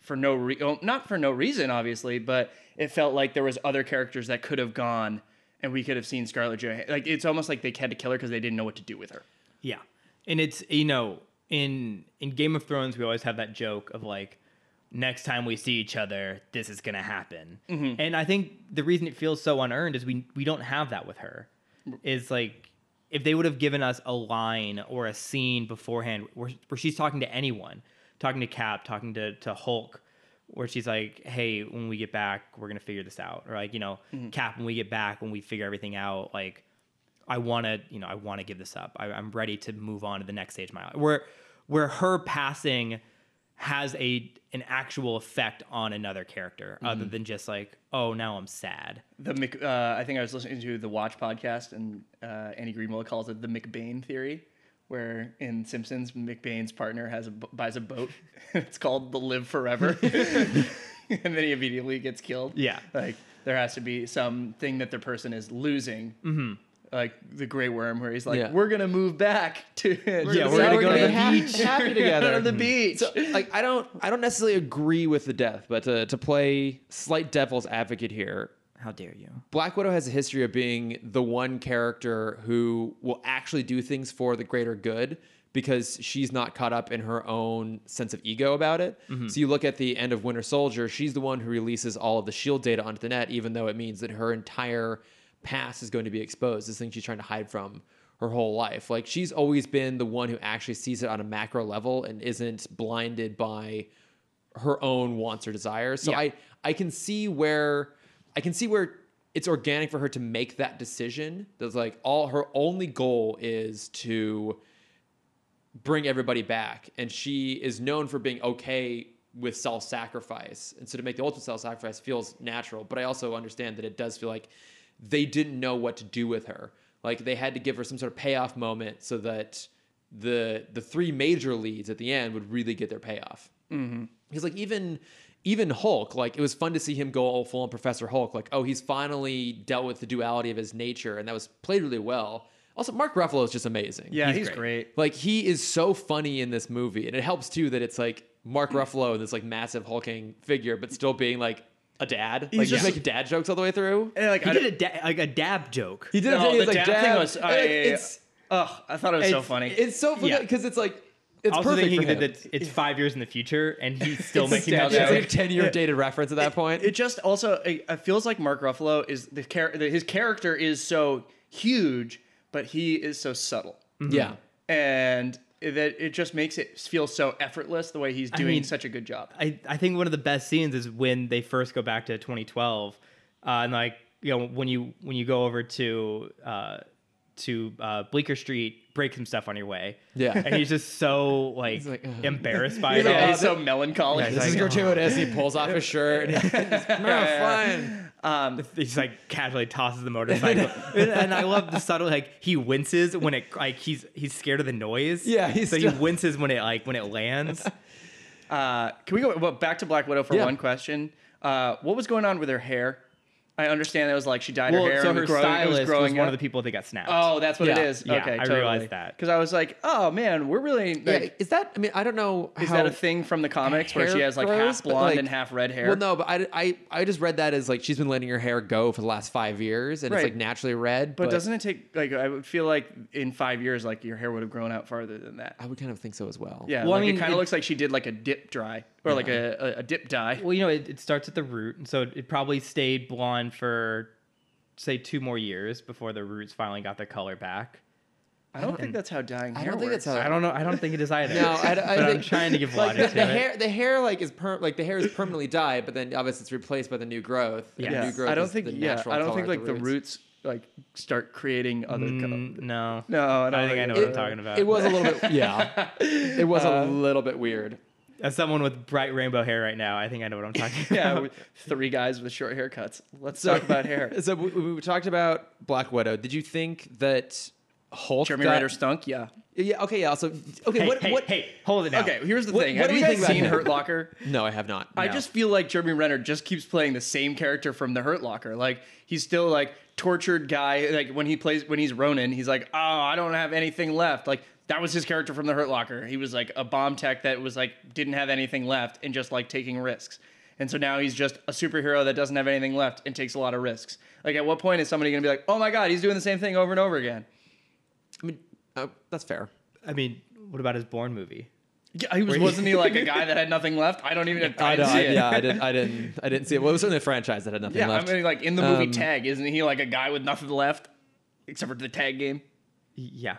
Speaker 3: for no re- oh, not for no reason, obviously, but it felt like there was other characters that could have gone, and we could have seen Scarlett Johansson. Like it's almost like they had to kill her because they didn't know what to do with her.
Speaker 2: Yeah. And it's you know, in in Game of Thrones we always have that joke of like next time we see each other, this is going to happen. And I think the reason it feels so unearned is we we don't have that with her. Is like if they would have given us a line or a scene beforehand where, where she's talking to anyone, talking to Cap, talking to to Hulk, where she's like, "Hey, when we get back, we're gonna figure this out," or like, you know, Cap, when we get back, when we figure everything out, like, I want to, you know, I want to give this up. I, I'm ready to move on to the next stage of my life. Where, where her passing has a an actual effect on another character, other
Speaker 1: Mm-hmm.
Speaker 2: than just like, oh, now I'm sad.
Speaker 3: The Mc, uh, I think I was listening to the Watch podcast, and uh, Andy Greenwald calls it the McBain theory, where in Simpsons, McBain's partner has a b- buys a boat. *laughs* it's called the Live
Speaker 2: *laughs*
Speaker 3: Forever, *laughs* and then he immediately gets killed.
Speaker 2: Yeah.
Speaker 3: like there has to be something that the person is losing. Mm-hmm. Like the Grey Worm, where he's like,
Speaker 1: Yeah.
Speaker 3: "We're gonna move back to
Speaker 2: *laughs* Yeah, we're gonna go to the
Speaker 3: *laughs*
Speaker 1: beach. happy together.
Speaker 2: *laughs*
Speaker 3: to the beach."
Speaker 1: So, like I don't I don't necessarily agree with the death, but to, to play slight devil's advocate here,
Speaker 2: How dare you?
Speaker 1: Black Widow has a history of being the one character who will actually do things for the greater good because she's not caught up in her own sense of ego about it. So you look at the end of Winter Soldier, she's the one who releases all of the shield E data onto the net even though it means that her entire past is going to be exposed, this thing she's trying to hide from. her whole life. Like she's always been the one who actually sees it on a macro level and isn't blinded by her own wants or desires. So
Speaker 2: Yeah.
Speaker 1: I I can see where I can see where it's organic for her to make that decision. That's like all her only goal is to bring everybody back. And she is known for being okay with self sacrifice. And so to make the ultimate self sacrifice feels natural. But I also understand that it does feel like they didn't know what to do with her. Like they had to give her some sort of payoff moment so that the the three major leads at the end would really get their payoff. Because like even even Hulk, like it was fun to see him go all full on Professor Hulk. Like oh, he's finally dealt with the duality of his nature, and that was played really well. Also, Mark Ruffalo is just amazing.
Speaker 3: Yeah, he's,
Speaker 2: he's great.
Speaker 3: great.
Speaker 1: Like he is so funny in this movie, and it helps too that it's like Mark Ruffalo, this like massive hulking figure, but still being like a dad. like
Speaker 3: just-
Speaker 1: he's making dad jokes all the way through.
Speaker 3: And like,
Speaker 2: He
Speaker 3: I
Speaker 2: did
Speaker 3: don't-
Speaker 2: a da- like a dab joke.
Speaker 1: He did
Speaker 3: No,
Speaker 1: a thing,
Speaker 3: the
Speaker 1: he's like,
Speaker 3: dad thing
Speaker 1: dad.
Speaker 3: was- oh,
Speaker 1: and, like,
Speaker 3: I-
Speaker 1: it's
Speaker 3: Ugh, I thought it was so
Speaker 1: it's-
Speaker 3: funny.
Speaker 1: It's so funny
Speaker 2: Yeah.
Speaker 1: because it's like it's
Speaker 2: also
Speaker 1: perfect.
Speaker 2: thinking
Speaker 1: for him.
Speaker 2: that it's- it's five years in the future and he's still
Speaker 1: It's
Speaker 2: making
Speaker 1: a
Speaker 2: that
Speaker 1: it's
Speaker 2: joke.
Speaker 1: like a ten-year dated reference at that point.
Speaker 3: It just also it, it feels like Mark Ruffalo is the character. His character is so huge, but he is so subtle,
Speaker 1: yeah,
Speaker 3: and that it just makes it feel so effortless the way he's doing
Speaker 2: mean-
Speaker 3: such a good job.
Speaker 2: I, I think one of the best scenes is when they first go back to 2012, uh, and like you know when you when you go over to uh, to uh, Bleecker Street, break some stuff on your way.
Speaker 1: Yeah.
Speaker 2: and he's just so like,
Speaker 1: like, ugh.
Speaker 2: embarrassed by
Speaker 3: He's
Speaker 2: it.
Speaker 3: like, "Oh."
Speaker 2: all.
Speaker 3: he's so melancholy.
Speaker 2: Yeah, he's
Speaker 1: this is
Speaker 2: like,
Speaker 3: oh.
Speaker 1: gratuitous. He pulls off
Speaker 3: *laughs*
Speaker 1: his shirt. *laughs* And he's just, "No, fine.
Speaker 2: He's like casually tosses the
Speaker 3: *laughs*
Speaker 2: motorcycle, and, and I love the subtle like he winces when it like he's he's scared of the noise.
Speaker 1: Yeah, he's
Speaker 2: so he
Speaker 1: still-
Speaker 2: winces when it like when it lands.
Speaker 3: Uh, can we go well, back to Black Widow for
Speaker 1: Yeah.
Speaker 3: one question? Uh, what was going on with her hair? I understand that was like she dyed
Speaker 2: well,
Speaker 3: her hair.
Speaker 2: so
Speaker 3: and
Speaker 2: her
Speaker 3: it was growing, it
Speaker 2: stylist
Speaker 3: was
Speaker 2: was,
Speaker 3: growing
Speaker 2: one
Speaker 3: up.
Speaker 2: of the people that got snapped.
Speaker 3: Oh, that's what it
Speaker 1: Yeah.
Speaker 3: is.
Speaker 2: Yeah,
Speaker 3: okay,
Speaker 2: I
Speaker 3: totally.
Speaker 2: realized that.
Speaker 3: because I was like, "Oh man, we're really like,
Speaker 1: Yeah, is that? I mean, I don't know.
Speaker 3: Is
Speaker 1: how,
Speaker 3: that a thing from the comics where she
Speaker 1: hair
Speaker 3: has like
Speaker 1: grows,
Speaker 3: half
Speaker 1: but,
Speaker 3: blonde
Speaker 1: like-
Speaker 3: and half red hair?
Speaker 1: Well, no, but I, I, I just read that as like she's been letting her hair go for the last five years, and
Speaker 3: Right.
Speaker 1: it's like naturally red. But,
Speaker 3: But, doesn't it take like I would feel like in five years like your hair would have grown out farther than that?
Speaker 1: I would kind of think so as well.
Speaker 3: Yeah,
Speaker 2: Well, I
Speaker 3: like,
Speaker 2: mean,
Speaker 3: it kind
Speaker 2: it-
Speaker 3: of looks like she did like a dip dry or like a, a, a dip dye.
Speaker 2: Well, you know, it, it starts at the root, and so it probably stayed blonde for say two more years before the roots finally got their color back.
Speaker 3: I don't think that's how dyeing hair
Speaker 1: I don't think
Speaker 3: works.
Speaker 1: that's how.
Speaker 2: I don't know. I don't think it is either.
Speaker 1: No, I, I
Speaker 2: but
Speaker 1: think,
Speaker 2: am trying to give
Speaker 1: like, *laughs*
Speaker 2: logic
Speaker 1: the,
Speaker 2: to
Speaker 1: the
Speaker 2: it.
Speaker 1: hair. The hair like is per, like the hair is permanently dyed, but then obviously it's replaced by the new growth. and
Speaker 2: Yes.
Speaker 1: the new growth
Speaker 3: I don't
Speaker 1: is
Speaker 3: think
Speaker 1: the
Speaker 3: yeah.
Speaker 1: natural
Speaker 3: I don't
Speaker 1: color
Speaker 3: think
Speaker 1: of
Speaker 3: like the
Speaker 1: roots.
Speaker 3: roots like start creating other. color.
Speaker 2: Mm, no,
Speaker 3: No, I
Speaker 2: I
Speaker 3: don't
Speaker 2: don't think I know what I'm talking about.
Speaker 1: It was a little
Speaker 3: *laughs*
Speaker 1: bit. Yeah, it was
Speaker 3: Uh,
Speaker 1: a little bit weird.
Speaker 2: As someone with bright rainbow hair right now, I think I know what I'm talking about.
Speaker 3: Yeah, we- three guys with short haircuts. Let's talk about hair.
Speaker 1: *laughs* So we, we talked about Black Widow. Did you think that Hulk?
Speaker 3: Jeremy
Speaker 1: got-
Speaker 3: Renner stunk. Yeah.
Speaker 1: Yeah. Okay. Yeah. So okay.
Speaker 2: Hey,
Speaker 1: what?
Speaker 2: hey,
Speaker 1: what?
Speaker 2: hey, hold it now.
Speaker 3: Okay, here's the
Speaker 1: What-
Speaker 3: thing.
Speaker 1: what
Speaker 3: Have
Speaker 1: do
Speaker 3: you
Speaker 1: we
Speaker 3: guys
Speaker 1: think about
Speaker 3: seen
Speaker 1: him?
Speaker 3: Hurt Locker?
Speaker 1: No, I have not.
Speaker 3: I
Speaker 1: No.
Speaker 3: just feel like Jeremy Renner just keeps playing the same character from The Hurt Locker. Like he's still like tortured guy. Like when he plays when he's Ronan, he's like, oh, I don't have anything left. Like that was his character from The Hurt Locker. He was like a bomb tech that was like didn't have anything left and just like taking risks. And so now he's just a superhero that doesn't have anything left and takes a lot of risks. Like at what point is somebody gonna be like, oh my god, he's doing the same thing over and over again?
Speaker 1: I mean, uh, that's fair.
Speaker 2: I mean, what about his Born movie?
Speaker 3: Yeah, he was wasn't he like
Speaker 1: *laughs*
Speaker 3: a guy that had nothing left? I don't even. I,
Speaker 1: I
Speaker 3: didn't
Speaker 1: know.
Speaker 3: see
Speaker 1: I,
Speaker 3: it.
Speaker 1: yeah, I didn't. I didn't. I didn't see it. Well, it was certainly a franchise that had nothing
Speaker 3: Yeah,
Speaker 1: left.
Speaker 3: I mean, like in the movie
Speaker 1: Um,
Speaker 3: Tag, isn't he like a guy with nothing left except for the tag game? *laughs*
Speaker 2: Y- Yeah.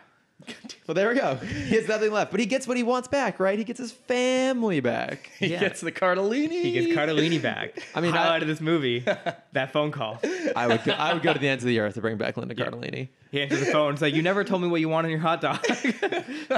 Speaker 1: well, there we go. He has nothing left, but he gets what he wants back, right? He gets his family back.
Speaker 3: He
Speaker 2: Yeah.
Speaker 3: gets the Cardellini.
Speaker 2: He gets Cardellini back. I
Speaker 1: I
Speaker 2: mean,
Speaker 1: mean, I-
Speaker 2: highlight of this movie, that phone call.
Speaker 1: I would. Go, I would go to the ends of the earth to bring back Linda Cardellini.
Speaker 2: He answers the phone. It's like, you never told me what you want in your hot dog. *laughs*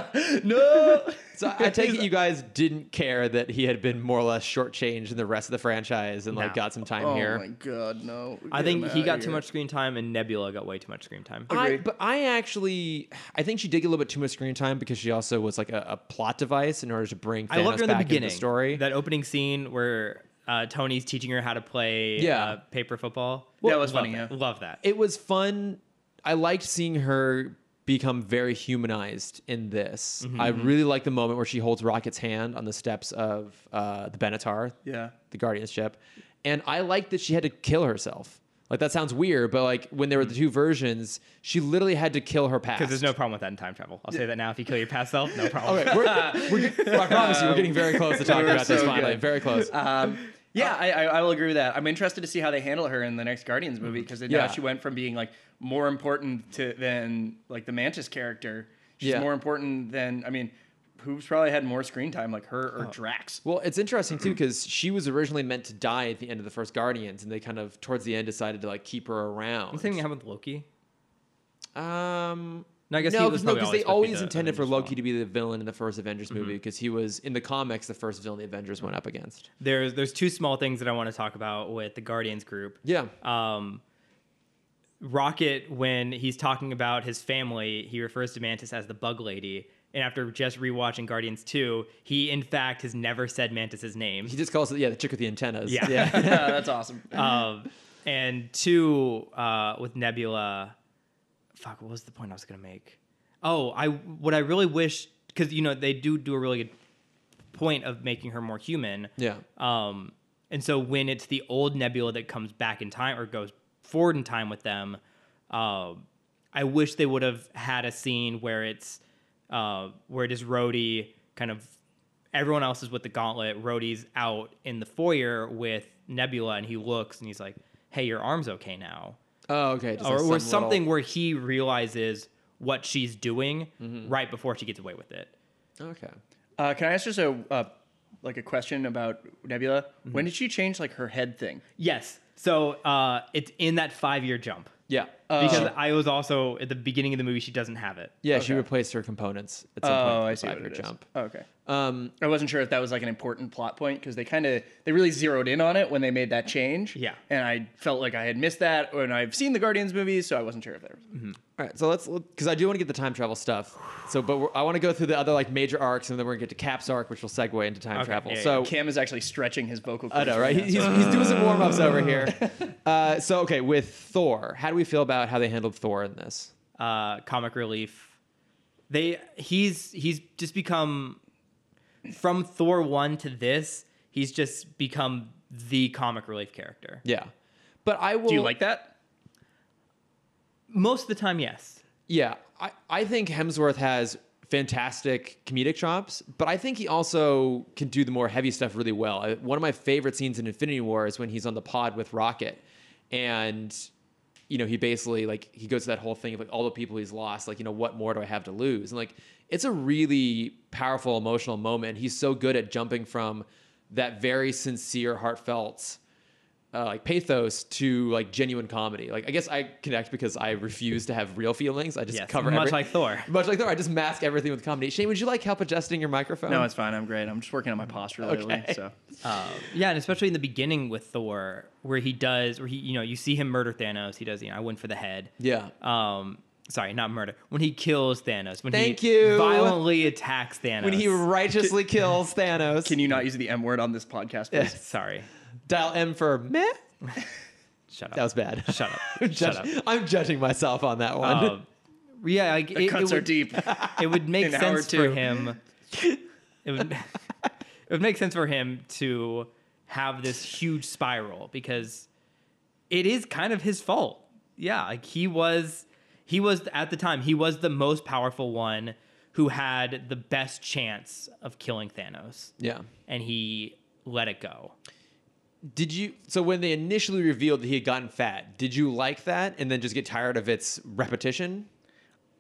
Speaker 3: no. *laughs*
Speaker 1: So I take it you guys didn't care that he had been more or less shortchanged in the rest of the franchise and like
Speaker 2: No.
Speaker 1: got some time
Speaker 3: Oh
Speaker 1: here.
Speaker 3: my god, no!
Speaker 2: I
Speaker 3: Get
Speaker 2: think
Speaker 3: him
Speaker 2: he
Speaker 3: outta
Speaker 2: got too
Speaker 3: here.
Speaker 2: much screen time, and Nebula got way too much screen time.
Speaker 1: I,
Speaker 3: Agreed.
Speaker 1: but I actually, I think she did get a little bit too much screen time because she also was like a, a plot device in order to bring Thanos
Speaker 2: I loved her in the
Speaker 1: back into
Speaker 2: beginning.
Speaker 1: the story.
Speaker 2: That opening scene where uh, Tony's teaching her how to play
Speaker 1: Yeah.
Speaker 2: uh, paper football.
Speaker 3: That was
Speaker 2: Love
Speaker 3: funny, yeah.
Speaker 2: Love that.
Speaker 1: it was fun. I liked seeing her become very humanized in this. I really like the moment where she holds Rocket's hand on the steps of uh, the Benatar,
Speaker 3: Yeah.
Speaker 1: the guardianship. And I like that she had to kill herself. Like that sounds weird, but like when there were the two versions, she literally had to kill her past. *laughs*
Speaker 2: Because there's no problem with that in time travel. I'll say that now. If you kill your past self, no problem.
Speaker 1: Okay, we're, we're, I promise you, we're getting very close to talking
Speaker 3: We're
Speaker 1: about this
Speaker 3: so
Speaker 1: finally.
Speaker 3: good.
Speaker 1: Very close.
Speaker 3: Um, Yeah, I, I, I will agree with that. I'm interested to see how they handle her in the next Guardians movie
Speaker 2: Mm-hmm.
Speaker 3: because now
Speaker 1: Yeah.
Speaker 3: she went from being like more important to than like the Mantis character. She's
Speaker 1: Yeah.
Speaker 3: more important than I mean, who's probably had more screen time like her
Speaker 2: Oh.
Speaker 3: or
Speaker 2: *laughs*
Speaker 3: Drax?
Speaker 1: Well, it's interesting too because she was originally meant to die at the end of the first Guardians, and they kind of towards the end decided to like keep her around.
Speaker 2: *laughs* Same thing happened with Loki.
Speaker 1: Um,
Speaker 2: No, I guess he
Speaker 1: no,
Speaker 2: was
Speaker 1: because
Speaker 2: probably
Speaker 1: they
Speaker 2: always supposed to be
Speaker 1: always
Speaker 2: the
Speaker 1: intended for
Speaker 2: Avengers
Speaker 1: Loki
Speaker 2: villain.
Speaker 1: to Mm-hmm. be the villain in the first Avengers movie because he was in the comics the first villain the Avengers went up against.
Speaker 2: There's there's two small things that I want to talk about with the Guardians group.
Speaker 1: Yeah,
Speaker 2: Um, Rocket, when he's talking about his family, he refers to Mantis as the Bug Lady. And after just rewatching Guardians 2, he in fact has never said Mantis's name.
Speaker 1: he just calls it yeah the chick with the antennas.
Speaker 2: Yeah.
Speaker 1: *laughs*
Speaker 3: yeah, Uh, that's awesome.
Speaker 2: um, and two uh, with Nebula. Fuck, what was the point I was gonna make? Oh, I what I really wish because you know they do do a really good point of making her more human.
Speaker 1: Yeah.
Speaker 2: Um, and so when it's the old Nebula that comes back in time or goes forward in time with them, um, I wish they would have had a scene where it's uh, where it is Rhodey kind of everyone else is with the gauntlet. Rhodey's out in the foyer with Nebula, and he looks and he's like, "Hey, your arm's okay now,"
Speaker 1: Oh, okay. just
Speaker 2: or,
Speaker 1: like
Speaker 2: or
Speaker 1: some
Speaker 2: something
Speaker 1: little-
Speaker 2: where he realizes what she's doing
Speaker 1: Mm-hmm.
Speaker 2: right before she gets away with it.
Speaker 1: okay.
Speaker 3: Uh, can I ask just a uh, like a question about Nebula?
Speaker 2: Mm-hmm.
Speaker 3: When did she change like her head thing?
Speaker 2: Yes, so uh, it's in that five-year jump.
Speaker 1: Yeah. Uh,
Speaker 2: because I was also at the beginning of the movie she doesn't have it.
Speaker 1: yeah, she
Speaker 3: okay.
Speaker 1: replaced her components at some point.
Speaker 3: Oh,
Speaker 1: for
Speaker 3: I
Speaker 1: the
Speaker 3: see. What
Speaker 1: five-year
Speaker 3: it is.
Speaker 1: jump.
Speaker 3: Oh, okay.
Speaker 1: Um,
Speaker 3: I wasn't sure if that was like an important plot point because they kind of they really zeroed in on it when they made that change.
Speaker 2: Yeah.
Speaker 3: and I felt like I had missed that, and I've seen the Guardians movies, so I wasn't sure if there. Was.
Speaker 1: all right, so let's because I do want to get the time travel stuff. So, but we're, I want to go through the other like major arcs, and then we're gonna get to Cap's arc, which will segue into time
Speaker 2: Okay,
Speaker 1: travel.
Speaker 2: yeah, yeah.
Speaker 1: so,
Speaker 3: Cam is actually stretching his vocal.
Speaker 1: I
Speaker 3: cords
Speaker 1: know, right?
Speaker 3: now,
Speaker 1: He- He's,
Speaker 3: so-
Speaker 1: he's doing some warm ups over here. Uh, so, okay, with Thor, how do we feel about how they handled Thor in this?
Speaker 2: *laughs* Uh, comic relief. They he's he's just become from Thor one to this. He's just become the comic relief character.
Speaker 1: Yeah. But I will.
Speaker 3: Do you like that?
Speaker 2: Most of the time, yes.
Speaker 1: Yeah. I, I think Hemsworth has fantastic comedic chops, but I think he also can do the more heavy stuff really well. I- One of my favorite scenes in Infinity War is when he's on the pod with Rocket and. You know, he basically like he goes to that whole thing of like all the people he's lost, like, you know, what more do I have to lose? And like it's a really powerful emotional moment. He's so good at jumping from that very sincere, heartfelt uh, like pathos to like genuine comedy. Like I guess I connect because I refuse to have real feelings. I just
Speaker 2: Yes,
Speaker 1: cover
Speaker 2: much
Speaker 1: every-
Speaker 2: like Thor. *laughs*
Speaker 1: Much like Thor, I just mask everything with comedy. Shane, would you like help adjusting your microphone?
Speaker 3: No, it's fine. I'm great. I'm just working on my posture lately.
Speaker 1: Okay.
Speaker 3: So
Speaker 2: Uh, yeah, and especially in the beginning with Thor, where he does, where he you know you see him murder Thanos. He does, you know, I went for the head.
Speaker 1: yeah.
Speaker 2: Um, sorry, not murder. When he kills Thanos. When
Speaker 1: Thank
Speaker 2: he
Speaker 1: you.
Speaker 2: violently attacks Thanos.
Speaker 1: When he righteously
Speaker 2: *laughs*
Speaker 1: kills Thanos,
Speaker 3: can you not use the M word on this podcast? Please?
Speaker 2: sorry,
Speaker 1: dial M for meh?
Speaker 2: shut up.
Speaker 1: That was bad. *laughs*
Speaker 2: Shut up.
Speaker 1: I'm
Speaker 2: *laughs* Shut
Speaker 1: judge- I'm judging myself on that one.
Speaker 2: Um, *laughs* yeah, like it,
Speaker 3: The
Speaker 2: it
Speaker 3: cuts are
Speaker 2: would,
Speaker 3: deep.
Speaker 2: it would make
Speaker 3: in hour
Speaker 2: sense for
Speaker 3: two.
Speaker 2: him. It would, *laughs* it would make sense for him to have this huge spiral because it is kind of his fault. Yeah, like he was, he was at the time he was the most powerful one who had the best chance of killing Thanos,
Speaker 1: yeah.
Speaker 2: and he let it go.
Speaker 1: Did you so when they initially revealed that he had gotten fat, did you like that and then just get tired of its repetition?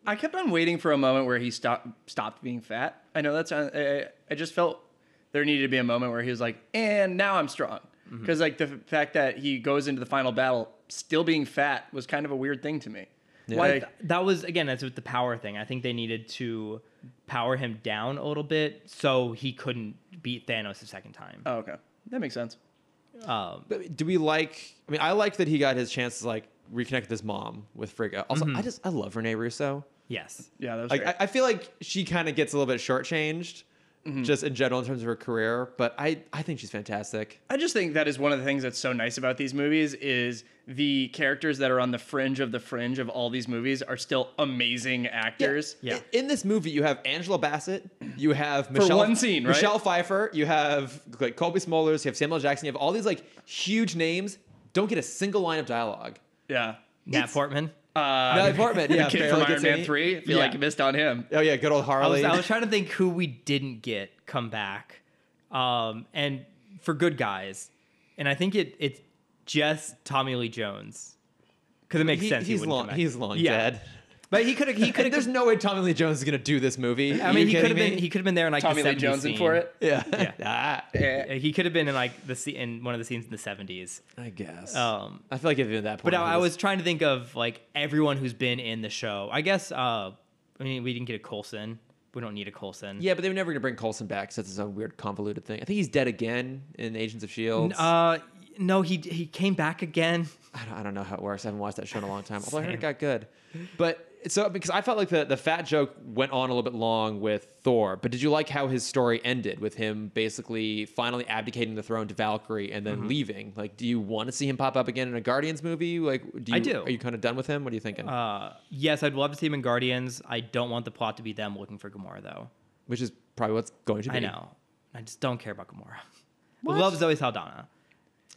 Speaker 3: I kept on waiting for a moment where he stopped stopped being fat. I know that's uh, I, I- I just felt there needed to be a moment where he was like, "And now I'm strong."
Speaker 1: Mm-hmm.
Speaker 3: Because like the f- fact that he goes into the final battle still being fat was kind of a weird thing to me. Like,
Speaker 2: Th- that was again that's with the power thing i think they needed to power him down a little bit so he couldn't beat thanos the second time
Speaker 3: oh, okay, that makes sense.
Speaker 2: um,
Speaker 1: But do we like? I mean, I like that he got his chance to like reconnect with his mom with Frigga. Also, I just I love Renee Russo.
Speaker 2: yes
Speaker 3: Yeah, that was
Speaker 1: Like
Speaker 3: great.
Speaker 1: I, I feel like she kind of gets a little bit shortchanged, just in general in terms of her career. But I I think she's fantastic.
Speaker 3: I just think that is one of the things that's so nice about these movies is the characters that are on the fringe of the fringe of all these movies are still amazing actors.
Speaker 2: Yeah.
Speaker 1: I- In this movie, you have Angela Bassett, you have Michelle
Speaker 3: one scene, right?
Speaker 1: Michelle Pfeiffer, you have like Colby Smulders, you have Samuel Jackson, you have all these like huge names. Don't get a single line of dialogue.
Speaker 3: Yeah.
Speaker 2: nat portman
Speaker 3: Uh, *laughs*
Speaker 1: Natalie Portman, yeah,
Speaker 3: the kid
Speaker 1: barely
Speaker 3: from Iron
Speaker 1: gets
Speaker 3: Man
Speaker 1: any-
Speaker 3: 3, I feel
Speaker 1: yeah.
Speaker 3: like you missed on him.
Speaker 1: Oh yeah, good old
Speaker 2: I
Speaker 1: Harley.
Speaker 2: was,
Speaker 1: *laughs*
Speaker 2: I was trying to think who we didn't get come back um, and for good guys and I think it it's just Tommy Lee Jones because it makes
Speaker 1: He-
Speaker 2: sense. he
Speaker 1: he's
Speaker 2: wouldn't come
Speaker 1: long.
Speaker 2: back.
Speaker 1: He's long
Speaker 2: Yeah.
Speaker 1: dead.
Speaker 2: but he could have. *laughs* He could
Speaker 3: *laughs*
Speaker 2: have.
Speaker 1: *laughs* There's no way Tommy Lee Jones is gonna do this movie.
Speaker 2: I mean, he could have been. He could have been there in like
Speaker 3: Tommy
Speaker 2: the
Speaker 3: Lee
Speaker 2: 70s
Speaker 3: Jones in
Speaker 2: scene.
Speaker 3: for it.
Speaker 1: *laughs* yeah. Ah,
Speaker 2: Yeah, He could have been in like the scene in one of the scenes in the seventies.
Speaker 1: *laughs* I guess.
Speaker 2: Um,
Speaker 1: I feel like even at that point.
Speaker 2: but I, I
Speaker 1: he
Speaker 2: was trying to think of like everyone who's been in the show. I guess. Uh, I mean, we didn't get a Colson. We don't need a Colson.
Speaker 1: Yeah, but they were never gonna bring Colson back. So it's his own weird convoluted thing. I think he's dead again in Agents of Shield.
Speaker 2: Uh, no, he he came back again.
Speaker 1: I don't, I don't know how it works. I haven't watched that show in a long time. Although I heard it *laughs*
Speaker 2: Same.
Speaker 1: got good. But so because I felt like the, the fat joke went on a little bit long with Thor. But did you like how his story ended with him basically finally abdicating the throne to Valkyrie and then leaving? Like, do you want to see him pop up again in a Guardians movie? Like, do you,
Speaker 2: I do.
Speaker 1: Are you kind of done with him? What are you thinking?
Speaker 2: Uh, yes, I'd love to see him in Guardians. I don't want the plot to be them looking for Gamora though.
Speaker 1: Which is probably what's going to be.
Speaker 2: I know. I just don't care about Gamora.
Speaker 1: What?
Speaker 2: Love Zoe Saldana.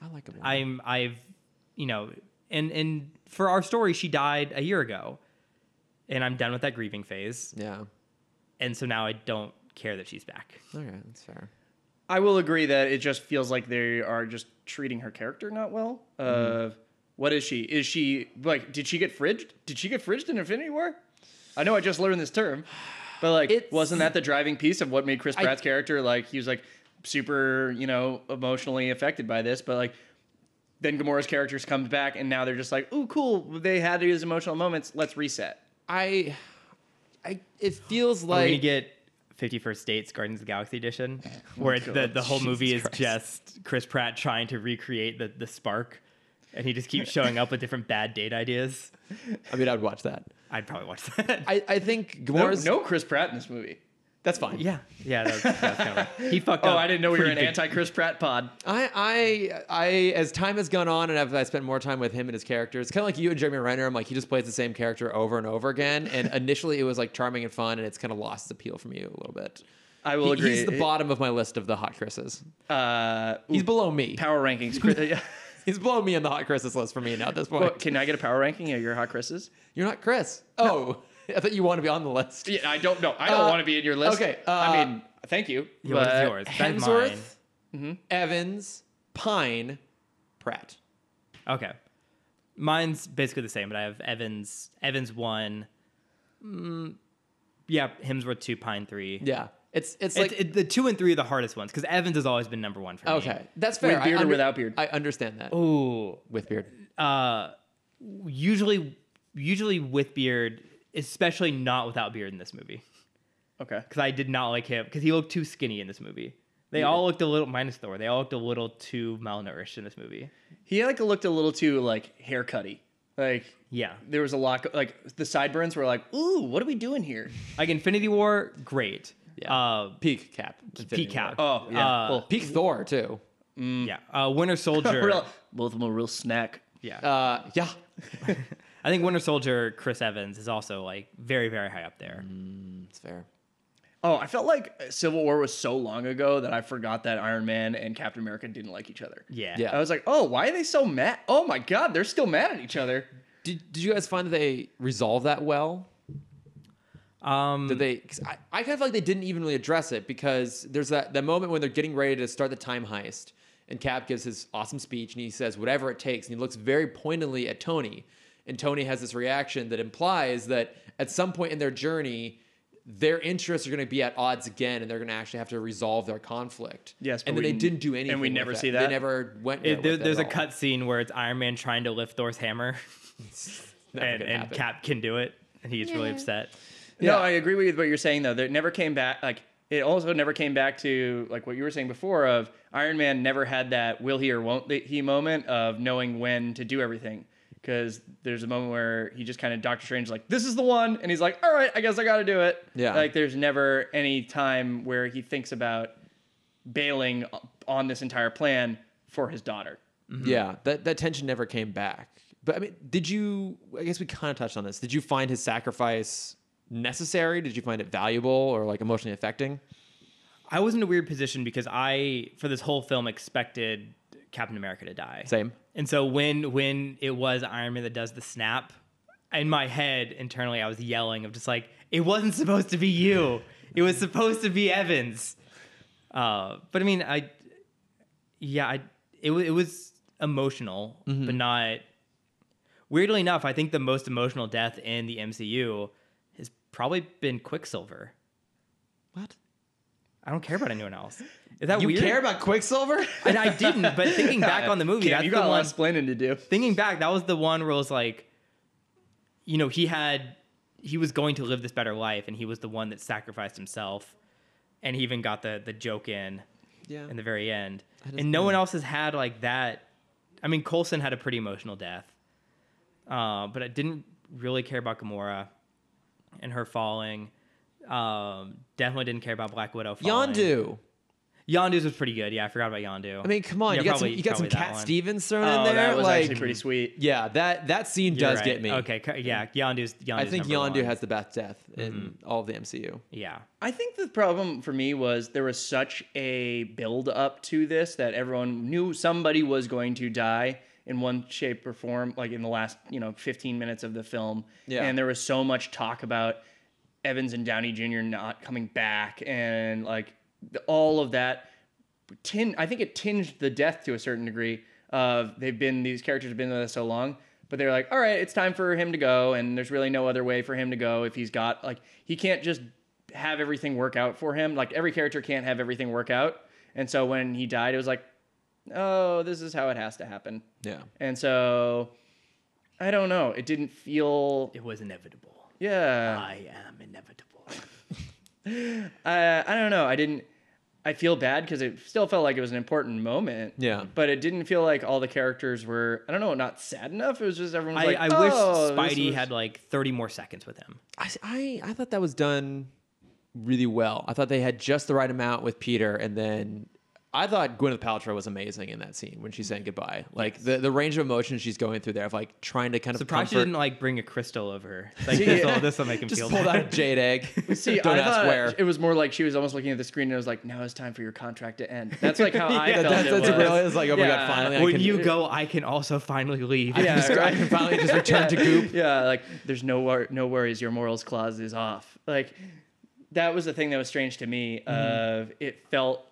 Speaker 1: I like him. a lot.
Speaker 2: I'm I've you know and and for our story she died a year ago. And I'm done with that grieving phase.
Speaker 1: yeah.
Speaker 2: And so now I don't care that she's back.
Speaker 1: Okay, that's fair.
Speaker 3: I will agree that it just feels like they are just treating her character not well. Uh,
Speaker 1: Mm-hmm.
Speaker 3: What is she? Is she like? Did she get fridged? Did she get fridged in Infinity War? I know I just learned this term, but like,
Speaker 1: It's-
Speaker 3: wasn't that the driving piece of what made Chris
Speaker 1: I-
Speaker 3: Pratt's character like? He was like super, you know, emotionally affected by this, but like. Then Gamora's characters comes back, and now they're just like, "Ooh, cool! They had these emotional moments. Let's reset."
Speaker 1: I, I. It feels
Speaker 2: Are we
Speaker 1: like
Speaker 2: gonna get 51st Dates Guardians of the Galaxy edition, where it's the,
Speaker 3: God.
Speaker 2: the whole movie is
Speaker 1: Jesus
Speaker 2: just Chris Pratt trying to recreate the, the spark, and he just keeps showing up with different bad date ideas.
Speaker 1: I mean, I'd watch that.
Speaker 2: I'd probably watch that.
Speaker 1: I, I think
Speaker 3: No,
Speaker 1: Gamora's.
Speaker 3: no Chris Pratt in this movie.
Speaker 1: that's fine.
Speaker 2: *laughs* yeah, yeah, that was, that was kinda rough. he fucked up.
Speaker 3: Oh, I didn't know we were an
Speaker 2: pretty big-
Speaker 3: anti Chris Pratt pod.
Speaker 1: I, I, I, as time has gone on and I've I spent more time with him and his character, it's kind of like you and Jeremy Renner. I'm like, he just plays the same character over and over again. And
Speaker 3: *laughs*
Speaker 1: initially, it was like charming and fun, and it's kind of lost its appeal for me a little bit.
Speaker 3: I will
Speaker 1: He-
Speaker 3: agree.
Speaker 1: He's the bottom of my list of the hot Chris's.
Speaker 3: Uh,
Speaker 1: He's below me.
Speaker 3: power *laughs* rankings. Chris-
Speaker 1: He's below me in the hot Chris's list for me now at this point.
Speaker 3: Well, can I get a power ranking of your hot Chris's?
Speaker 1: You're not Chris. Oh, *laughs* I thought you want to be on the list.
Speaker 3: Yeah, I don't know. I don't
Speaker 1: Uh,
Speaker 3: want to be in your list.
Speaker 1: okay,
Speaker 3: I
Speaker 1: uh,
Speaker 3: mean, thank you.
Speaker 2: Yeah, what is
Speaker 3: but-
Speaker 2: yours? That's
Speaker 1: Hemsworth,
Speaker 2: mine.
Speaker 3: Mm-hmm.
Speaker 1: Evans, Pine, Pratt.
Speaker 2: Okay, mine's basically the same, but I have Evans. Evans one. Mm, yeah, Hemsworth two, Pine three.
Speaker 1: Yeah, it's it's
Speaker 2: It's-
Speaker 1: like
Speaker 2: it- the two and three are the hardest ones because Evans has always been number one for me.
Speaker 1: okay, that's fair.
Speaker 3: With beard
Speaker 1: I
Speaker 3: or without beard? Oh.
Speaker 1: I understand that.
Speaker 2: Ooh,
Speaker 1: With beard.
Speaker 2: uh, usually usually with beard, especially not without beard in this movie
Speaker 3: Okay.
Speaker 2: because I did not like him because he looked too skinny in this movie. They all looked a little minus Thor. They all looked a little too malnourished in this movie.
Speaker 3: He like looked a little too like haircutty. Like
Speaker 2: Yeah,
Speaker 3: there was a lot. Like the sideburns were like, ooh, what are we doing here?
Speaker 2: like Infinity War, great.
Speaker 1: Yeah.
Speaker 2: Uh,
Speaker 1: Peak cap. Infinity
Speaker 2: Peak Cap.
Speaker 1: War.
Speaker 3: Oh, yeah.
Speaker 2: Uh,
Speaker 3: Well,
Speaker 1: Peak Thor too. Mm.
Speaker 2: yeah. Uh,
Speaker 1: *laughs*
Speaker 2: Winter Soldier.
Speaker 3: real, both of them a real snack.
Speaker 2: Yeah.
Speaker 1: Uh, yeah.
Speaker 2: I think Winter Soldier, Chris Evans is also like very very high up there.
Speaker 1: Mm. It's fair.
Speaker 3: Oh, I felt like Civil War was so long ago that I forgot that Iron Man and Captain America didn't like each other.
Speaker 2: Yeah.
Speaker 1: Yeah.
Speaker 3: I was like, oh, why are they so mad? Oh my God, they're still mad at each other.
Speaker 1: Did, did you guys find that they resolved that well?
Speaker 2: Um,
Speaker 1: Did they? 'cause I, I kind of feel like they didn't even really address it because there's that, that moment when they're getting ready to start the time heist, and Cap gives his awesome speech and he says whatever it takes, and he looks very pointedly at Tony, and Tony has this reaction that implies that at some point in their journey, their interests are going to be at odds again, and they're going to actually have to resolve their conflict.
Speaker 3: Yes, but
Speaker 1: and then
Speaker 3: we
Speaker 1: they
Speaker 3: n-
Speaker 1: didn't do
Speaker 3: and we
Speaker 1: anything. with
Speaker 3: never see
Speaker 1: They
Speaker 3: that?
Speaker 1: never went.
Speaker 2: It-
Speaker 1: there
Speaker 2: there-
Speaker 1: with it
Speaker 2: there's
Speaker 1: at
Speaker 2: a
Speaker 1: all.
Speaker 2: cut scene where it's Iron Man trying to lift Thor's hammer,
Speaker 1: Never
Speaker 2: and,
Speaker 1: gonna
Speaker 2: and
Speaker 1: happen.
Speaker 2: Cap can do it, and he gets really upset.
Speaker 1: Yeah.
Speaker 3: No, I agree with what you're saying though. That it never came back. Like it also never came back to like what you were saying before of Iron Man never had that will he or won't he moment of knowing when to do everything. Because there's a moment where he just kind of Doctor Strange like this is the one, and he's like, all right, I guess I got to do it.
Speaker 1: Yeah.
Speaker 3: Like there's never any time where he thinks about bailing on this entire plan for his daughter.
Speaker 2: Mm-hmm.
Speaker 1: Yeah, that that tension never came back. But I mean, did you? I guess we kind of touched on this. Did you find his sacrifice necessary? Did you find it valuable or like emotionally affecting?
Speaker 2: I was in a weird position because I, for this whole film, expected Captain America to die.
Speaker 1: Same.
Speaker 2: And so when when it was Iron Man that does the snap, in my head internally I was yelling of just like it wasn't supposed to be you. It was supposed to be Evans. Uh, but I mean I yeah I it, wa- it was emotional, but not. Weirdly enough, I think the most emotional death in the MCU has probably been Quicksilver.
Speaker 1: What?
Speaker 2: I don't care about anyone else. Is that
Speaker 1: You
Speaker 2: weird?
Speaker 1: care about Uh, Quicksilver?
Speaker 2: and *laughs* I didn't.
Speaker 1: *laughs*
Speaker 2: But thinking back on the movie,
Speaker 3: Cam,
Speaker 2: that's
Speaker 3: you
Speaker 2: the
Speaker 3: got a lot
Speaker 2: one.
Speaker 3: of explaining to do.
Speaker 2: Thinking back, that was the one where it was like, you know, he had, he was going to live this better life, and he was the one that sacrificed himself, and he even got the the joke in
Speaker 1: yeah.
Speaker 2: in the very end,
Speaker 1: That is
Speaker 2: and no one else has had like that. I mean, Colson had a pretty emotional death, uh, but I didn't really care about Gamora and her falling. Um, definitely didn't care about Black Widow. Falling.
Speaker 1: Yondu.
Speaker 2: Yondu's was pretty good. Yeah, I forgot about Yondu.
Speaker 1: I mean, come on.
Speaker 2: Yeah,
Speaker 1: you got
Speaker 2: probably-
Speaker 1: some. You got some
Speaker 2: probably that
Speaker 1: Cat
Speaker 2: one.
Speaker 1: Stevens thrown
Speaker 3: Oh,
Speaker 1: in there.
Speaker 3: that was
Speaker 1: like,
Speaker 3: actually pretty sweet.
Speaker 1: Yeah, that that scene
Speaker 2: You're
Speaker 1: does
Speaker 2: right.
Speaker 1: get me.
Speaker 2: Okay, co- yeah, Yondu's. Yondu's
Speaker 1: I think
Speaker 2: number
Speaker 1: Yondu
Speaker 2: one. Mm-hmm.
Speaker 1: has the best death in all of the MCU.
Speaker 2: Yeah,
Speaker 3: I think the problem for me was there was such a build up to this that everyone knew somebody was going to die in one shape or form, like in the last, you know, 15 minutes of the film.
Speaker 1: Yeah.
Speaker 3: And there was so much talk about Evans and Downey Jr. not coming back and like the- all of that. Tin, I think it tinged the death to a certain degree of they've been, these characters have been with us so long, but they're like, all right, it's time for him to go. And there's really no other way for him to go if he's got, like, he can't just have everything work out for him. Like every character can't have everything work out. And so when he died, it was like, oh, this is how it has to happen.
Speaker 1: Yeah.
Speaker 3: And so I don't know. It didn't feel
Speaker 2: it was inevitable.
Speaker 3: yeah.
Speaker 2: I am inevitable.
Speaker 3: Uh, I I don't know. I didn't I feel bad cuz it still felt like it was an important moment.
Speaker 1: Yeah.
Speaker 3: But it didn't feel like all the characters were I don't know, not sad enough. It was just everyone was
Speaker 2: I,
Speaker 3: like,
Speaker 2: I wish
Speaker 3: oh, this
Speaker 2: Spidey
Speaker 3: was-
Speaker 2: had like 30 more seconds with him.
Speaker 1: I, I I thought that was done really well. I thought they had just the right amount with Peter, and then I thought Gwyneth Paltrow was amazing in that scene when she's saying goodbye. Like the, the range of emotions she's going through there of like trying to kind of
Speaker 2: Surprised she
Speaker 1: comfort-
Speaker 2: didn't like bring a crystal over. Like
Speaker 3: Yeah.
Speaker 2: this will this will make
Speaker 1: *laughs*
Speaker 2: him
Speaker 1: just
Speaker 2: feel
Speaker 1: pulled out a
Speaker 2: better.
Speaker 1: jade
Speaker 3: *laughs*
Speaker 1: egg.
Speaker 3: *laughs* See,
Speaker 1: Don't
Speaker 3: I
Speaker 1: ask
Speaker 3: thought
Speaker 1: where.
Speaker 3: it was more like she was almost looking at the screen and it was like, "Now it's time for your contract to end." That's
Speaker 1: *laughs*
Speaker 3: like how I
Speaker 2: Yeah,
Speaker 3: felt.
Speaker 1: that's
Speaker 3: it
Speaker 1: that's
Speaker 3: was.
Speaker 1: really it's like oh my
Speaker 3: Yeah.
Speaker 1: god finally I
Speaker 2: When
Speaker 1: can,
Speaker 2: you go, I can also finally leave.
Speaker 1: *laughs* I can just- I can finally just return to goop.
Speaker 3: *laughs* Yeah, like there's no wor- no worries. Your morals clause is off. Like that was the thing that was strange to me.
Speaker 1: Mm-hmm.
Speaker 3: Of it felt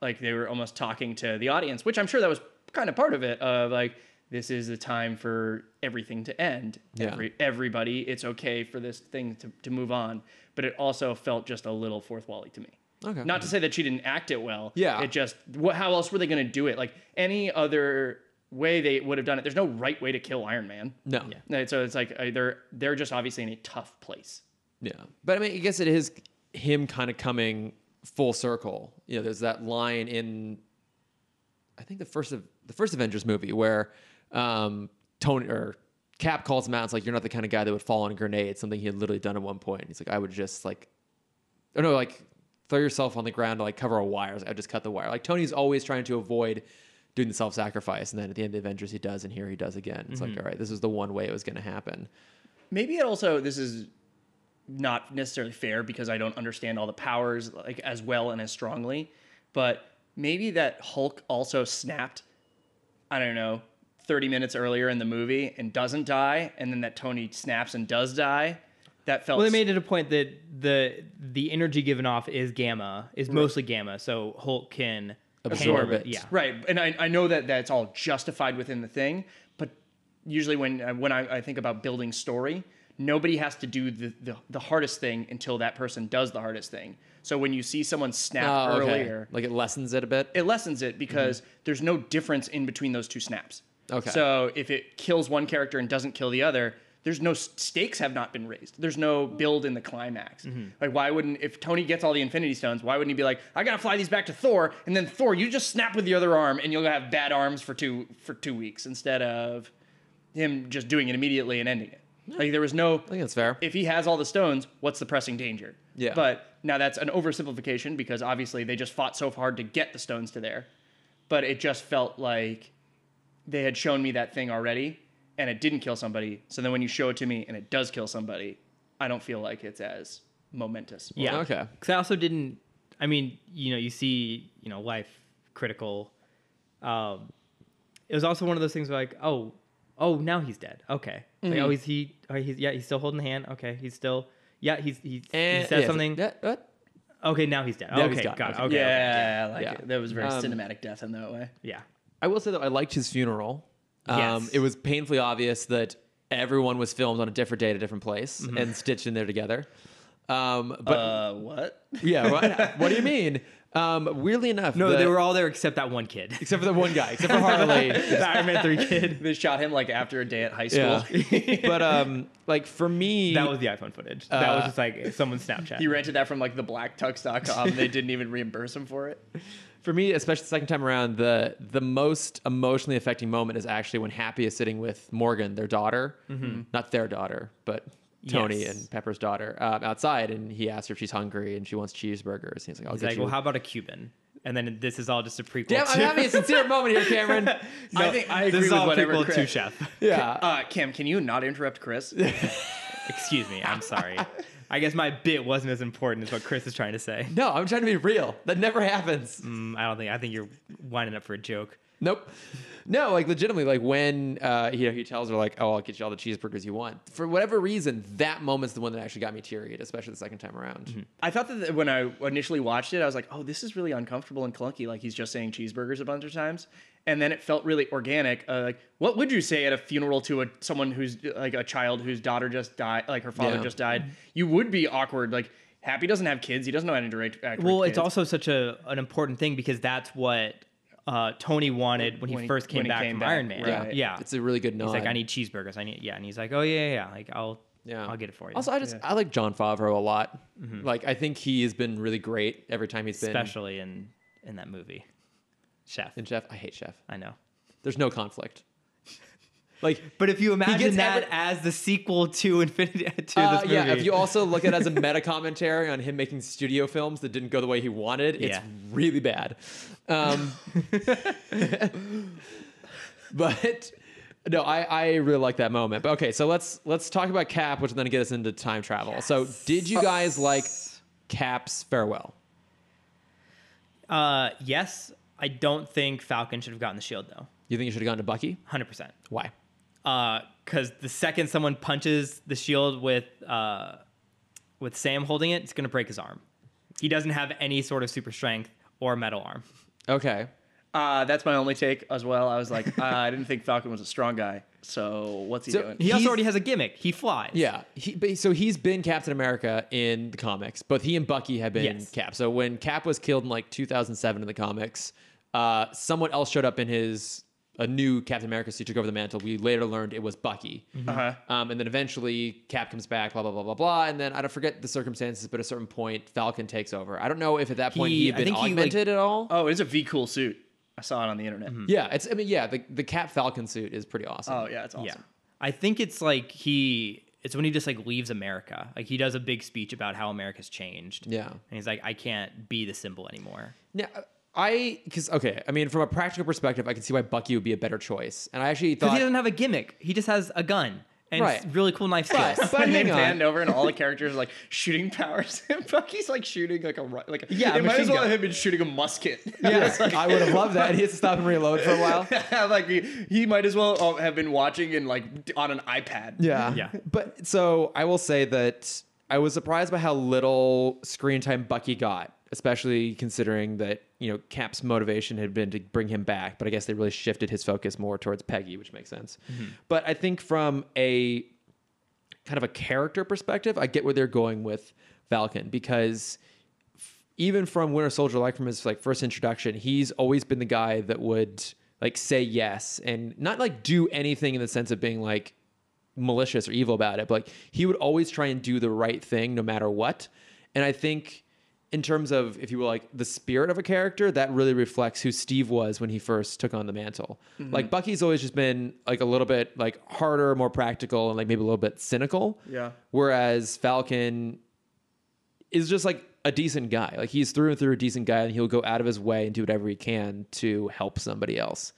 Speaker 3: like they were almost talking to the audience, which I'm sure that was kind of part of it. Of like this is the time for everything to end.
Speaker 1: Yeah.
Speaker 3: Every, everybody, it's okay for this thing to, to move on. But it also felt just a little fourth wally to me.
Speaker 1: Okay.
Speaker 3: Not to say that she didn't act it well.
Speaker 1: Yeah.
Speaker 3: It just what, how else were they going to do it? Like any other way they would have done it. There's no right way to kill Iron Man.
Speaker 1: No.
Speaker 2: Yeah.
Speaker 3: No, so it's like uh, they're they're just obviously in a tough place.
Speaker 1: Yeah. But I mean, I guess it is him kind of coming full circle. You know, there's that line in I think the first of the first Avengers movie where um Tony or Cap calls him out. It's like you're not the kind of guy that would fall on a grenade. Something he had literally done at one point. He's like, I would just like, oh no, like throw yourself on the ground to like cover a wire. I would just cut the wire. Like Tony's always trying to avoid doing the self sacrifice, and then at the end of Avengers he does, and here he does again. It's like, all right, this is the one way it was going to happen.
Speaker 3: Maybe it also this is not necessarily fair because I don't understand all the powers like as well and as strongly, but maybe that Hulk also snapped. I don't know. 30 minutes earlier in the movie and doesn't die and then that Tony snaps and does die that
Speaker 2: *laughs*
Speaker 3: felt
Speaker 2: Well, they made it a point that the the energy given off is gamma, is mostly gamma, so Hulk can
Speaker 1: Absorb
Speaker 2: handle
Speaker 1: it.
Speaker 2: Yeah.
Speaker 3: Right, and I, I know that that's all justified within the thing, but usually when uh, when I, I think about building story, nobody has to do the, the the hardest thing until that person does the hardest thing. So when you see someone snap
Speaker 1: Oh, okay.
Speaker 3: earlier,
Speaker 1: Like it lessens it a bit.
Speaker 3: it lessens it because there's no difference in between those two snaps.
Speaker 1: Okay.
Speaker 3: So if it kills one character and doesn't kill the other, there's no stakes have not been raised. There's no build in the climax. Like why wouldn't if Tony gets all the Infinity Stones, why wouldn't he be like, I gotta fly these back to Thor, and then Thor, you just snap with the other arm, and you'll have bad arms for two for two weeks instead of him just doing it immediately and ending it. Like there was no
Speaker 1: I think that's fair.
Speaker 3: if he has all the stones, what's the pressing danger?
Speaker 1: Yeah.
Speaker 3: But now that's an oversimplification because obviously they just fought so hard to get the stones to there. But it just felt like they had shown me that thing already and it didn't kill somebody. So then when you show it to me and it does kill somebody, I don't feel like it's as momentous.
Speaker 2: Yeah.
Speaker 1: Okay.
Speaker 2: Because I also didn't. I mean, you know, you see, you know, life critical. Um, it was also one of those things where like, oh, oh, now he's dead. Okay. Like,
Speaker 1: Mm-hmm.
Speaker 2: oh, he's he. Oh, he's yeah. He's still holding the hand. Okay. He's still. Yeah. He's he. he said
Speaker 1: Eh, yeah,
Speaker 2: something.
Speaker 1: so- yeah, what?
Speaker 2: Okay. Now he's dead.
Speaker 1: Now
Speaker 2: okay.
Speaker 1: he's
Speaker 2: got
Speaker 1: gone.
Speaker 2: it.
Speaker 1: Okay.
Speaker 2: Okay. okay,
Speaker 3: yeah, like
Speaker 1: yeah.
Speaker 3: It. that was very
Speaker 1: Um,
Speaker 3: cinematic death in that way.
Speaker 2: Yeah.
Speaker 1: I will say though, I liked his funeral. Um,
Speaker 2: Yes.
Speaker 1: It was painfully obvious that everyone was filmed on a different day at a different place and stitched in there together. Um, but
Speaker 3: uh, what? *laughs*
Speaker 1: yeah, what, what do you mean? Um, weirdly enough,
Speaker 2: No,
Speaker 1: the-
Speaker 2: they were all there except that one kid.
Speaker 1: except for the one guy, *laughs* except for Harley.
Speaker 2: *laughs* the Iron Man 3 kid.
Speaker 3: They shot him like after a day at high school. *laughs*
Speaker 1: yeah, *laughs* but um, like for me,
Speaker 2: *laughs* That was the iPhone footage. That
Speaker 1: Uh,
Speaker 2: was just
Speaker 1: *laughs*
Speaker 2: like someone's Snapchat.
Speaker 3: He rented that from like the blacktux.com. and they didn't even reimburse him for it.
Speaker 1: for me, especially the second time around, the the most emotionally affecting moment is actually when Happy is sitting with Morgan, their daughter, not their daughter, but Tony
Speaker 2: Mm-hmm. Yes.
Speaker 1: and Pepper's daughter, um, outside, and he asks her if she's hungry and she wants cheeseburgers. And he's like, "I'll
Speaker 2: He's
Speaker 1: get
Speaker 2: like,
Speaker 1: you."
Speaker 2: well, how about a Cuban? And then this is all just a prequel.
Speaker 1: Damn,
Speaker 2: to-
Speaker 1: I'm having a
Speaker 2: *laughs*
Speaker 1: sincere moment here, Cameron.
Speaker 2: No,
Speaker 3: I think I agree
Speaker 2: this is
Speaker 3: with
Speaker 2: all
Speaker 3: whatever
Speaker 2: prequel to
Speaker 3: Chris-
Speaker 2: Chef. *laughs*
Speaker 1: Yeah,
Speaker 3: Uh, Kim, can you not interrupt Chris?
Speaker 2: Excuse me. I'm *laughs* sorry. I guess my bit wasn't as important as what Chris is trying to say.
Speaker 1: no, I'm trying to be real. That never happens.
Speaker 2: Mm, I don't think. I think you're winding up for a joke.
Speaker 1: Nope. No, like legitimately, like when uh, you know he tells her like, "Oh, I'll get you all the cheeseburgers you want." For whatever reason, that moment's the one that actually got me teary-eyed, especially the second time around.
Speaker 2: Mm-hmm.
Speaker 3: I thought that th- when I initially watched it, I was like, oh, this is really uncomfortable and clunky. Like he's just saying cheeseburgers a bunch of times. And then it felt really organic. Uh, like, what would you say at a funeral to a someone who's like a child whose daughter just died, like her father
Speaker 1: Yeah.
Speaker 3: just died? You would be awkward. Like, Happy doesn't have kids. He doesn't know how to direct. act with
Speaker 2: Well, it's
Speaker 3: kids.
Speaker 2: also such a an important thing because that's what uh, Tony wanted when he
Speaker 3: When he-
Speaker 2: first came
Speaker 3: when he
Speaker 2: back
Speaker 3: came
Speaker 2: from
Speaker 3: back,
Speaker 2: Iron Man.
Speaker 3: right.
Speaker 2: Yeah,
Speaker 1: it's a really good nod.
Speaker 2: he's like, I need cheeseburgers. I need yeah, and he's like, oh yeah, yeah, yeah. like I'll yeah, I'll get it for you. Mm-hmm.
Speaker 1: Also, I just I like John Favreau a lot. Like, I think he has been really great every time he's been
Speaker 2: especially in in that movie, Chef.
Speaker 1: in Chef. I hate Chef.
Speaker 2: I know.
Speaker 1: There's no
Speaker 2: *laughs*
Speaker 1: conflict. Like,
Speaker 2: But if you imagine
Speaker 1: gets
Speaker 2: that
Speaker 1: every-
Speaker 2: as the sequel to Infinity *laughs* to
Speaker 1: uh,
Speaker 2: this movie,
Speaker 1: yeah. If you also look
Speaker 2: *laughs*
Speaker 1: at it as a meta commentary on him making studio films that didn't go the way he wanted, it's
Speaker 2: Yeah.
Speaker 1: really bad.
Speaker 2: *laughs*
Speaker 1: Um, but no, I, I really like that moment. But okay, so let's let's talk about Cap, which is going to get us into time travel. So, did you guys like Cap's farewell?
Speaker 2: uh, yes, I don't think Falcon should have gotten the shield though.
Speaker 1: You think you should have gone to Bucky?
Speaker 2: Hundred percent.
Speaker 1: Why?
Speaker 2: because the second someone punches the shield with uh, with Sam holding it, it's gonna break his arm. He doesn't have any sort of super strength or metal arm.
Speaker 1: Okay.
Speaker 3: Uh, that's my only take as well. I was like, uh, I didn't think Falcon was a strong guy. So what's he
Speaker 1: So
Speaker 3: doing?
Speaker 2: He
Speaker 1: He's-
Speaker 2: also already has a gimmick. He flies.
Speaker 1: Yeah. He, but, so he's been Captain America in the comics. Both he and Bucky have been
Speaker 2: Yes.
Speaker 1: Cap. So when Cap was killed in like 2007 in the comics, uh, someone else showed up in his a new Captain America suit took over the mantle. We later learned it was Bucky.
Speaker 2: Mm-hmm.
Speaker 3: Uh-huh.
Speaker 1: Um, and then eventually Cap comes back, blah blah blah blah blah. And then I don't forget the circumstances, but at a certain point Falcon takes over. I don't know if at that point he,
Speaker 2: He-
Speaker 1: had
Speaker 2: I
Speaker 1: been
Speaker 2: think he, like-
Speaker 1: augmented at all.
Speaker 3: Oh, it's a V cool suit. I saw it on the internet.
Speaker 1: yeah, it's I mean yeah, the, the Cap Falcon suit is pretty awesome.
Speaker 3: Oh, yeah, it's awesome.
Speaker 2: Yeah. I think it's like he. It's when he just like leaves America. Like he does a big speech about how America's changed.
Speaker 1: Yeah.
Speaker 2: And he's like, I can't be the symbol anymore.
Speaker 1: Now, I because okay, I mean, from a practical perspective, I can see why Bucky would be a better choice, and I actually
Speaker 2: Because
Speaker 1: thought,
Speaker 2: he doesn't have a gimmick. He just has a gun and
Speaker 1: Right.
Speaker 2: really cool knife skills.
Speaker 1: But-
Speaker 2: *laughs*
Speaker 3: and they
Speaker 1: hang on.
Speaker 3: panned over, and all the characters are like shooting powers, *laughs* and Bucky's like shooting like a ru- like a,
Speaker 2: Yeah,
Speaker 3: It might as
Speaker 2: machine
Speaker 3: well
Speaker 2: gun.
Speaker 3: have been shooting a musket. *laughs*
Speaker 1: yeah, *laughs* I would have loved that. He has to stop and reload for a while.
Speaker 3: like he, he might as well uh, have been watching and like d- on an iPad.
Speaker 1: Yeah,
Speaker 2: Yeah.
Speaker 1: But so I will say that I was surprised by how little screen time Bucky got, especially considering that you know Cap's motivation had been to bring him back. But I guess they really shifted his focus more towards Peggy, which makes sense. But I think from a kind of a character perspective, I get where they're going with Falcon because f- even from Winter Soldier, like from his like first introduction, he's always been the guy that would like say yes and not like do anything in the sense of being like malicious or evil about it, but like he would always try and do the right thing no matter what. And I think in terms of if you will like the spirit of a character that really reflects who steve was when he first took on the mantle like bucky's always just been like a little bit like harder more practical and like maybe a little bit cynical
Speaker 3: Yeah.
Speaker 1: whereas falcon is just like a decent guy like he's through and through a decent guy and he'll go out of his way and do whatever he can to help somebody else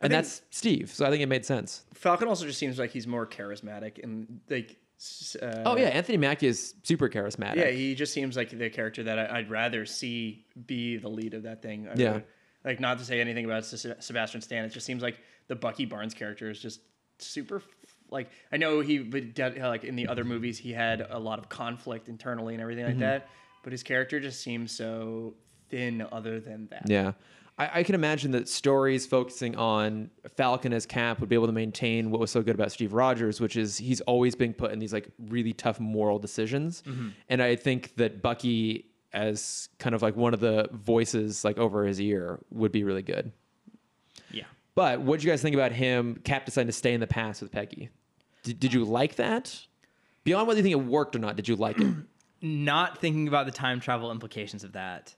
Speaker 1: and that's steve so i think it made sense
Speaker 3: Falcon also just seems like he's more charismatic and like. s- Uh,
Speaker 1: oh yeah anthony mackie is super charismatic
Speaker 3: Yeah, he just seems like the character that I, I'd rather see be the lead of that thing. I
Speaker 1: Yeah.
Speaker 3: would- like, not to say anything about Se- Sebastian Stan, it just seems like the Bucky Barnes character is just super. f- Like, I know he, would de- uh, like, in the other movies, he had a lot of conflict
Speaker 1: Mm-hmm.
Speaker 3: internally and everything like that, but his character just seems so thin other than that.
Speaker 1: Yeah. I, I can imagine that stories focusing on Falcon as Cap would be able to maintain what was so good about Steve Rogers, which is he's always being put in these like really tough moral decisions. And I think that Bucky as kind of like one of the voices like over his ear would be really good.
Speaker 2: Yeah.
Speaker 1: But what did you guys think about him, Cap deciding to stay in the past with Peggy? Did, did you like that? Beyond whether you think it worked or not, did you like
Speaker 2: *clears throat*
Speaker 1: it?
Speaker 2: Not thinking about the time travel implications of that.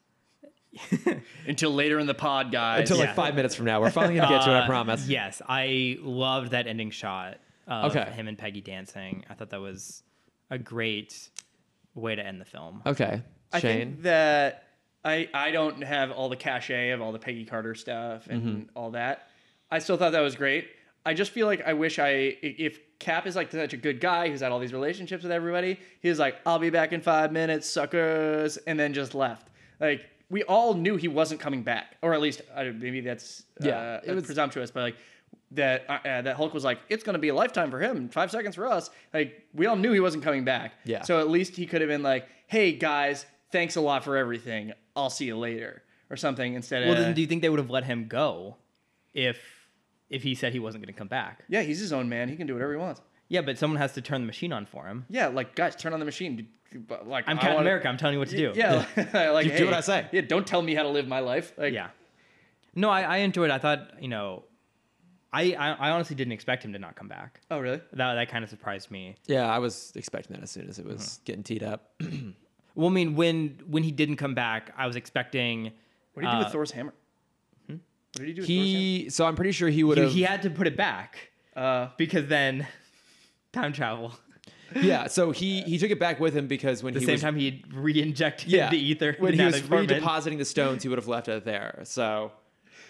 Speaker 3: Until later in the pod, guys.
Speaker 1: Until
Speaker 2: Yeah.
Speaker 1: like five minutes from now. We're finally going to get to it, I
Speaker 2: Uh,
Speaker 1: promise.
Speaker 2: Yes, I loved that ending shot of
Speaker 1: Okay.
Speaker 2: him and Peggy dancing. I thought that was a great way to end the film.
Speaker 1: Okay.
Speaker 3: I
Speaker 1: Shane?
Speaker 3: think that I I don't have all the cachet of all the Peggy Carter stuff and
Speaker 1: Mm-hmm.
Speaker 3: all that. I still thought that was great. I just feel like I wish I i- if Cap is like such a good guy who's had all these relationships with everybody, he was like, I'll be back in five minutes, suckers, and then just left. Like we all knew he wasn't coming back, or at least I don't- maybe that's
Speaker 1: Yeah,
Speaker 3: uh,
Speaker 1: it was-
Speaker 3: presumptuous, but like that uh, uh, that Hulk was like, it's gonna be a lifetime for him, five seconds for us. Like we all knew he wasn't coming back.
Speaker 1: Yeah.
Speaker 3: So at least he could have been like, hey guys, thanks a lot for everything. I'll see you later or something instead
Speaker 2: Well,
Speaker 3: of.
Speaker 2: then do you think they would have let him go if if he said he wasn't going to come back?
Speaker 3: yeah, he's his own man. He can do whatever he wants.
Speaker 2: Yeah, but someone has to turn the machine on for him.
Speaker 3: Yeah, like guys, turn on the machine. But, Like
Speaker 2: I'm
Speaker 3: I
Speaker 2: Captain
Speaker 3: wanna-
Speaker 2: America. I'm telling you what to do.
Speaker 3: *laughs* Yeah, *laughs* like
Speaker 1: You do
Speaker 3: hey,
Speaker 1: what I say.
Speaker 3: Yeah, don't tell me how to live my life. Like,
Speaker 2: yeah. No, I, I enjoyed. it. I thought you know, I, I I honestly didn't expect him to not come back.
Speaker 3: Oh really?
Speaker 2: That that kind of surprised me.
Speaker 1: Yeah, I was expecting that as soon as it was
Speaker 2: Uh-huh.
Speaker 1: getting teed up.
Speaker 2: Well, I mean, when when he didn't come back, I was expecting.
Speaker 3: What did he do
Speaker 2: uh,
Speaker 3: with Thor's hammer? What did he do with
Speaker 1: He, so I'm pretty sure he would
Speaker 2: he,
Speaker 1: have.
Speaker 2: he had to put it back
Speaker 3: Thor's hammer? Uh,
Speaker 2: because then time travel.
Speaker 1: yeah, so he he took it back with him because when
Speaker 2: The
Speaker 1: he
Speaker 2: same
Speaker 1: was,
Speaker 2: time he re-injected
Speaker 1: yeah,
Speaker 2: the ether
Speaker 1: when
Speaker 2: in
Speaker 1: he
Speaker 2: that
Speaker 1: was
Speaker 2: apartment.
Speaker 1: redepositing the stones, he would have left it there. So,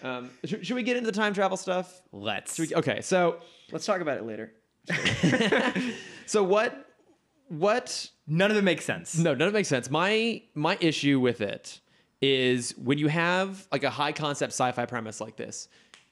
Speaker 1: um, should, should we get into the time travel stuff?
Speaker 2: Let's.
Speaker 1: Should we- okay, so
Speaker 3: let's talk about it later.
Speaker 1: so what what
Speaker 2: None of it makes sense.
Speaker 1: No, none of it makes sense. My my issue with it is when you have like a high concept sci-fi premise like this,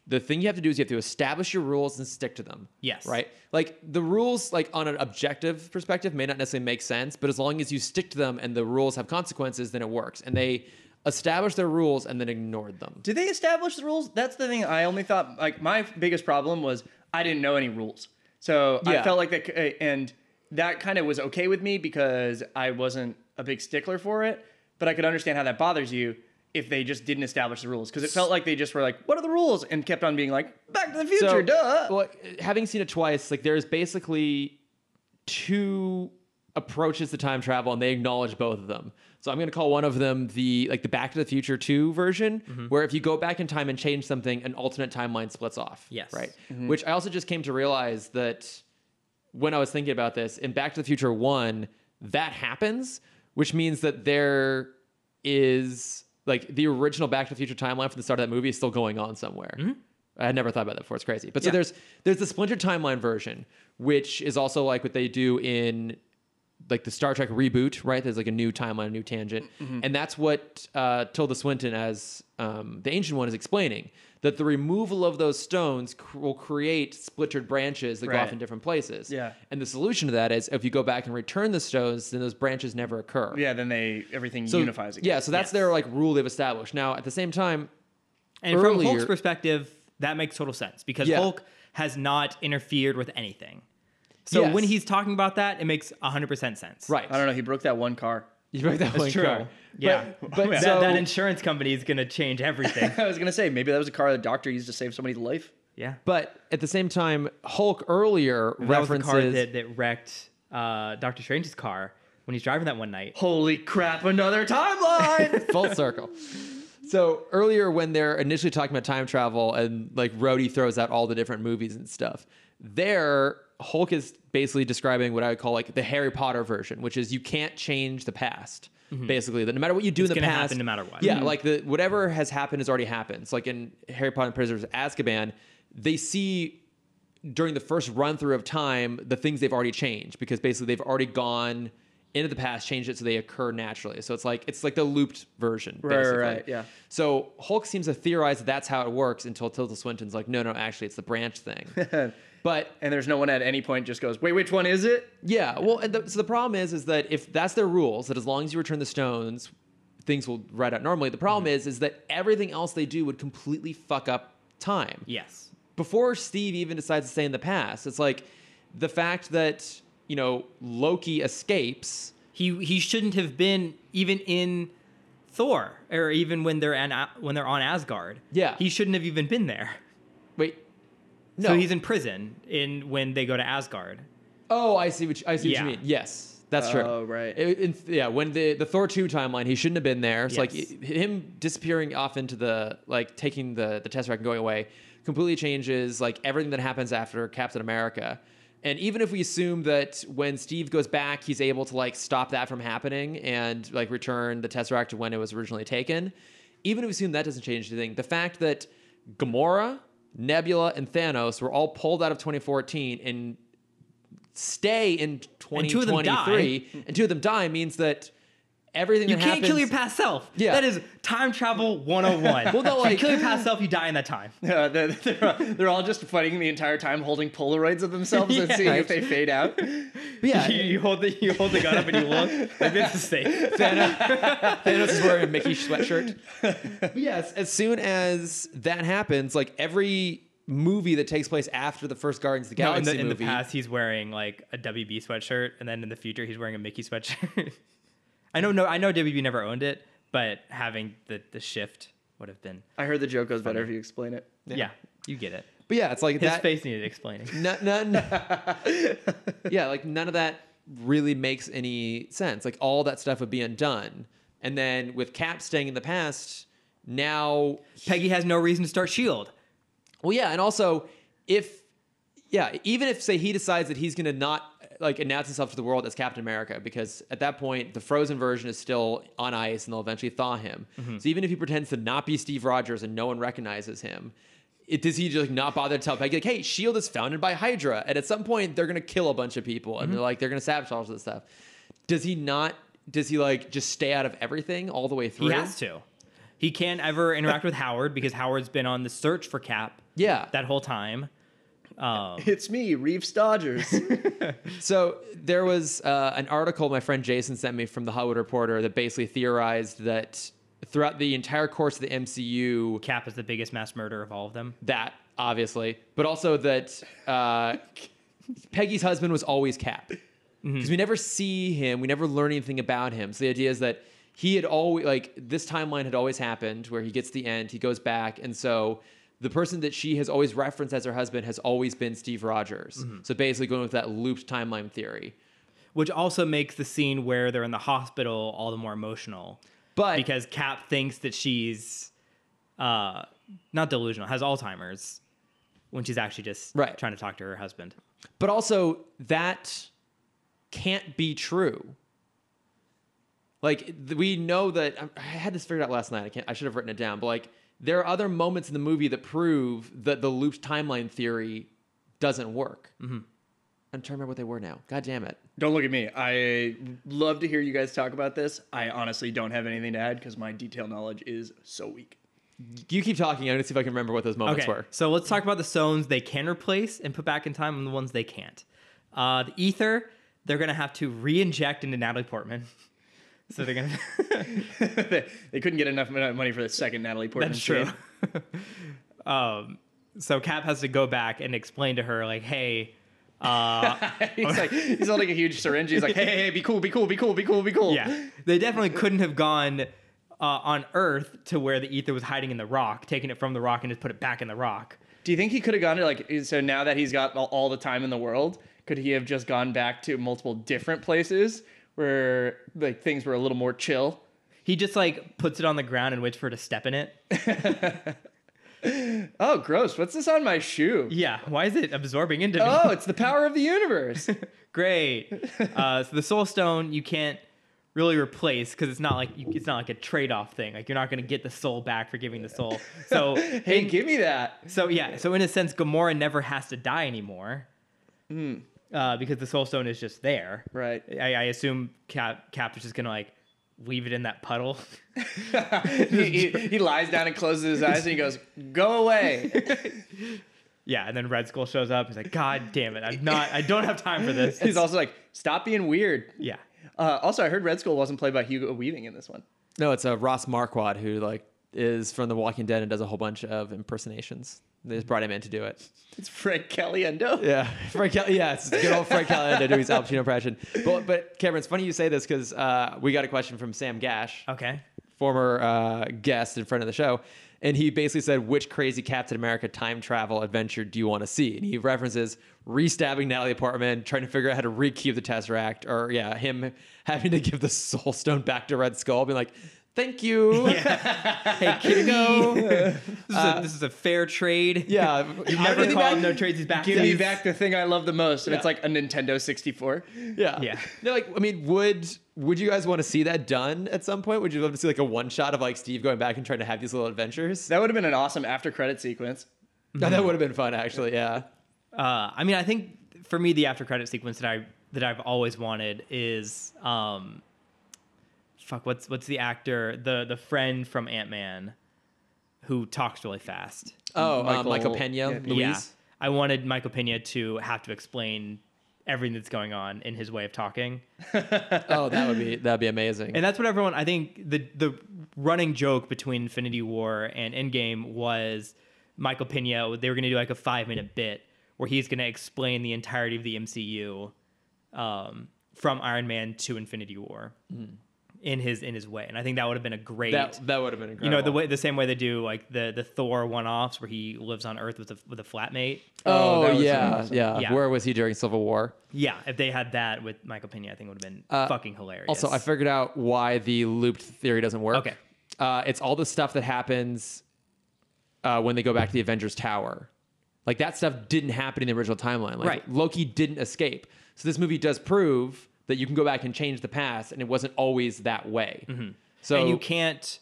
Speaker 1: the thing you have to do is you have to establish your rules and stick to them.
Speaker 2: Yes.
Speaker 1: Right? Like the rules, like on an objective perspective, may not necessarily make sense, but as long as you stick to them and the rules have consequences, then it works. And they established their rules and then ignored them.
Speaker 3: Did they establish the rules? That's the thing. I only thought like my biggest problem was I didn't know any rules, so
Speaker 1: Yeah.
Speaker 3: I felt like that, c- uh, and that kind of was okay with me because I wasn't a big stickler for it. But I could understand how that bothers you if they just didn't establish the rules because it felt like they just were like, "What are the rules?" and kept on being like, "Back to the Future,
Speaker 1: So,
Speaker 3: duh."
Speaker 1: Well, having seen it twice, like there's basically two approaches to time travel, and they acknowledge both of them. So I'm going to call one of them the like the Back to the Future Two version,
Speaker 3: Mm-hmm.
Speaker 1: where if you go back in time and change something, an alternate timeline splits off.
Speaker 2: Yes.
Speaker 1: right.
Speaker 3: Mm-hmm.
Speaker 1: Which I also just came to realize that when I was thinking about this in Back to the Future 1, that happens, which means that there is like the original Back to the Future timeline from the start of that movie is still going on somewhere. I had never thought about that before. It's crazy. But so there's there's the splinter timeline version, which is also like what they do in like the Star Trek reboot, right? There's like a new timeline, a new tangent,
Speaker 2: Mm-hmm.
Speaker 1: and that's what uh, Tilda Swinton, as um, the ancient one, is explaining that the removal of those stones cr- will create splintered branches that go off
Speaker 3: Right.
Speaker 1: in different places.
Speaker 3: Yeah.
Speaker 1: and the solution to that is if you go back and return the stones, then those branches never occur.
Speaker 3: yeah, then they everything
Speaker 1: So-
Speaker 3: unifies again.
Speaker 1: Yeah, so that's
Speaker 2: Yes.
Speaker 1: their like rule they've established. Now, at the same time,
Speaker 2: And from Hulk's
Speaker 1: Earlier-
Speaker 2: perspective, that makes total sense because
Speaker 1: Yeah.
Speaker 2: Hulk has not interfered with anything. So
Speaker 1: Yes.
Speaker 2: when he's talking about that, it makes 100% sense.
Speaker 1: right?
Speaker 3: I don't know. He broke that one car. *laughs*
Speaker 1: You break that one
Speaker 2: True.
Speaker 1: car.
Speaker 2: *laughs* Yeah.
Speaker 1: but,
Speaker 2: But
Speaker 1: but
Speaker 2: that,
Speaker 1: so,
Speaker 2: that insurance company is going to change
Speaker 1: *laughs*
Speaker 2: everything.
Speaker 3: I was gonna say maybe that was a car the doctor used to save somebody's life.
Speaker 2: yeah.
Speaker 1: but at the same time, Hulk earlier
Speaker 2: That was the
Speaker 1: references
Speaker 2: car that, that wrecked uh, Doctor Strange's car when he's driving that one night.
Speaker 3: Holy crap! Another timeline.
Speaker 1: *laughs* full circle. So earlier, when they're initially talking about time travel and like Rhodey throws out all the different movies and stuff, there Hulk is basically describing what I would call like the Harry Potter version, which is you can't change the past. Basically, that no matter what you do in the
Speaker 2: Mm-hmm. gonna
Speaker 1: past,
Speaker 2: happen no matter what. Mm-hmm.
Speaker 1: Yeah, like the whatever has happened has already happened. So like in Harry Potter and Prisoners of Azkaban, they see during the first run through of time the things they've already changed because basically they've already gone into the past, changed it so they occur naturally. So it's like it's like the looped version.
Speaker 3: Right, right,
Speaker 1: basically.
Speaker 3: right, yeah.
Speaker 1: So Hulk seems to theorize that that's how it works until Tilda Swinton's like, no, no, actually it's the branch thing.
Speaker 3: *laughs*
Speaker 1: but
Speaker 3: and there's no one at any point just goes, "Wait, which one is it?" *laughs*
Speaker 1: yeah, well, and the, so the problem is, is that if that's their rules, that as long as you return the stones, things will write out normally. The problem
Speaker 3: Mm-hmm.
Speaker 1: is, is that everything else they do would completely fuck up time
Speaker 2: Yes.
Speaker 1: before Steve even decides to stay in the past, it's like the fact that, you know, Loki escapes.
Speaker 2: He he shouldn't have been even in Thor or even when they're an, when they're on Asgard.
Speaker 1: Yeah.
Speaker 2: He shouldn't have even been there.
Speaker 1: Wait. No.
Speaker 2: So he's in prison in when they go to Asgard.
Speaker 1: oh, I see what you, I see
Speaker 2: Yeah.
Speaker 1: what you mean. Yes. That's true.
Speaker 3: Oh, right.
Speaker 1: It- it- yeah, when the the Thor 2 timeline, he shouldn't have been there. It's like
Speaker 2: Yes.
Speaker 1: i- him disappearing off into the like taking the the Tesseract and going away completely changes like everything that happens after Captain America. And even if we assume that when Steve goes back, he's able to like stop that from happening and like return the Tesseract to when it was originally taken, even if we assume that doesn't change anything, the fact that Gamora, Nebula, and Thanos were all pulled out of 2014 and stay in
Speaker 2: two of them die.
Speaker 1: 2023 and two of them die means that everything
Speaker 2: You
Speaker 1: that
Speaker 2: can't
Speaker 1: happens,
Speaker 2: kill your past self.
Speaker 1: Yeah.
Speaker 2: That is time travel
Speaker 1: *laughs*
Speaker 2: 101.
Speaker 1: Well, no,
Speaker 2: If
Speaker 1: like-
Speaker 2: you kill your past self, you die in that time.
Speaker 3: Uh, they're, they're, they're all just fighting the entire time, holding Polaroids of themselves and *laughs*
Speaker 2: Yeah.
Speaker 3: seeing if they fade out.
Speaker 1: Yeah,
Speaker 2: *laughs* you, you hold the you hold the gun up and you look. Like, this is safe.
Speaker 1: *laughs* Thanos, Thanos is wearing a Mickey
Speaker 2: *laughs*
Speaker 1: sweatshirt. But yes, as soon as that happens, like every movie that takes place after the first Guardians of the
Speaker 2: No, in
Speaker 1: Galaxy
Speaker 2: the in the
Speaker 1: movie,
Speaker 2: past, he's wearing like a WB sweatshirt, and then in the future, he's wearing a Mickey sweatshirt. *laughs* I know, no, I know WB never owned it, but having the the shift would have been.
Speaker 3: *laughs* I heard the joke goes better if you explain it.
Speaker 2: Yeah, you get it.
Speaker 1: but yeah, it's like
Speaker 2: His
Speaker 1: that.
Speaker 2: face needed explaining.
Speaker 1: None, *laughs* none, yeah, like none of that really makes any sense. Like all that stuff would be undone. And then with Cap staying in the past, now
Speaker 2: *laughs* Peggy has no reason to start Shield.
Speaker 1: Well, yeah, and also if yeah, even if say he decides that he's going to not like announce himself to the world as Captain America because at that point the frozen version is still on ice and they'll eventually thaw him.
Speaker 2: Mm-hmm.
Speaker 1: So even if he pretends to not be Steve Rogers and no one recognizes him, it, does he just like, not bother to tell Peggy like, "Hey, Shield E is founded by Hydra, and at some point they're going to kill a bunch of people and
Speaker 2: Mm-hmm.
Speaker 1: they're like they're going to sabotage all this stuff." Does he not? Does he like just stay out of everything all the way through?
Speaker 2: He has to. He can't ever interact with Howard because Howard's been on the search for Cap
Speaker 1: Yeah.
Speaker 2: that whole time. Um,
Speaker 3: It's me, Reeves Dodgers. *laughs*
Speaker 1: So there was uh, an article my friend Jason sent me from the Hollywood Reporter that basically theorized that throughout the entire course of the MCU,
Speaker 2: Cap is the biggest mass murderer of all of them.
Speaker 1: that obviously, but also that uh, *laughs* Peggy's husband was always Cap because we never see him, we never learn anything about him. So the idea is that he had always like this timeline had always happened where he gets to the end, he goes back, and so. The person that she has always referenced as her husband has always been Steve Rogers. So basically, going with that looped timeline theory.
Speaker 2: which also makes the scene where they're in the hospital all the more emotional
Speaker 1: But
Speaker 2: because Cap thinks that she's uh not delusional, has Alzheimer's when she's actually just
Speaker 1: Right.
Speaker 2: trying to talk to her husband.
Speaker 1: But also, that can't be true. Like th- we know that I had this figured out last night. I can't. I should have written it down. But like, there are other moments in the movie that prove that the looped timeline theory doesn't work. Mm-hmm. I'm trying to remember what they were now. God damn it!
Speaker 3: don't look at me. I love to hear you guys talk about this. I honestly don't have anything to add because my detail knowledge is so weak. *laughs*
Speaker 1: You keep talking. I'm gonna see if I can remember what those moments
Speaker 2: Okay.
Speaker 1: were.
Speaker 2: So let's talk about the zones they can replace and put back in time and the ones they can't. Uh the ether, they're gonna have to re-inject into Natalie Portman. *laughs* So *laughs* they're gonna
Speaker 3: they they couldn't get enough mon- money for the second Natalie Portman.
Speaker 2: That's true.
Speaker 3: scene. *laughs*
Speaker 2: *laughs* um, so Cap has to go back and explain to her, like, hey, uh,
Speaker 3: he's like he's holding a huge syringe. He's like, hey, hey, hey, be cool, be cool, be cool, be cool, be *laughs* cool.
Speaker 2: yeah, they definitely couldn't have gone uh, on Earth to where the ether was hiding in the rock, taking it from the rock and just put it back in the rock.
Speaker 3: Do you think he could have gone to like so now that he's got all, all the time in the world, could he have just gone back to multiple different places where like things were a little more chill?
Speaker 2: He just like puts it on the ground and waits for her to step in it.
Speaker 3: Oh, gross. What's this on my shoe?
Speaker 2: Yeah, *laughs* why is it absorbing into me?
Speaker 3: Oh, it's the power of the *laughs* universe.
Speaker 2: *laughs* Great. Uh, so the soul stone you can't really replace because it's not like you, it's not like a trade off thing. Like you're not gonna get the soul back for giving the soul. So
Speaker 3: *laughs* hey, give me that.
Speaker 2: So yeah, so in a sense, Gamora never has to die anymore, uh, because the Soul Stone is just there.
Speaker 3: Right.
Speaker 2: I, I assume Cap Cap is just gonna like leave it in that puddle.
Speaker 3: *laughs*
Speaker 2: *laughs*
Speaker 3: he, he, he lies down and closes his eyes and he goes, "Go *laughs* away."
Speaker 2: yeah, and then Red Skull shows up. He's like, God damn it, I'm not. I don't have time for
Speaker 3: *laughs*
Speaker 2: this.
Speaker 3: He's also like, "Stop being weird."
Speaker 2: yeah.
Speaker 3: Uh, also, I heard Red Skull wasn't played by Hugo Weaving in this one.
Speaker 1: No, it's uh, Ross Marquardt who like is from The Walking Dead and does a whole bunch of impersonations. They just brought him in to do it.
Speaker 3: It's Frank Caliendo.
Speaker 1: Yeah, *laughs* Frank. Cal- yeah, it's good old Frank Calenda doing his Al Pacino impression. But but Cameron, it's funny you say this because uh, we got a question from Sam Gash,
Speaker 2: Okay.
Speaker 1: former uh, guest and friend of the show, and he basically said, "Which crazy Captain America time travel adventure do you want to see?" And he references restabbing Natalie Portman, trying to figure out how to recube the Tesseract, or yeah, him having to give the Soul Stone back to Red Skull, being like, "Thank
Speaker 2: *laughs*
Speaker 1: you."
Speaker 2: Hey, kiddo. *laughs* this, is a, this is a fair trade.
Speaker 1: Yeah,
Speaker 2: You
Speaker 1: how
Speaker 2: never
Speaker 1: did he
Speaker 2: call
Speaker 1: back-
Speaker 2: him no trades. He's back.
Speaker 3: Give
Speaker 2: to
Speaker 3: me
Speaker 2: us.
Speaker 3: back the thing I love the most, and it's
Speaker 1: Yeah.
Speaker 3: like a Nintendo 64.
Speaker 1: Yeah.
Speaker 2: Yeah.
Speaker 1: No, like I mean, would would you guys want to see that done at some point? Would you love to see like a one shot of like Steve going back and trying to have these little adventures?
Speaker 3: That would have been an awesome after credit sequence.
Speaker 1: No, that would have been fun actually, yeah.
Speaker 2: Uh, I mean, I think for me, the after credit sequence that I that I've always wanted is um, fuck. What's what's the actor the the friend from Ant Man, who talks really fast.
Speaker 1: Oh, Michael, uh, Michael
Speaker 3: Michael-
Speaker 1: Pena,
Speaker 3: yeah.
Speaker 1: Louise.
Speaker 2: Yeah. I wanted Michael Pena to have to explain everything that's going on in his way of talking.
Speaker 1: Oh, that would be that'd be amazing.
Speaker 2: And that's what everyone I think the the running joke between Infinity War and Endgame was Michael Pena they were going to do like a 5 minute bit where he's going to explain the entirety of the MCU um, from Iron Man to Infinity War in his in his way. And I think that would have been a great
Speaker 1: Hmm. that that would have been
Speaker 2: you
Speaker 1: incredible.
Speaker 2: know the way the same way they do like the the Thor one-offs where he lives on Earth with a with a flatmate.
Speaker 1: Oh,
Speaker 3: Oh, that was
Speaker 1: yeah,
Speaker 3: awesome.
Speaker 1: yeah,
Speaker 2: Yeah.
Speaker 1: Where was he during Civil War?
Speaker 2: Yeah, if they had that with Michael Pena, I think it would have been
Speaker 1: Uh,
Speaker 2: fucking hilarious.
Speaker 1: Also, I figured out why the looped theory doesn't work.
Speaker 2: Okay.
Speaker 1: Uh, it's all the stuff that happens uh, when they go back to the Avengers Tower. Like that stuff didn't happen in the original timeline. Like
Speaker 2: Right.
Speaker 1: Loki didn't escape. So this movie does prove that you can go back and change the past, and it wasn't always that way. So
Speaker 2: Mm-hmm. and you can't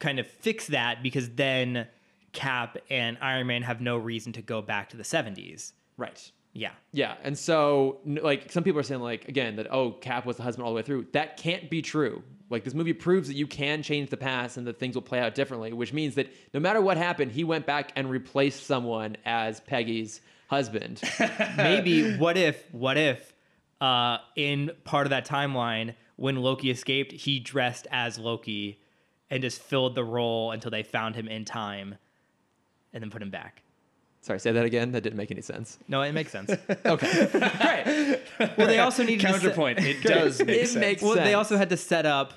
Speaker 2: kind of fix that because then Cap and Iron Man have no reason to go back to the 70s.
Speaker 1: right. *laughs*
Speaker 2: Yeah.
Speaker 1: Yeah, and so n- like some people are saying like again that oh Cap was the husband all the way through. That can't be true. Like this movie proves that you can change the past and that things will play out differently, which means that no matter what happened, he went back and replaced someone as Peggy's husband. *laughs*
Speaker 2: Maybe what if what if uh in part of that timeline when Loki escaped, he dressed as Loki and just filled the role until they found him in time and then put him back.
Speaker 1: Sorry, say that again. That didn't make any sense.
Speaker 2: No, it
Speaker 1: *laughs*
Speaker 2: makes sense.
Speaker 1: Okay, great.
Speaker 2: well,
Speaker 3: *laughs*
Speaker 2: they also needed to set-
Speaker 3: Counterpoint.
Speaker 2: *laughs*
Speaker 3: It does make
Speaker 1: It
Speaker 3: sense.
Speaker 1: makes
Speaker 2: well,
Speaker 1: sense.
Speaker 2: they also had to set up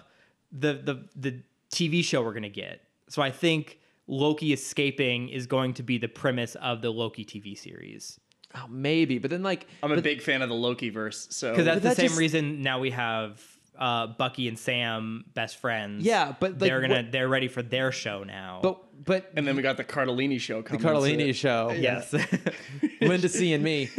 Speaker 2: the the the TV show we're gonna get. So I think Loki escaping is going to be the premise of the Loki TV series
Speaker 1: *laughs* oh, maybe, but then like
Speaker 3: I'm a big fan of the Loki verse, so
Speaker 2: because that's
Speaker 1: Oh, that
Speaker 2: the same
Speaker 1: just-
Speaker 2: reason now we have uh, Bucky and Sam best friends.
Speaker 1: Yeah, but, like,
Speaker 2: they're gonna
Speaker 1: what-
Speaker 2: they're ready for their show now.
Speaker 1: but but
Speaker 3: and then we got the Cardellini show coming. *laughs*
Speaker 1: Cardellini show,
Speaker 2: yes,
Speaker 1: Linda C and me,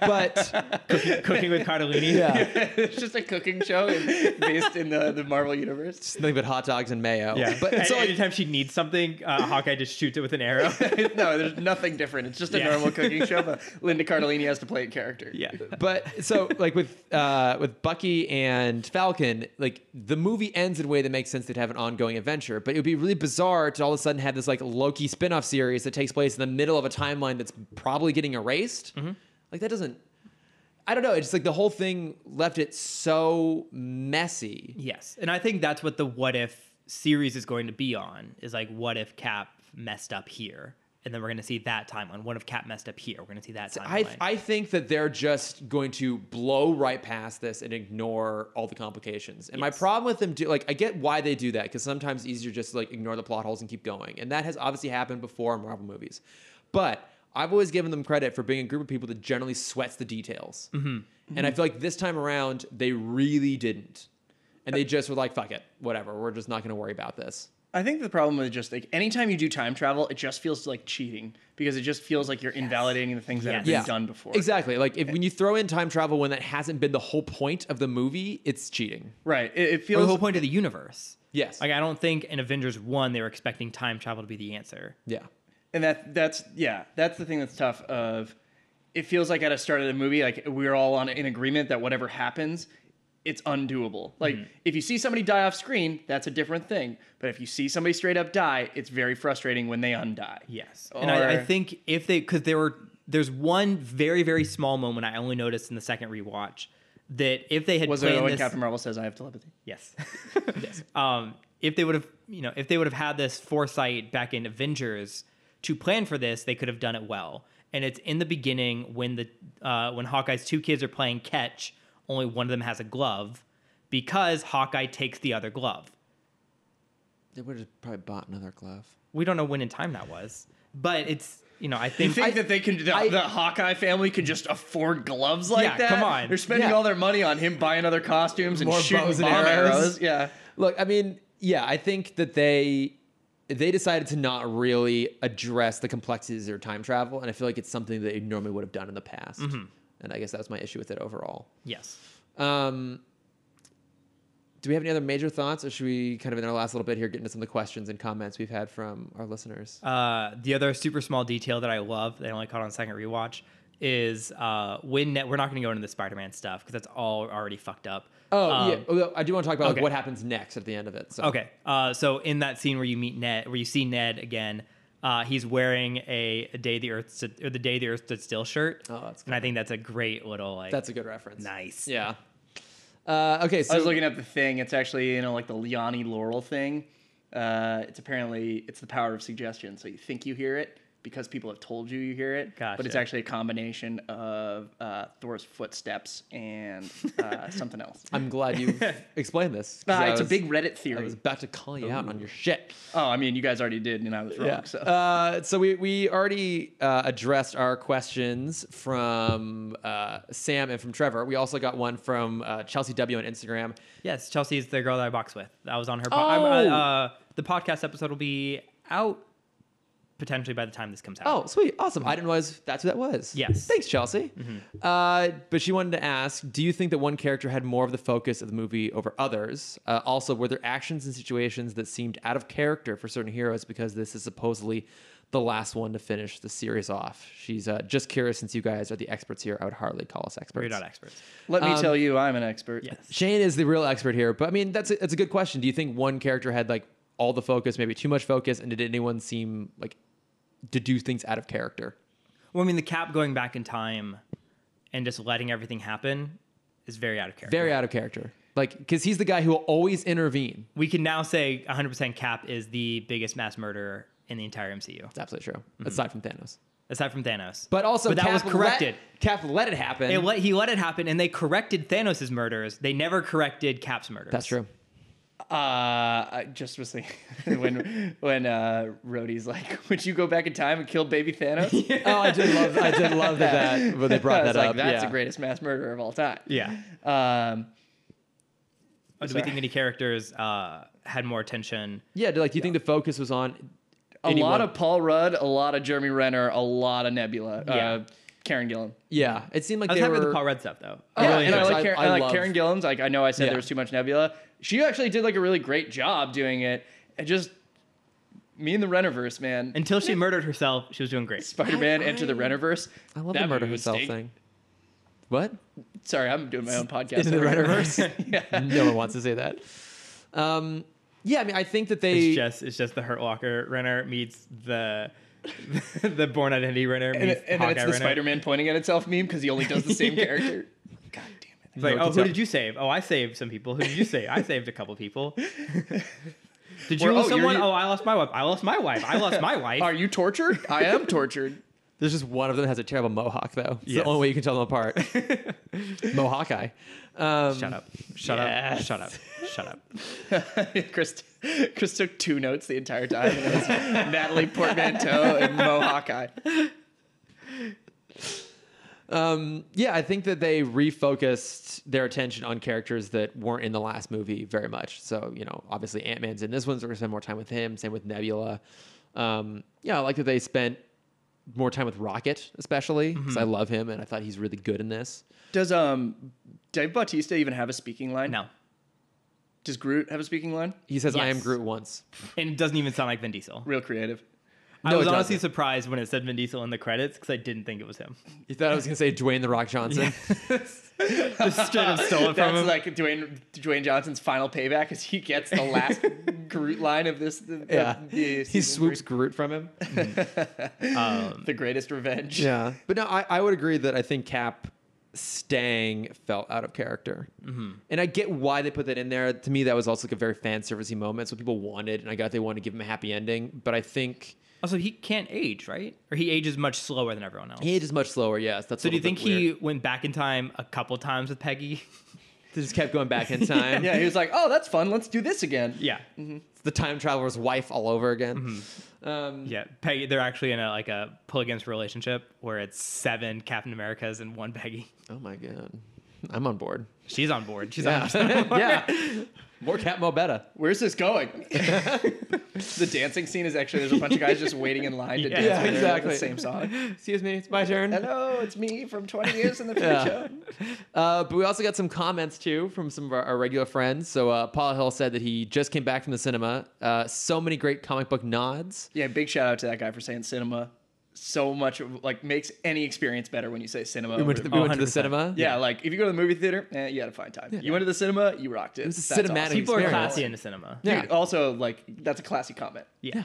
Speaker 1: but
Speaker 2: *laughs* cooking with Cardellini.
Speaker 1: yeah,
Speaker 3: *laughs* it's just a cooking show in- based in the, the Marvel universe. *laughs*
Speaker 1: it's nothing but hot dogs and mayo.
Speaker 2: *laughs* Yeah,
Speaker 1: but
Speaker 2: but
Speaker 1: so like,
Speaker 2: anytime she needs something, uh, Hawkeye just shoots it with an arrow. *laughs*
Speaker 3: no, there's nothing different. It's just a
Speaker 2: Yeah.
Speaker 3: normal cooking
Speaker 2: *laughs*
Speaker 3: show, but Linda Cardellini has to play a character.
Speaker 2: yeah,
Speaker 1: but so like with uh with Bucky and Falcon, like the movie ends in a way that makes sense they'd have an ongoing adventure, but it would be really bizarre to all of a sudden have this like Loki spin-off series that takes place in the middle of a timeline that's probably getting erased. Like that doesn't I don't know, it's just like the whole thing left it so messy.
Speaker 2: Yes. And I think that's what the what if series is going to be on is like what if Cap messed up here? And then we're going to see that timeline. What if Cap messed up here? We're going to see that timeline.
Speaker 1: I, I think that they're just going to blow right past this and ignore all the complications. And my problem with them do like I get why they do that because sometimes it's easier just to like ignore the plot holes and keep going. And that has obviously happened before in Marvel movies, but I've always given them credit for being a group of people that generally sweats the details.
Speaker 3: Mm-hmm.
Speaker 1: And I feel like this time around they really didn't, and they just were like, "Fuck it, whatever. We're just not going to worry about this."
Speaker 3: I think the problem with just like anytime you do time travel, it just feels like cheating because it just feels like you're invalidating the things that have been
Speaker 2: Yes.
Speaker 3: done before. Eh.
Speaker 1: Exactly. Like if when you throw in time travel when that hasn't been the whole point of the movie, it's cheating.
Speaker 3: Right. It, it
Speaker 2: Or
Speaker 3: feels
Speaker 2: the whole point of the universe.
Speaker 1: Yes.
Speaker 2: Like, I don't think in Avengers 1, they were expecting time travel to be the answer.
Speaker 1: yeah.
Speaker 3: and that that's yeah that's the thing that's tough of it feels like at a start of the movie like we're all on in agreement that whatever happens it's undoable like if you see somebody die off screen that's a different thing but if you see somebody straight up die it's very frustrating when they undie
Speaker 2: Yes. And I, I
Speaker 3: Or-
Speaker 2: think if they, because there were, there's one very, very small moment I only noticed in the second rewatch that if they had
Speaker 3: was it
Speaker 2: planned
Speaker 3: when
Speaker 2: this,
Speaker 3: captain marvel says i have telepathy
Speaker 2: Yes. *laughs* Um, if they would have, you know, if they would have had this foresight back in Avengers to plan for this, they could have done it well. And it's in the beginning when the uh, when Hawkeye's two kids are playing catch, only one of them has a glove because Hawkeye takes the other glove.
Speaker 1: They would have probably bought another glove.
Speaker 2: We don't know when in time that was, but it's you know I
Speaker 3: You
Speaker 2: think
Speaker 3: think that they can, the,
Speaker 1: I-
Speaker 3: the Hawkeye family can just afford gloves like
Speaker 2: Yeah,
Speaker 3: that?
Speaker 2: come on.
Speaker 3: They're spending
Speaker 1: Yeah.
Speaker 3: all their money on him buying other costumes and
Speaker 1: More
Speaker 3: shooting
Speaker 1: bows and
Speaker 3: bomb
Speaker 1: arrows.
Speaker 3: arrows. Yeah.
Speaker 1: Look, I mean, yeah, I think that they they decided to not really address the complexities of time travel, and I feel like it's something that they normally would have done in the past. And I guess that was my issue with it overall.
Speaker 2: yes.
Speaker 1: Um, do we have any other major thoughts, or should we kind of in our last little bit here get into some of the questions and comments we've had from our listeners?
Speaker 2: Uh, the other super small detail that I love that I only caught on second rewatch is uh, when Ned, we're not going to go into the Spider-Man stuff because that's all already fucked up.
Speaker 1: Oh
Speaker 2: Um,
Speaker 1: yeah, Although I do want to talk about
Speaker 2: okay.
Speaker 1: like, what happens next at the end of it. So.
Speaker 2: Okay. Uh, so in that scene where you meet Ned, where you see Ned again, uh, he's wearing a, a day the Earth Stood- or the day the Earth stood still shirt.
Speaker 1: Oh, that's
Speaker 2: and I think that's a great little like.
Speaker 1: that's a good reference.
Speaker 2: nice.
Speaker 1: Yeah. Uh, okay, so
Speaker 3: I was looking up the thing. It's actually, you know, like the Liani Laurel thing. Uh, it's apparently it's the power of suggestion. So you think you hear it because people have told you you hear it, but it's
Speaker 2: Gotcha.
Speaker 3: actually a combination of uh, Thor's footsteps
Speaker 1: *laughs*
Speaker 3: and uh, something else.
Speaker 1: I'm glad
Speaker 3: *laughs*
Speaker 1: you explained this. 'cause
Speaker 3: Uh,
Speaker 1: I
Speaker 3: it's a
Speaker 1: was-
Speaker 3: big Reddit
Speaker 1: I
Speaker 3: theory.
Speaker 1: was about to call you out on your shit.
Speaker 3: oh, I mean, you guys already did, and I was wrong.
Speaker 1: Yeah.
Speaker 3: So
Speaker 1: Uh, so we, we already uh, addressed our questions from uh, Sam and from Trevor. We also got one from uh, Chelsea W on Instagram.
Speaker 2: Yes, Chelsea is the girl that I box with. I was on her. Po- I'm, uh,
Speaker 1: Oh.
Speaker 2: uh, the podcast episode will be out potentially by the time this comes out.
Speaker 1: Oh, sweet. Awesome. I didn't realize that's who that was.
Speaker 2: Yes. Mm-hmm.
Speaker 1: Thanks, Chelsea. Uh, but she wanted to ask Do you think that one character had more of the focus of the movie over others? Uh, also, were there actions and situations that seemed out of character for certain heroes because this is supposedly the last one to finish the series off? She's uh, just curious since you guys are the experts here. I would hardly call us experts.
Speaker 2: We're not experts.
Speaker 3: let me
Speaker 1: um,
Speaker 3: tell you, I'm an expert.
Speaker 2: Yes.
Speaker 1: Shane is the real expert here, but I mean that's a, that's a good question. Do you think one character had like all the focus, maybe too much focus, and did anyone seem like to do things out of character?
Speaker 2: Well, I mean, the cap going back in time and just letting everything happen is very out of character.
Speaker 1: Very out of character, like because he's the guy who will always intervene.
Speaker 2: we can now say 100% Cap is the biggest mass murderer in the entire MCU,
Speaker 1: It's absolutely true, aside from Thanos.
Speaker 2: aside from Thanos.
Speaker 1: But also,
Speaker 2: Mm-hmm. But that was
Speaker 1: Cap
Speaker 2: corrected.
Speaker 1: Let, Cap let it happen.
Speaker 2: They let, he let it happen, and they corrected Thanos' murders. They never corrected Cap's murders.
Speaker 1: that's true.
Speaker 3: Uh, I just was thinking *laughs* when when uh, Rhodey's like, "Would you go back in time and kill
Speaker 1: *laughs*
Speaker 3: baby Thanos?"
Speaker 1: Oh, I did love, I did *laughs* love that, that when Oh, they brought
Speaker 3: *laughs* I was
Speaker 1: that
Speaker 3: like,
Speaker 1: up.
Speaker 3: That's
Speaker 1: yeah.
Speaker 3: the greatest mass murderer of all time.
Speaker 1: *laughs*
Speaker 2: Yeah.
Speaker 3: Um,
Speaker 2: Oh, do we
Speaker 3: Sorry.
Speaker 2: think any characters uh, had more attention?
Speaker 1: Yeah, do, like do you think the focus was on
Speaker 3: a
Speaker 1: anyone-
Speaker 3: lot of Paul Rudd, a lot of Jeremy Renner, a lot of Nebula.
Speaker 2: Yeah.
Speaker 3: Uh, Karen Gillan.
Speaker 1: Yeah, it seemed like
Speaker 2: I was
Speaker 1: they
Speaker 2: happy
Speaker 1: were
Speaker 2: with the Paul Rudd stuff, though.
Speaker 1: Oh,
Speaker 2: I
Speaker 3: yeah,
Speaker 1: really
Speaker 3: and I
Speaker 1: good.
Speaker 3: like, Karen,
Speaker 1: I-
Speaker 3: I
Speaker 1: I
Speaker 3: like
Speaker 1: love-
Speaker 3: Karen Gillan's. Like I know I said
Speaker 1: Yeah.
Speaker 3: there was too much Nebula. She actually did like a really great job doing it. And just me and the Rennerverse, man. And
Speaker 2: Until she murdered herself, she was doing great.
Speaker 3: Spider-Man
Speaker 1: I-
Speaker 3: Enter the Rennerverse.
Speaker 1: I love
Speaker 3: That
Speaker 1: the murder
Speaker 3: movie was
Speaker 1: herself
Speaker 3: steak.
Speaker 1: thing. What?
Speaker 3: Sorry, I'm doing
Speaker 1: *laughs*
Speaker 3: my own podcast.
Speaker 1: Into the
Speaker 3: over here.
Speaker 1: Rennerverse?
Speaker 3: *laughs*
Speaker 2: *laughs*
Speaker 3: yeah.
Speaker 1: *laughs* no one wants to say that. Um, yeah, I mean, I think that they.
Speaker 2: It's just it's just the Hurt Walker Renner meets the *laughs* the Born Identity Renner meets
Speaker 3: And, and then
Speaker 2: Hawkeye
Speaker 3: it's the
Speaker 2: Renner.
Speaker 3: Spider-Man pointing at itself meme because he only does
Speaker 1: *laughs*
Speaker 3: the same character. God damn it.
Speaker 2: It's like,
Speaker 1: No,
Speaker 2: oh,
Speaker 1: it's
Speaker 2: who
Speaker 1: up.
Speaker 2: did you save? Oh, I saved some people. Who did you save? I saved a couple
Speaker 3: *laughs*
Speaker 2: people. did you
Speaker 3: Or, oh,
Speaker 2: lose
Speaker 3: you're-
Speaker 2: someone?
Speaker 3: you-
Speaker 2: Oh, I lost my wife. I lost my wife. I lost my wife.
Speaker 1: *laughs*
Speaker 3: Are you tortured? I am tortured.
Speaker 1: There's just one of them that has a terrible mohawk, though. It's
Speaker 2: Yes.
Speaker 1: the only way you can tell them
Speaker 2: *laughs*
Speaker 1: apart. mohawk eye. Um,
Speaker 2: Shut up. Shut up.
Speaker 1: Yes.
Speaker 2: Shut up. Shut up.
Speaker 3: *laughs* Chris, Chris took two notes the entire time. And it was Natalie Portmanteau and Mohawk Eye.
Speaker 1: Um, yeah, I think that they refocused their attention on characters that weren't in the last movie very much. So, you know, obviously Ant Man's in this one, so we're going to spend more time with him. Same with Nebula. Um, yeah, I like that they spent more time with Rocket, especially, because I love him and I thought he's really good in this.
Speaker 3: Does um Dave Bautista even have a speaking line?
Speaker 2: *laughs* No.
Speaker 3: Does Groot have a speaking line?
Speaker 1: He says, I am
Speaker 2: Yes.
Speaker 1: Groot once.
Speaker 2: And it doesn't even sound like Vin Diesel.
Speaker 3: Real creative.
Speaker 2: I
Speaker 1: No,
Speaker 2: was
Speaker 1: it
Speaker 2: honestly
Speaker 1: doesn't.
Speaker 2: surprised when it said Vin Diesel in the credits because I didn't think it was him.
Speaker 1: You thought I was going to say Dwayne The Rock *laughs* Johnson.
Speaker 2: Just straight up stole it from
Speaker 3: That's
Speaker 2: him.
Speaker 3: like Dwayne Dwayne Johnson's final payback is he gets
Speaker 1: *laughs*
Speaker 3: the last Groot line of this. The,
Speaker 1: Yeah.
Speaker 3: the, the
Speaker 1: he
Speaker 3: season
Speaker 1: swoops Groot from him.
Speaker 2: um, Uh,
Speaker 3: three. the greatest revenge.
Speaker 1: Yeah. But no, I, I would agree that I think Cap Stang felt out of character. And I get why they put that in there. To me, that was also like a very fan servicey moment. So people wanted, and I got they wanted to give him a happy ending. But I think
Speaker 2: Also, he can't age, right? Or he ages much slower than everyone else.
Speaker 1: he ages much slower. Yes, that's.
Speaker 2: so do you think he went back in time a couple times with Peggy?
Speaker 1: he just kept going back in time?
Speaker 3: Yeah, he was like, "Oh, that's fun. Let's do this again."
Speaker 2: yeah,
Speaker 1: It's the time traveler's wife all over again. Um,
Speaker 2: yeah. Peggy, they're actually in a like a pull against relationship where it's seven Captain Americas and one Peggy.
Speaker 1: Oh my god, I'm on board.
Speaker 2: She's on board. She's on.
Speaker 1: Yeah, *laughs* yeah. More Cat Mobetta.
Speaker 3: Where's
Speaker 1: *laughs*
Speaker 3: this going? the dancing scene is actually there's a bunch of guys just waiting in line to
Speaker 2: Yeah.
Speaker 3: dance
Speaker 2: Yeah,
Speaker 3: with her to
Speaker 1: exactly.
Speaker 3: the same song.
Speaker 1: Excuse me, it's my turn.
Speaker 3: Hello, it's me from *laughs* 20 years in the
Speaker 1: Yeah.
Speaker 3: future.
Speaker 1: Uh, but we also got some comments too from some of our, our regular friends. So uh, Paula Hill said that he just came back from the cinema. Uh, so many great comic book nods.
Speaker 3: Yeah, big shout out to that guy for saying cinema. So much of- like makes any experience better when you say cinema.
Speaker 1: We went
Speaker 3: over- Oh,
Speaker 1: to the, we went to the
Speaker 2: 100%.
Speaker 1: cinema.
Speaker 3: yeah, like if you go to the movie theater, eh, you had a fine time. You went to the cinema, you rocked it. It
Speaker 1: was a cinematic
Speaker 2: People are
Speaker 1: Experience.
Speaker 2: classy in the cinema.
Speaker 1: Yeah.
Speaker 3: Dude, also like that's a classy comment.
Speaker 2: Yeah.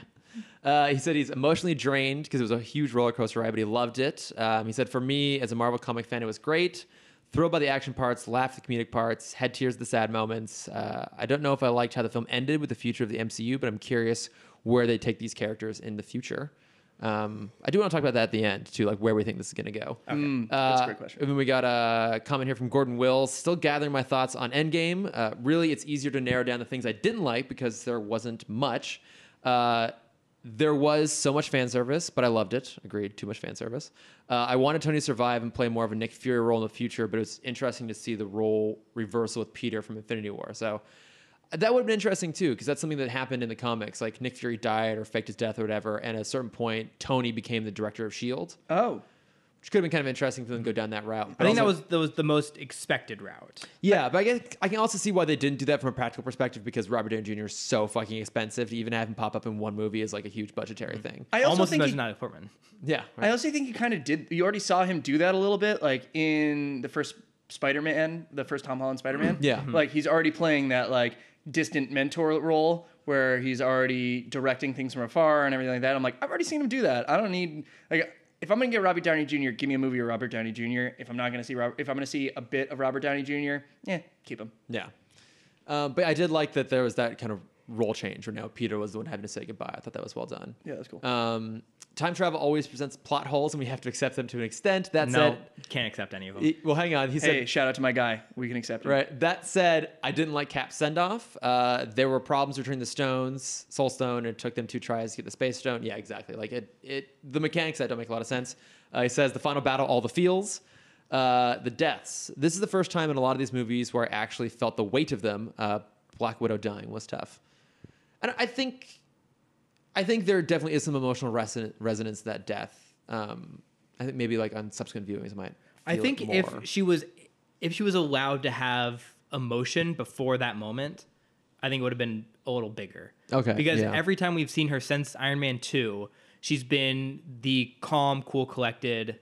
Speaker 1: Uh, he said he's emotionally drained because it was a huge roller coaster ride, but he loved it. Um, he said, For me, as a Marvel comic fan, it was great. Thrilled by the action parts, laughed at the comedic parts, had tears at the sad moments. Uh, I don't know if I liked how the film ended with the future of the MCU, but I'm curious where they take these characters in the future. Um, I do want to talk about that at the end, too, like where we think this is going to go.
Speaker 3: Mm, that's a
Speaker 1: Uh,
Speaker 3: great question.
Speaker 1: And then we got a comment here from Gordon Wills. Still gathering my thoughts on Endgame. Uh, really, it's easier to narrow down the things I didn't like because there wasn't much. Uh, there was so much fan service, but I loved it. Agreed, too much fan service. Uh, I wanted Tony to survive and play more of a Nick Fury role in the future, but it was interesting to see the role reversal with Peter from Infinity War. So uh, that would have been interesting too, because that's something that happened in the comics. Like Nick Fury died or faked his death or whatever, and at a certain point, Tony became the director of Shield
Speaker 3: Oh,
Speaker 1: which could have been kind of interesting for them to go down that route.
Speaker 2: I
Speaker 1: But
Speaker 2: think that
Speaker 1: also-
Speaker 2: was that was the most expected route.
Speaker 1: yeah, but I guess I can also see why they didn't do that from a practical perspective because Robert Downey Jr. is so fucking expensive to even have him pop up in one movie is like a huge budgetary
Speaker 2: Mm-hmm.
Speaker 1: thing.
Speaker 3: I also
Speaker 2: Almost as
Speaker 3: think
Speaker 2: much
Speaker 3: he-
Speaker 2: as Natalie Portman.
Speaker 1: yeah,
Speaker 3: I also think you kind of did. You already saw him do that a little bit, like in the first Spider-Man, the first Tom Holland Spider-Man.
Speaker 1: Yeah. Mhm.
Speaker 3: like he's already playing that like distant mentor role where he's already directing things from afar and everything like that. I'm like, I've already seen him do that. I don't need like. If I'm gonna get Robert Downey Jr., give me a movie of Robert Downey Jr. If I'm not gonna see Robert, if I'm gonna see a bit of Robert Downey Jr., yeah, keep him.
Speaker 1: yeah. Um, but I did like that there was that kind of role change where now Peter was the one having to say goodbye. I thought that was well done.
Speaker 3: Yeah, that's cool.
Speaker 1: Um, time travel always presents plot holes, and we have to accept them to an extent. That
Speaker 2: No,
Speaker 1: said,
Speaker 2: can't accept any of them.
Speaker 1: he- well, hang on. He said
Speaker 3: hey, shout out to my guy. We can accept him.
Speaker 1: Right. That said, I didn't like Cap's send off. Uh, there were problems returning the stones, Soul Stone, and it took them two tries to get the Space Stone. Yeah, exactly. Like it, it the mechanics that don't make a lot of sense. Uh, he says the final battle, all the feels, uh, the deaths. This is the first time in a lot of these movies where I actually felt the weight of them. Uh, Black Widow dying was tough, and I think I think there definitely is some emotional reson- resonance to that death. Um, I think maybe like on subsequent viewings, I might.
Speaker 2: I
Speaker 1: feel it
Speaker 2: think if
Speaker 1: more.
Speaker 2: she was if she was allowed to have emotion before that moment, I think it would have been a little bigger.
Speaker 1: Okay,
Speaker 2: Because
Speaker 1: yeah.
Speaker 2: every time we've seen her since Iron Man 2, she's been the calm, cool, collected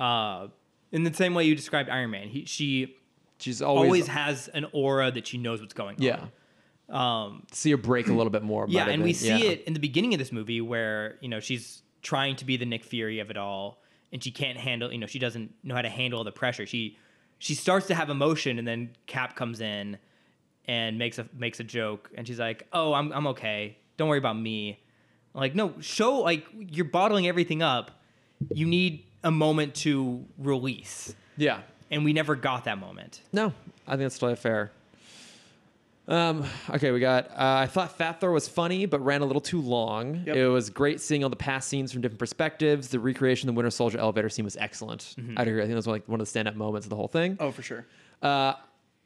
Speaker 2: uh in the same way you described Iron Man. He, she
Speaker 1: she's
Speaker 2: always,
Speaker 1: always
Speaker 2: has an aura that she knows what's going on.
Speaker 1: Yeah. Um, see her break a little bit more.
Speaker 2: Yeah,
Speaker 1: might have
Speaker 2: and we
Speaker 1: been-
Speaker 2: see
Speaker 1: yeah.
Speaker 2: it in the beginning of this movie where you know she's trying to be the Nick Fury of it all, and she can't handle. You know, she doesn't know how to handle the pressure. She she starts to have emotion, and then Cap comes in and makes a makes a joke, and she's like, "Oh, I'm I'm okay. Don't worry about me." I'm like, no, show like you're bottling everything up. You need a moment to release,
Speaker 1: Yeah.
Speaker 2: and we never got that moment.
Speaker 1: No, I think that's totally fair. Um, okay, we got. Uh, I thought Fat Thor was funny, but ran a little too long.
Speaker 3: Yep.
Speaker 1: It was great seeing all the past scenes from different perspectives. The recreation of the Winter Soldier elevator scene was excellent.
Speaker 2: Mm-hmm.
Speaker 1: I'd agree. I think that was like one of the stand-up moments of the whole thing.
Speaker 3: Oh, for sure.
Speaker 1: Uh,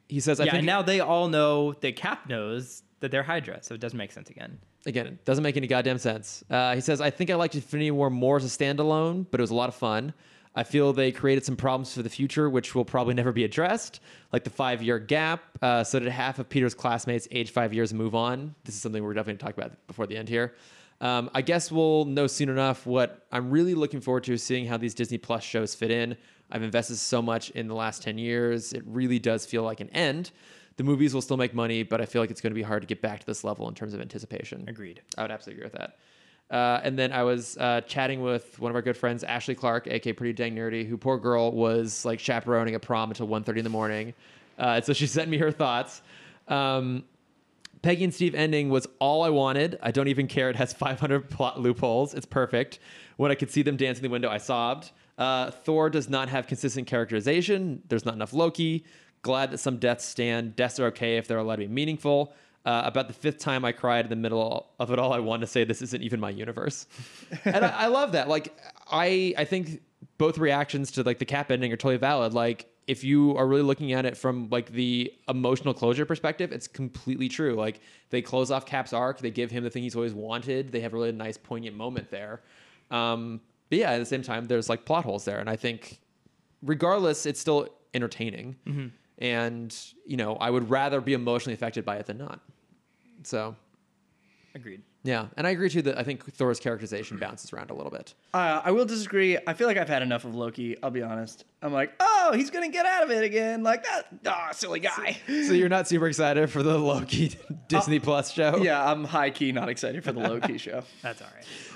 Speaker 1: he says, "I
Speaker 2: yeah,
Speaker 1: think
Speaker 2: and now they all know that Cap knows that they're Hydra, so it doesn't make sense again.
Speaker 1: again, it doesn't make any goddamn sense. Uh, he says, I think I liked Infinity War more as a standalone, but it was a lot of fun. I feel they created some problems for the future, which will probably never be addressed, like the five year gap. Uh, so, did half of Peter's classmates age five years and move on? This is something we're definitely going to talk about before the end here. Um, I guess we'll know soon enough what I'm really looking forward to is seeing how these Disney Plus shows fit in. I've invested so much in the last 10 years. It really does feel like an end. The movies will still make money, but I feel like it's going to be hard to get back to this level in terms of anticipation.
Speaker 2: Agreed.
Speaker 1: I would absolutely agree with that. Uh, and then I was uh, chatting with one of our good friends, Ashley Clark, aka Pretty Dang Nerdy, who poor girl was like chaperoning a prom until 1.30 in the morning. Uh, and so she *laughs* sent me her thoughts. Um, Peggy and Steve ending was all I wanted. I don't even care. It has *laughs* 500 plot loopholes. It's perfect. When I could see them dance in the window, I sobbed. Uh, Thor does not have consistent characterization. There's not enough Loki. Glad that some deaths stand. Deaths are okay if they're allowed to be meaningful. Uh, about the fifth time I cried in the middle of it all, I wanted to say, This isn't even my universe. *laughs* and I, I love that. Like, I, I think both reactions to like the cap ending are totally valid. Like if you are really looking at it from like the emotional closure perspective, it's completely true. Like they close off Cap's arc, they give him the thing he's always wanted. They have a really nice poignant moment there. Um, but yeah, at the same time, there's like plot holes there, and I think regardless, it's still entertaining. And you know, I would rather be emotionally affected by it than not. So
Speaker 2: Agreed.
Speaker 1: yeah, and I agree too that I think Thor's characterization bounces around a little bit.
Speaker 3: Uh, I will disagree. I feel like I've had enough of Loki. I'll be honest. I'm like, oh, he's gonna get out of it again. Like that, ah, silly guy.
Speaker 1: So you're not super excited for the Loki *laughs* Disney Plus show?
Speaker 3: Oh, yeah, I'm high key not excited for the Loki show.
Speaker 2: That's all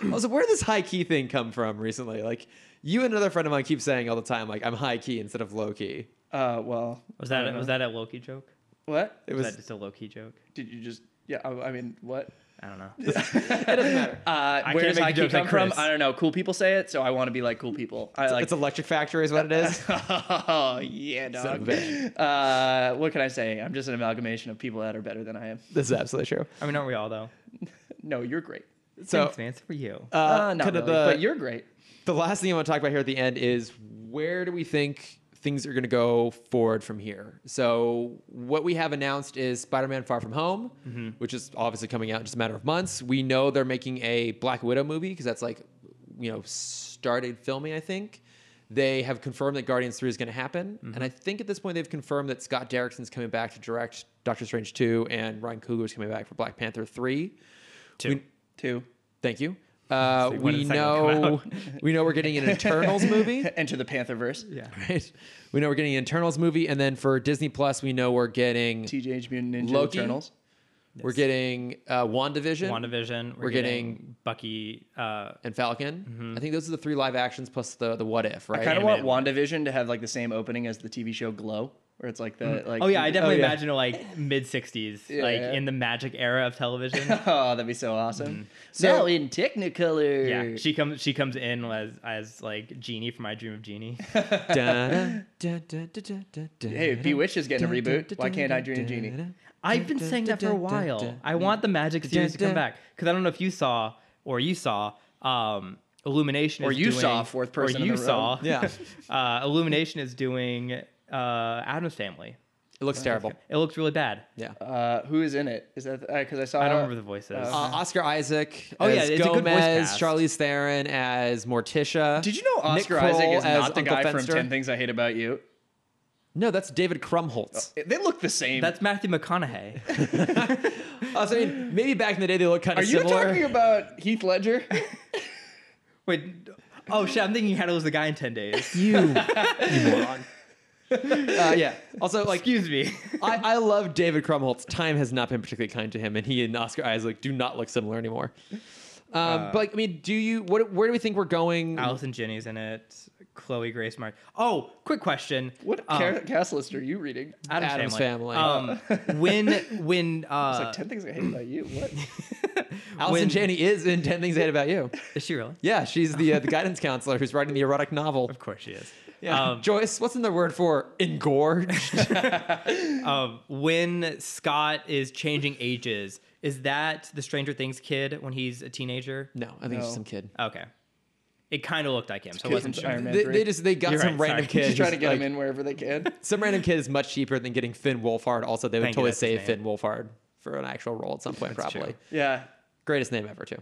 Speaker 2: right.
Speaker 1: Also, Oh, where did this high key thing come from recently? Like, you and another friend of mine keep saying all the time, like, I'm high key instead of low key.
Speaker 3: Uh, well,
Speaker 2: Was that was that a Loki joke?
Speaker 3: what
Speaker 1: It
Speaker 2: Was,
Speaker 1: was,
Speaker 2: that just a Loki joke?
Speaker 3: did you just? Yeah, I, I mean, what?
Speaker 2: I don't know.
Speaker 1: it doesn't matter.
Speaker 3: Uh,
Speaker 2: can't
Speaker 3: where does
Speaker 2: make
Speaker 3: high key
Speaker 2: jokes like
Speaker 3: come from?
Speaker 2: Chris.
Speaker 3: I don't know. Cool people say it, so I want to be like cool people. I
Speaker 1: *laughs*
Speaker 3: like.
Speaker 1: it's Electric Factory, is what it
Speaker 3: *laughs*
Speaker 1: is. *laughs*
Speaker 3: oh yeah,
Speaker 1: Son of
Speaker 3: dog.
Speaker 1: a bitch.
Speaker 3: Uh, what can I say? I'm just an amalgamation of people that are better than I am.
Speaker 1: *laughs* this is absolutely true.
Speaker 2: I mean, aren't we all though?
Speaker 3: No, you're great.
Speaker 1: So,
Speaker 2: Thanks, man. It's for you.
Speaker 1: uh,
Speaker 3: Uh, not
Speaker 1: kind
Speaker 3: really,
Speaker 1: of
Speaker 3: but
Speaker 1: the,
Speaker 3: you're great.
Speaker 1: the last thing I want to talk about here at the end is where do we think things are going to go forward from here? So, what we have announced is Spider Man Far From Home, which is obviously coming out in just a matter of months. We know they're making a Black Widow movie because that's like, you know, started filming, I think. They have confirmed that Guardians 3 is going to happen. And I think at this point they've confirmed that Scott Derrickson's coming back to direct Doctor Strange 2 and Ryan Coogler's coming back for Black Panther 3.
Speaker 2: Two.
Speaker 1: We-
Speaker 3: Two.
Speaker 1: Thank you. Uh,
Speaker 2: So when
Speaker 1: we
Speaker 2: is the second one
Speaker 1: know *laughs* we know we're getting an
Speaker 3: *laughs*
Speaker 1: Eternals movie,
Speaker 3: *laughs* Enter the Pantherverse.
Speaker 2: yeah.
Speaker 1: right? We know we're getting an Eternals movie, and then for Disney Plus, we know we're getting
Speaker 3: Teenage Mutant Ninja
Speaker 1: Loki?
Speaker 3: Turtles.
Speaker 1: we're getting uh, Wandavision,
Speaker 2: WandaVision. We're,
Speaker 1: We're
Speaker 2: getting,
Speaker 1: getting-
Speaker 2: Bucky. Uh,
Speaker 1: and Falcon. I think those are the three live actions plus the the What If,
Speaker 3: Mm-hmm. I
Speaker 1: right?
Speaker 3: kind of want
Speaker 2: Animated
Speaker 3: WandaVision to have like the same opening as the TV show Glow, where it's like the like.
Speaker 2: oh yeah, I definitely
Speaker 1: yeah.
Speaker 2: imagine like mid '60s,
Speaker 3: Yeah,
Speaker 2: like
Speaker 3: yeah.
Speaker 2: in the magic era of
Speaker 1: *laughs*
Speaker 2: television.
Speaker 3: *laughs* Oh, that'd be so awesome.
Speaker 1: So-
Speaker 3: now in Technicolor.
Speaker 2: yeah, she comes. She comes in as as like Genie from My Dream of Genie.
Speaker 1: hey,
Speaker 3: *laughs* Hey, Bewitched is getting a reboot. Why can't I Dream a Genie?
Speaker 2: I've been saying that for a while. I want the magic series to come back because I don't know if you saw or you saw um, Illumination
Speaker 3: Or
Speaker 2: is
Speaker 3: you
Speaker 2: doing-
Speaker 3: saw, fourth person
Speaker 2: or
Speaker 3: in
Speaker 2: you
Speaker 3: the row.
Speaker 2: saw
Speaker 1: Yeah.
Speaker 2: *laughs* uh, Illumination is doing uh, Adam's Family.
Speaker 1: It looks terrible.
Speaker 2: It looks really bad.
Speaker 1: Yeah. Uh,
Speaker 3: Oh, Uh, who is in it? Is that because I saw?
Speaker 2: I don't remember the voices.
Speaker 3: uh,
Speaker 1: Oscar Isaac
Speaker 2: Oh,
Speaker 1: as
Speaker 2: yeah, it's a good voice
Speaker 1: Gomez,
Speaker 2: cast.
Speaker 1: Charlize Theron as Morticia.
Speaker 3: Did you know
Speaker 1: Nick
Speaker 3: Oscar Isaac
Speaker 1: Kroll
Speaker 3: is not
Speaker 1: as
Speaker 3: the
Speaker 1: Uncle
Speaker 3: guy from
Speaker 1: Fenster?
Speaker 3: Ten Things I Hate About You?
Speaker 1: No, that's David Krumholtz.
Speaker 3: It- They look the same.
Speaker 2: That's Matthew McConaughey.
Speaker 3: *laughs*
Speaker 1: Also, I mean, maybe back in the day they looked kind
Speaker 3: Are
Speaker 1: of
Speaker 3: you
Speaker 1: similar. *laughs*
Speaker 3: talking about Heath *laughs* Ledger?
Speaker 2: Wait, oh shit! I'm thinking Hatter was the guy in Ten Days. *laughs*
Speaker 1: you, moron. Uh, yeah. Also, like,
Speaker 2: Excuse me. *laughs*
Speaker 1: I, I love David Krumholtz. Time has not been particularly kind to him, and he and Oscar Isaac do not look similar anymore. Um,
Speaker 3: Uh,
Speaker 1: but like, I mean, do you? What? Where do we think we're going?
Speaker 2: Allison Jenny's in it. Chloe Grace Martin. Oh, quick question.
Speaker 3: what
Speaker 2: Um,
Speaker 3: ca- cast list are you reading?
Speaker 1: Addams
Speaker 2: Adam's, family.
Speaker 1: Family.
Speaker 2: Um, when when
Speaker 3: It's
Speaker 2: uh,
Speaker 3: like Ten Things I Hate About You. *laughs* What?
Speaker 1: Allison
Speaker 2: when-
Speaker 1: Janney is in Ten Things I Hate About You.
Speaker 2: is she really?
Speaker 1: Yeah, she's the uh, the guidance counselor who's writing the erotic novel.
Speaker 3: *laughs*
Speaker 2: Of course she is.
Speaker 1: Yeah. *laughs*
Speaker 2: Um,
Speaker 1: Joyce, what's in the word for engorged?
Speaker 2: um, when Scott is changing ages, is that the Stranger Things kid when he's a teenager?
Speaker 1: no, I think it's
Speaker 3: No.
Speaker 1: just some kid.
Speaker 2: Okay. It kind of looked like him, so I
Speaker 3: kid
Speaker 2: wasn't
Speaker 3: from
Speaker 2: sure.
Speaker 3: Iron Man.
Speaker 1: They,
Speaker 3: three.
Speaker 1: they just they got
Speaker 2: You're
Speaker 1: some
Speaker 2: right,
Speaker 1: random kid.
Speaker 2: sorry.
Speaker 3: Just trying to
Speaker 1: who's
Speaker 3: get
Speaker 1: like,
Speaker 3: him in wherever they can.
Speaker 1: Some random kid is much cheaper than getting Finn Wolfhard. Also, they would
Speaker 2: Thank you,
Speaker 1: totally
Speaker 2: that's his
Speaker 1: save
Speaker 2: name.
Speaker 1: Finn Wolfhard for an actual role at some point,
Speaker 2: That's
Speaker 1: probably.
Speaker 2: true.
Speaker 3: *laughs* Yeah,
Speaker 1: Greatest name ever, too.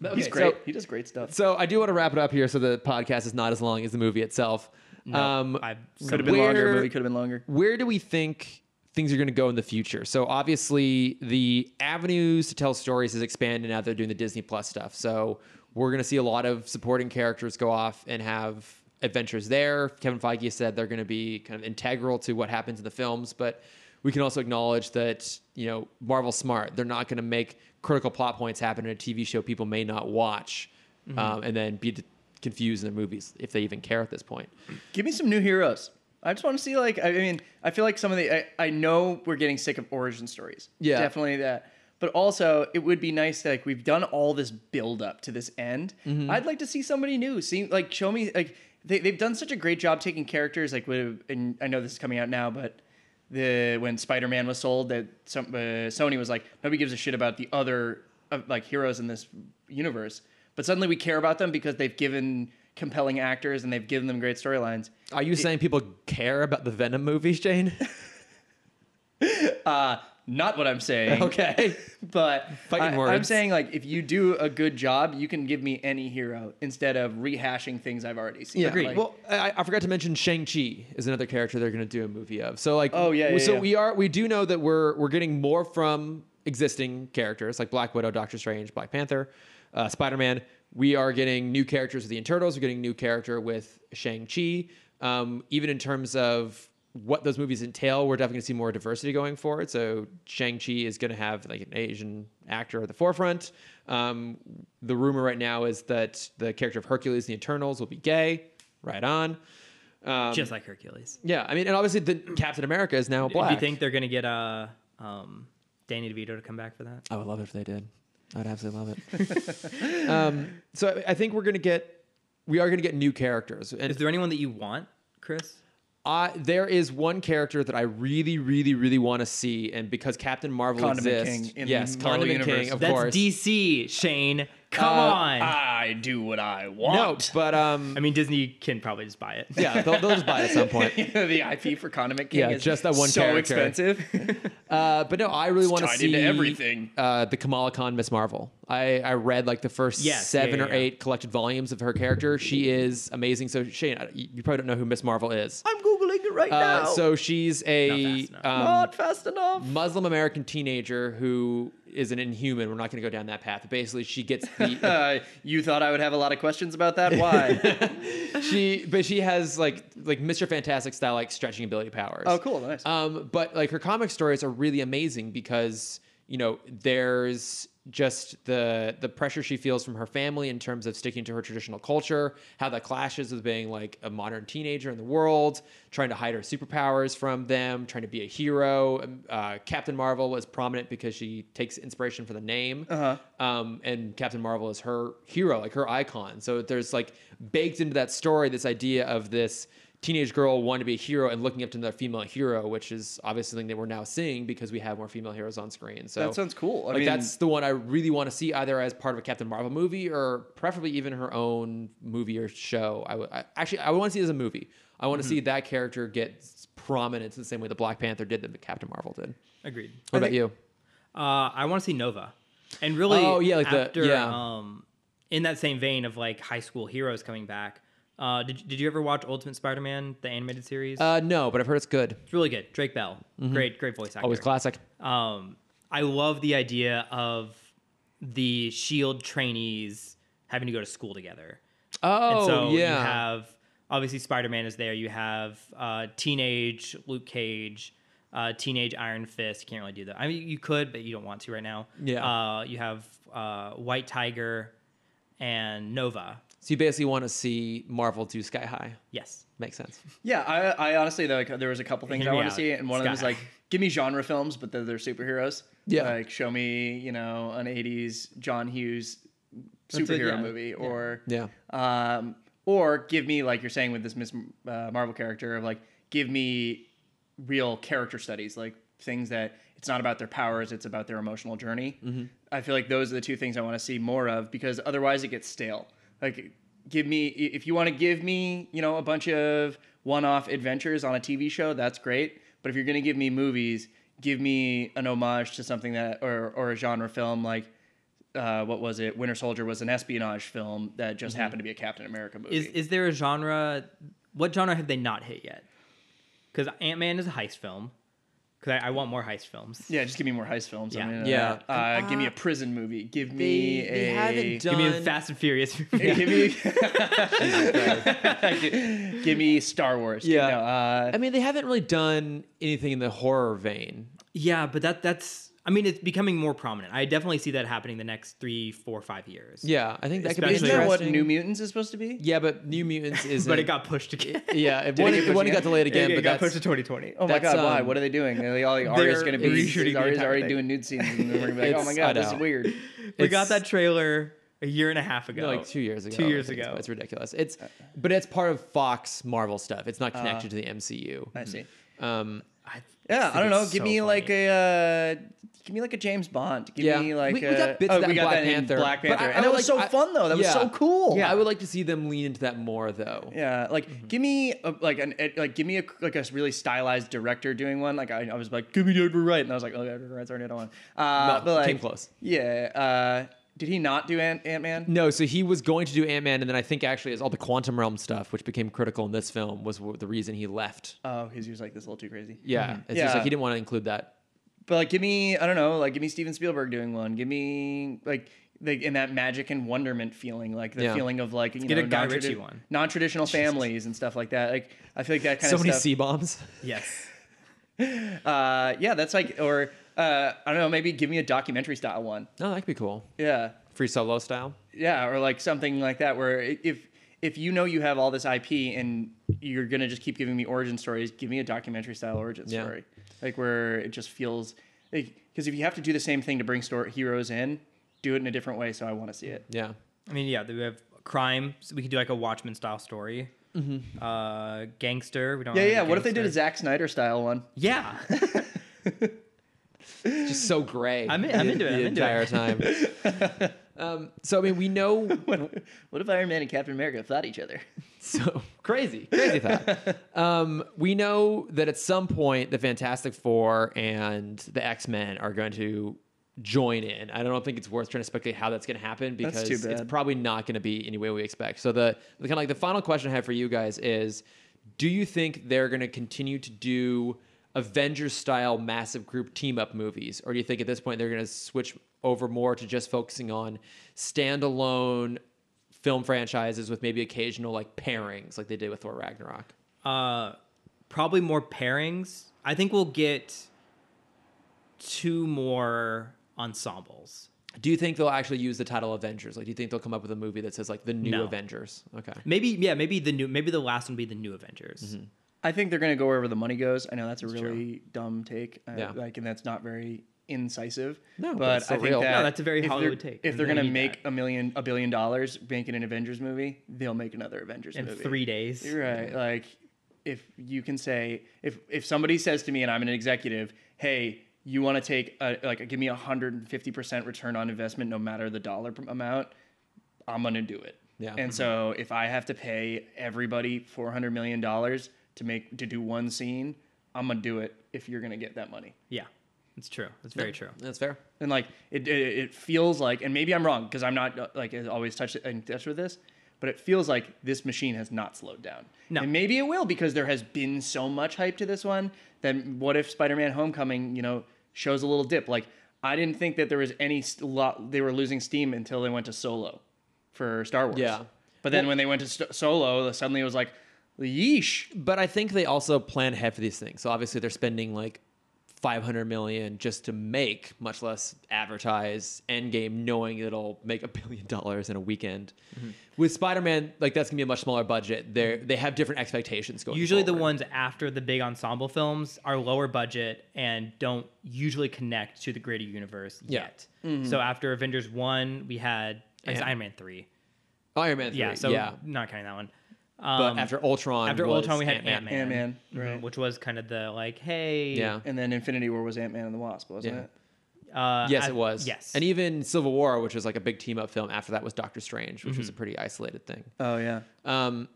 Speaker 3: he's
Speaker 1: okay,
Speaker 3: great.
Speaker 1: so-
Speaker 3: he does great stuff.
Speaker 1: So I do want to wrap it up here so the podcast is not as long as the movie itself. um,
Speaker 2: I
Speaker 3: Could have
Speaker 1: been
Speaker 3: been
Speaker 1: Where-
Speaker 3: longer.
Speaker 1: longer,
Speaker 3: Movie
Speaker 1: movie
Speaker 3: could have been longer.
Speaker 1: where do we think things are going to go in the future? So obviously, the avenues to tell stories is expanding now. They're doing the Disney Plus stuff, so we're going to see a lot of supporting characters go off and have adventures there. Kevin Feige said they're going to be kind of integral to what happens in the films, but we can also acknowledge that you know Marvel's smart. They're not going to make critical plot points happen in a TV show people may not watch, um, and then be d- confused in their movies if they even care at this point.
Speaker 3: Give me some new heroes. I just want to see like I mean I feel like some of the I, I know we're getting sick of origin stories.
Speaker 1: Yeah.
Speaker 3: definitely that. But also it would be nice that like we've done all this build up to this end. I'd like to see somebody new. See like show me like they they've done such a great job taking characters like with and I know this is coming out now but. The when Spider Man was sold, that some, uh, Sony was like, nobody gives a shit about the other uh, like heroes in this universe, but suddenly we care about them because they've given compelling actors and they've given them great storylines.
Speaker 1: Are you saying people care about the Venom movies, Jane?
Speaker 3: *laughs*
Speaker 1: *laughs*
Speaker 3: Not what I'm
Speaker 1: *laughs*
Speaker 3: saying.
Speaker 1: okay.
Speaker 3: But
Speaker 1: Fighting
Speaker 3: I, I'm
Speaker 1: words.
Speaker 3: saying like if you do a good job, you can give me any hero instead of rehashing things I've already seen.
Speaker 1: Agreed.
Speaker 3: Like,
Speaker 1: well, I, I forgot to mention Shang Chi is another character they're going to do a movie of. So like,
Speaker 3: Oh, yeah, yeah,
Speaker 1: so
Speaker 3: yeah.
Speaker 1: we are we do know that we're we're getting more from existing characters like Black Widow, Doctor Strange, Black Panther, uh, Spider Man. We are getting new characters with the Internals. We're getting new character with Shang Chi. Um, even in terms of what those movies entail, we're definitely going to see more diversity going forward. So Shang Chi is going to have like an Asian actor at the forefront. Um, the rumor right now is that the character of Hercules in the Internals will be gay. Right on. Um,
Speaker 2: just like Hercules.
Speaker 1: yeah, I mean, and obviously the Captain America is now black.
Speaker 2: Do you think they're gonna get uh, um, Danny DeVito to come back for that?
Speaker 1: I would love it if they did. I would absolutely love it.
Speaker 3: *laughs*
Speaker 1: um, so I- I think we're gonna get, we are gonna get new characters, and
Speaker 2: Is there anyone that you want, Chris?
Speaker 1: I, there is one character that I really, really, really want to see, and because Captain Marvel
Speaker 3: Condiment
Speaker 1: exists,
Speaker 3: King in the
Speaker 1: yes,
Speaker 3: Marvel
Speaker 1: Condiment
Speaker 3: universe.
Speaker 1: King, of
Speaker 2: That's
Speaker 1: course.
Speaker 2: DC, Shane. Come
Speaker 1: Uh,
Speaker 2: on.
Speaker 3: I do what I
Speaker 1: no,
Speaker 3: want.
Speaker 1: but um,
Speaker 2: I mean, Disney can probably just buy it.
Speaker 1: yeah, they'll, they'll just buy it at some
Speaker 3: *laughs*
Speaker 1: point.
Speaker 3: *laughs* the IP for Condiment King
Speaker 1: Yeah,
Speaker 3: is
Speaker 1: just that one
Speaker 3: so
Speaker 1: character. *laughs*
Speaker 3: expensive.
Speaker 1: Uh, but no, I really want to
Speaker 3: tied
Speaker 1: see
Speaker 3: into everything.
Speaker 1: Uh, the Kamala Khan Miss Marvel. I, I read like the first
Speaker 2: Yes,
Speaker 1: seven
Speaker 2: yeah,
Speaker 1: or
Speaker 2: yeah, yeah.
Speaker 1: eight collected volumes of her character. She is amazing. So Shane, I- you probably don't know who Miss Marvel is.
Speaker 3: I'm googling it right
Speaker 1: Uh,
Speaker 3: now.
Speaker 1: so she's a
Speaker 2: Not fast enough.
Speaker 1: um,
Speaker 3: not fast enough.
Speaker 1: Muslim American teenager who is an inhuman. We're not going to go down that path. But basically, she gets the
Speaker 3: Uh, you thought I would have a lot of questions
Speaker 1: *laughs*
Speaker 3: about that? Why?
Speaker 1: she, but she has like like Mr. Fantastic style like stretching ability powers.
Speaker 3: oh, cool. Nice.
Speaker 1: Um, but like her comic stories are really amazing because you know there's just the the pressure she feels from her family in terms of sticking to her traditional culture, how that clashes with being like a modern teenager in the world, trying to hide her superpowers from them, trying to be a hero. Um, Uh, Captain Marvel was prominent because she takes inspiration for the name, uh-huh. um, and Captain Marvel is her hero, like her icon. So there's like baked into that story this idea of this teenage girl wanting to be a hero and looking up to another female hero, which is obviously something that we're now seeing because we have more female heroes on screen. So
Speaker 3: That sounds cool. I
Speaker 1: like
Speaker 3: mean-
Speaker 1: that's the one I really want to see either as part of a Captain Marvel movie or preferably even her own movie or show. I would I, actually I want to see it as a movie. I want to
Speaker 3: Mm-hmm.
Speaker 1: see that character get prominence in the same way the Black Panther did that the Captain Marvel did.
Speaker 2: Agreed.
Speaker 1: What about you?
Speaker 2: Uh, I want to see Nova, and really,
Speaker 1: Oh, yeah, like the-
Speaker 2: after,
Speaker 1: yeah.
Speaker 2: um, in that same vein of like high school heroes coming back. Uh, did did you ever watch Ultimate Spider-Man, the animated series?
Speaker 1: Uh, no, but I've heard it's good.
Speaker 2: it's really good. Drake Bell, great, great voice actor.
Speaker 1: Always classic.
Speaker 2: Um, I love the idea of the Shield E trainees having to go to school together. And
Speaker 1: Oh
Speaker 2: so you
Speaker 1: yeah.
Speaker 2: have obviously Spider Man is there. You have uh, teenage Luke Cage, uh, teenage Iron Fist. You can't really do that. I mean, you could, but you don't want to right now.
Speaker 1: Yeah.
Speaker 2: Uh, you have uh, White Tiger and Nova.
Speaker 1: so you basically want to see Marvel do Sky High.
Speaker 2: Yes.
Speaker 1: Makes sense.
Speaker 3: Yeah, I, I honestly like there was a couple things
Speaker 2: Hear
Speaker 3: I
Speaker 2: me
Speaker 3: want to
Speaker 2: out,
Speaker 3: see, and one of them was
Speaker 2: Scott.
Speaker 3: like, give me genre films, but they're, they're superheroes.
Speaker 1: Yeah.
Speaker 3: like show me, you know, an '80s John Hughes
Speaker 2: That's what-
Speaker 3: superhero
Speaker 2: yeah,
Speaker 3: movie, or
Speaker 1: Yeah.
Speaker 3: um, or give me like you're saying with this Miss uh, Marvel character of like, give me real character studies, like things that it's not about their powers, it's about their emotional journey. I feel like those are the two things I want to see more of because otherwise it gets stale. Like, give me i- if you want to give me, you know, a bunch of one-off adventures on a TV show, that's great. But if you're gonna give me movies, give me an homage to something that or or a genre film like. Uh, what was it? Winter Soldier was an espionage film that just happened to be a Captain America movie.
Speaker 2: Is is there a genre? What genre have they not hit yet? Because Ant Man is a heist film. because I, I want more heist films.
Speaker 3: Yeah, just give me more heist films.
Speaker 2: Yeah.
Speaker 3: I'm into
Speaker 1: Yeah.
Speaker 3: that. Uh, give me a prison movie. Give me
Speaker 1: They-
Speaker 3: a.
Speaker 1: they haven't
Speaker 3: *laughs*
Speaker 2: Give me a
Speaker 1: Done.
Speaker 2: Fast
Speaker 1: *laughs*
Speaker 2: and Furious.
Speaker 3: give me.
Speaker 1: *laughs*
Speaker 3: *laughs* give me Star Wars.
Speaker 1: Yeah.
Speaker 3: No, uh,
Speaker 1: I mean, they haven't really done anything in the horror vein.
Speaker 2: yeah, but that that's. I mean, it's becoming more prominent. I definitely see that happening the next three, four, five years.
Speaker 1: Yeah, I think that could be
Speaker 2: Especially-
Speaker 3: isn't
Speaker 1: interesting.
Speaker 3: that what New Mutants is supposed to be?
Speaker 1: yeah, but New
Speaker 3: *laughs*
Speaker 1: Mutants is.
Speaker 2: but it got pushed again.
Speaker 1: *laughs*
Speaker 2: *laughs*
Speaker 1: Yeah, it,
Speaker 3: it
Speaker 1: one,
Speaker 3: get
Speaker 1: it,
Speaker 3: pushed
Speaker 1: one got
Speaker 3: again?
Speaker 1: delayed again.
Speaker 2: it
Speaker 1: but
Speaker 2: got
Speaker 1: that's,
Speaker 2: pushed to 2020.
Speaker 3: Oh my
Speaker 1: That's,
Speaker 3: god! why?
Speaker 1: um,
Speaker 3: What are they doing? They're like, oh, Arya's
Speaker 2: they're
Speaker 3: gonna be
Speaker 2: reshooting the
Speaker 3: Arya's
Speaker 2: entire
Speaker 3: already
Speaker 2: thing.
Speaker 3: doing nude scenes, and then we're gonna be like, oh my
Speaker 1: It's- I
Speaker 3: god, this is
Speaker 1: know.
Speaker 3: weird.
Speaker 2: we got
Speaker 1: It's-
Speaker 2: that trailer a year and a half ago.
Speaker 1: No, like two years ago.
Speaker 2: Two
Speaker 1: I
Speaker 2: years
Speaker 1: think it's-
Speaker 2: ago.
Speaker 1: It's, ridiculous. It's, but it's part of Fox Marvel stuff. It's not connected to the MCU.
Speaker 3: Uh-huh. I see.
Speaker 1: Um,
Speaker 2: I-
Speaker 3: Yeah, I
Speaker 2: think
Speaker 3: don't know.
Speaker 2: it's
Speaker 3: Give
Speaker 2: so
Speaker 3: me like
Speaker 2: funny.
Speaker 3: a uh, give me like a James Bond. Give
Speaker 1: Yeah.
Speaker 3: me like
Speaker 1: We- we
Speaker 3: a,
Speaker 1: got bits
Speaker 3: oh,
Speaker 1: of that
Speaker 3: we
Speaker 1: in
Speaker 3: got
Speaker 1: Black
Speaker 3: that in
Speaker 1: Panther.
Speaker 3: Black
Speaker 1: But I-
Speaker 3: Panther,
Speaker 1: I
Speaker 3: and that
Speaker 1: would
Speaker 3: was
Speaker 1: like-
Speaker 3: so
Speaker 1: I-
Speaker 3: fun though. That was
Speaker 1: yeah.
Speaker 3: so cool.
Speaker 1: I would like to see them lean into that more, though.
Speaker 3: Yeah, like
Speaker 2: Mm-hmm.
Speaker 3: give me a, like an a- like give me a like a really stylized director doing one. Like I, I was like, give me Edgar Wright, and I was like, oh, Edgar Wright's already done one. Uh,
Speaker 1: No,
Speaker 3: but like,
Speaker 1: came close.
Speaker 3: Yeah. Uh, did he not do Ant Ant
Speaker 2: Mm.
Speaker 3: Man?
Speaker 1: No, so he was going to do Ant Man, and then I think actually it's all the Quantum Realm stuff, which became critical in this film, was wh- the reason he left.
Speaker 3: Oh, because he was like this a little too crazy.
Speaker 1: Yeah,
Speaker 2: Mm-hmm.
Speaker 1: it's just
Speaker 3: Yeah.
Speaker 1: like he didn't want to include that.
Speaker 3: But like, give me I don't know, like give me Steven Spielberg doing one. Give me like like in that magic and wonderment feeling, like the
Speaker 1: Yeah.
Speaker 3: feeling of like you
Speaker 2: get
Speaker 3: know
Speaker 2: a Guy
Speaker 3: non-tradi-
Speaker 2: Ritchie one.
Speaker 3: non-traditional families and stuff like that. Like I feel like that kind
Speaker 1: So
Speaker 3: of
Speaker 1: many
Speaker 3: stuff.
Speaker 1: C bombs. *laughs*
Speaker 2: Yes.
Speaker 3: uh, yeah, that's like or uh, I don't know, maybe give me a documentary style one.
Speaker 1: No, that could be cool.
Speaker 3: Yeah,
Speaker 1: Free solo style.
Speaker 3: yeah, or like something like that where i- if if you know you have all this IP and you're gonna just keep giving me origin stories, give me a documentary style origin
Speaker 1: Yeah.
Speaker 3: story, like where it just feels like because if you have to do the same thing to bring store heroes in, do it in a different way. So I want to see it.
Speaker 1: Yeah.
Speaker 2: I mean, yeah, we have crime. So we could do like a Watchmen style story.
Speaker 1: Mm-hmm.
Speaker 2: Uh, gangster. We don't.
Speaker 3: Yeah,
Speaker 2: have
Speaker 3: yeah.
Speaker 2: any
Speaker 3: What if they did a
Speaker 2: gangster.
Speaker 3: Zack Snyder style one? *laughs*
Speaker 2: Yeah. *laughs*
Speaker 1: It's just so gray.
Speaker 2: I'm in- I'm
Speaker 1: the-
Speaker 2: into it,
Speaker 1: The
Speaker 2: I'm into
Speaker 1: entire
Speaker 2: it.
Speaker 1: time.
Speaker 2: *laughs*
Speaker 1: um, so I mean, we know *laughs*
Speaker 3: What, what if Iron Man and Captain America fought each other?
Speaker 1: So crazy, crazy thought. um, we know that at some point the Fantastic Four and the X Men are going to join in. I don't think it's worth trying to speculate how that's going to happen because
Speaker 3: too
Speaker 1: it's
Speaker 3: bad.
Speaker 1: probably not going to be any way we expect. So the, the kind of like the final question I have for you guys is: Do you think they're going to continue to do Avengers style massive group team up movies, or do you think at this point they're going to switch over more to just focusing on standalone? film franchises with maybe occasional like pairings like they did with Thor Ragnarok.
Speaker 2: uh, probably more pairings. I think we'll get two more ensembles.
Speaker 1: Do you think they'll actually use the title Avengers? Like do you think they'll come up with a movie that says like the new
Speaker 2: No.
Speaker 1: Avengers? Okay.
Speaker 2: Maybe yeah, maybe the new maybe the last one be the new Avengers.
Speaker 1: Mm-hmm.
Speaker 3: I think they're going to go wherever the money goes. I know that's a really dumb take, uh,
Speaker 1: Yeah.
Speaker 3: like, and that's not very incisive.
Speaker 1: No, but
Speaker 3: but
Speaker 1: it's still
Speaker 3: I think
Speaker 1: real. No,
Speaker 3: that
Speaker 2: that's a very
Speaker 3: if they're-
Speaker 2: Hollywood take,
Speaker 3: If
Speaker 2: and
Speaker 3: they're
Speaker 2: they
Speaker 3: going to
Speaker 2: need
Speaker 3: make
Speaker 2: that.
Speaker 3: a million, a billion dollars making an Avengers movie, they'll make another Avengers
Speaker 2: In
Speaker 3: movie
Speaker 2: three days.
Speaker 3: You're right? Like, if you can say, if if somebody says to me, and I'm an executive, hey. You want to take a, like give me hundred and fifty percent return on investment, no matter the dollar p- amount. I'm gonna do it.
Speaker 1: Yeah.
Speaker 3: And so if I have to pay everybody four hundred million dollars to make to do one scene, I'm gonna do it if you're gonna get that money.
Speaker 2: Yeah, it's true. It's very true.
Speaker 1: That's fair.
Speaker 3: And like it, it, it feels like, and maybe I'm wrong because I'm not uh, like always touch in touch with this, but it feels like this machine has not slowed down.
Speaker 2: No.
Speaker 3: And maybe it will because there has been so much hype to this one. Then what if Spider-Man: Homecoming, you know, shows a little dip? Like I didn't think that there was any st- lot they were losing steam until they went to Solo for Star Wars.
Speaker 1: Yeah.
Speaker 3: But then when they went to st- Solo, suddenly it was like, yeesh.
Speaker 1: But I think they also plan ahead for these things. So obviously they're spending like 500 million just to make, much less advertise Endgame, knowing it'll make a billion dollars in a weekend.
Speaker 2: Mm-hmm.
Speaker 1: With Spider-Man, like that's gonna be a much smaller budget. They they have different expectations going.
Speaker 2: Usually the
Speaker 1: forward.
Speaker 2: ones after the big ensemble films are lower budget and don't usually connect to the greater universe
Speaker 1: Yeah.
Speaker 2: yet.
Speaker 3: Mm-hmm.
Speaker 2: So after Avengers 1, we had I guess
Speaker 1: Yeah.
Speaker 2: Iron Man 3.
Speaker 1: Iron Man. 3,
Speaker 2: Yeah, so
Speaker 1: yeah.
Speaker 2: not counting that one.
Speaker 1: But
Speaker 2: Um,
Speaker 1: after Ultron,
Speaker 2: after
Speaker 1: was
Speaker 2: Ultron, we had
Speaker 1: Ant-Man.
Speaker 2: Ant-Man.
Speaker 3: Ant-Man,
Speaker 2: mhm,
Speaker 3: right.
Speaker 2: Which was kind of the like, hey.
Speaker 1: Yeah.
Speaker 3: And then Infinity War was Ant Man and the Wasp, wasn't
Speaker 1: Yeah.
Speaker 3: it?
Speaker 2: Uh,
Speaker 1: Yes,
Speaker 2: I-
Speaker 1: it was.
Speaker 2: Yes.
Speaker 1: and even Civil War, which was like a big team up film. After that was Doctor Strange, which was a
Speaker 3: Mm-hmm.
Speaker 1: pretty isolated thing.
Speaker 3: Oh yeah.
Speaker 1: Um,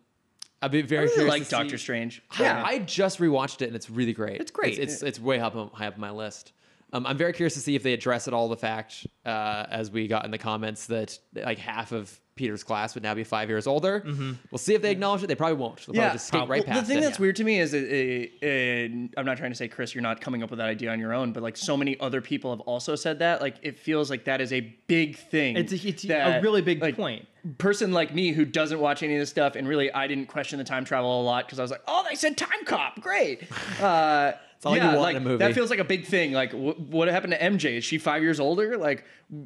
Speaker 1: I'd be
Speaker 3: I
Speaker 1: very
Speaker 3: really
Speaker 1: curious
Speaker 3: like
Speaker 1: to
Speaker 3: Doctor
Speaker 1: see-
Speaker 3: Strange.
Speaker 1: Yeah, I just rewatched it and it's really great.
Speaker 2: It's great.
Speaker 1: It's it's, it's way up on, high up on my list. Um, I'm very curious to see if they address at all the fact, uh, as we got in the comments, that like half of Peter's class would now be five years older.
Speaker 3: Mm-hmm.
Speaker 1: We'll see if they acknowledge it. They probably won't. They'll probably just skate right
Speaker 3: Well,
Speaker 1: past
Speaker 3: the thing
Speaker 1: it.
Speaker 3: that's
Speaker 1: Yeah.
Speaker 3: weird to me is, it, it, it- I'm not trying to say, Chris, you're not coming up with that idea on your own, but like so many other people have also said that. Like it feels like that is a big thing.
Speaker 2: It's a, it's a
Speaker 3: that,
Speaker 2: really big
Speaker 3: like,
Speaker 2: point.
Speaker 3: Person like me who doesn't watch any of this stuff, and really, I didn't question the time travel a lot because I was like, oh, they said time cop, great. Uh, it's
Speaker 1: all you
Speaker 3: yeah,
Speaker 1: want
Speaker 3: like
Speaker 1: in a movie.
Speaker 3: that feels like a big thing. Like, wh- what happened to MJ? Is she five years older? Like,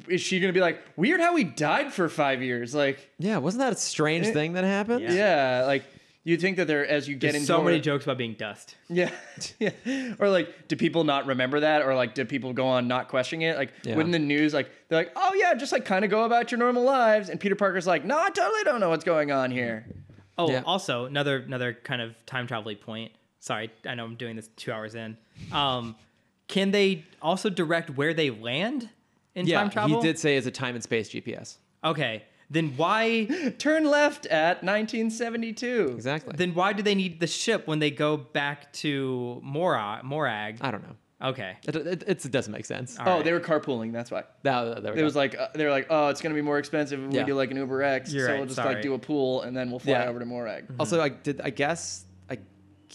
Speaker 3: is she gonna be like weird how he died for five years? Like,
Speaker 1: Yeah, wasn't that a strange thing that happened?
Speaker 2: Yeah.
Speaker 3: Eh, yeah, like you think that there as you get
Speaker 2: There's
Speaker 3: into
Speaker 2: so many
Speaker 3: more-
Speaker 2: jokes about being dust.
Speaker 3: yeah. *laughs* yeah. Or like, do people not remember that? Or like, did people go on not questioning it? Like,
Speaker 1: Yeah.
Speaker 3: wouldn't the news like they're like, oh yeah, just like kind of go about your normal lives? And Peter Parker's like, no, I totally don't know what's going on here.
Speaker 2: Oh,
Speaker 1: Yeah.
Speaker 2: also another another kind of time travel point. Sorry, I know I'm doing this two hours in. Um, can they also direct where they land in
Speaker 1: Yeah,
Speaker 2: time travel?
Speaker 1: he did say it's a time and space GPS.
Speaker 2: Okay, then why
Speaker 3: Turn left at 1972.
Speaker 1: Exactly.
Speaker 2: then why do they need the ship when they go back to Mora Morag?
Speaker 1: I don't know.
Speaker 2: Okay,
Speaker 1: It, it, it doesn't make sense.
Speaker 2: All
Speaker 3: Oh,
Speaker 2: right.
Speaker 3: they were carpooling. That's why.
Speaker 1: No, there we
Speaker 3: It
Speaker 1: go.
Speaker 3: was like uh, they were like, oh, it's gonna be more expensive if
Speaker 1: Yeah.
Speaker 3: we do like an Uber X.
Speaker 2: You're
Speaker 3: so
Speaker 2: right,
Speaker 3: we'll just
Speaker 2: sorry.
Speaker 3: like do a pool and then we'll fly
Speaker 1: Yeah. Mm-hmm.
Speaker 3: over to Morag.
Speaker 1: Also, I did. I guess. I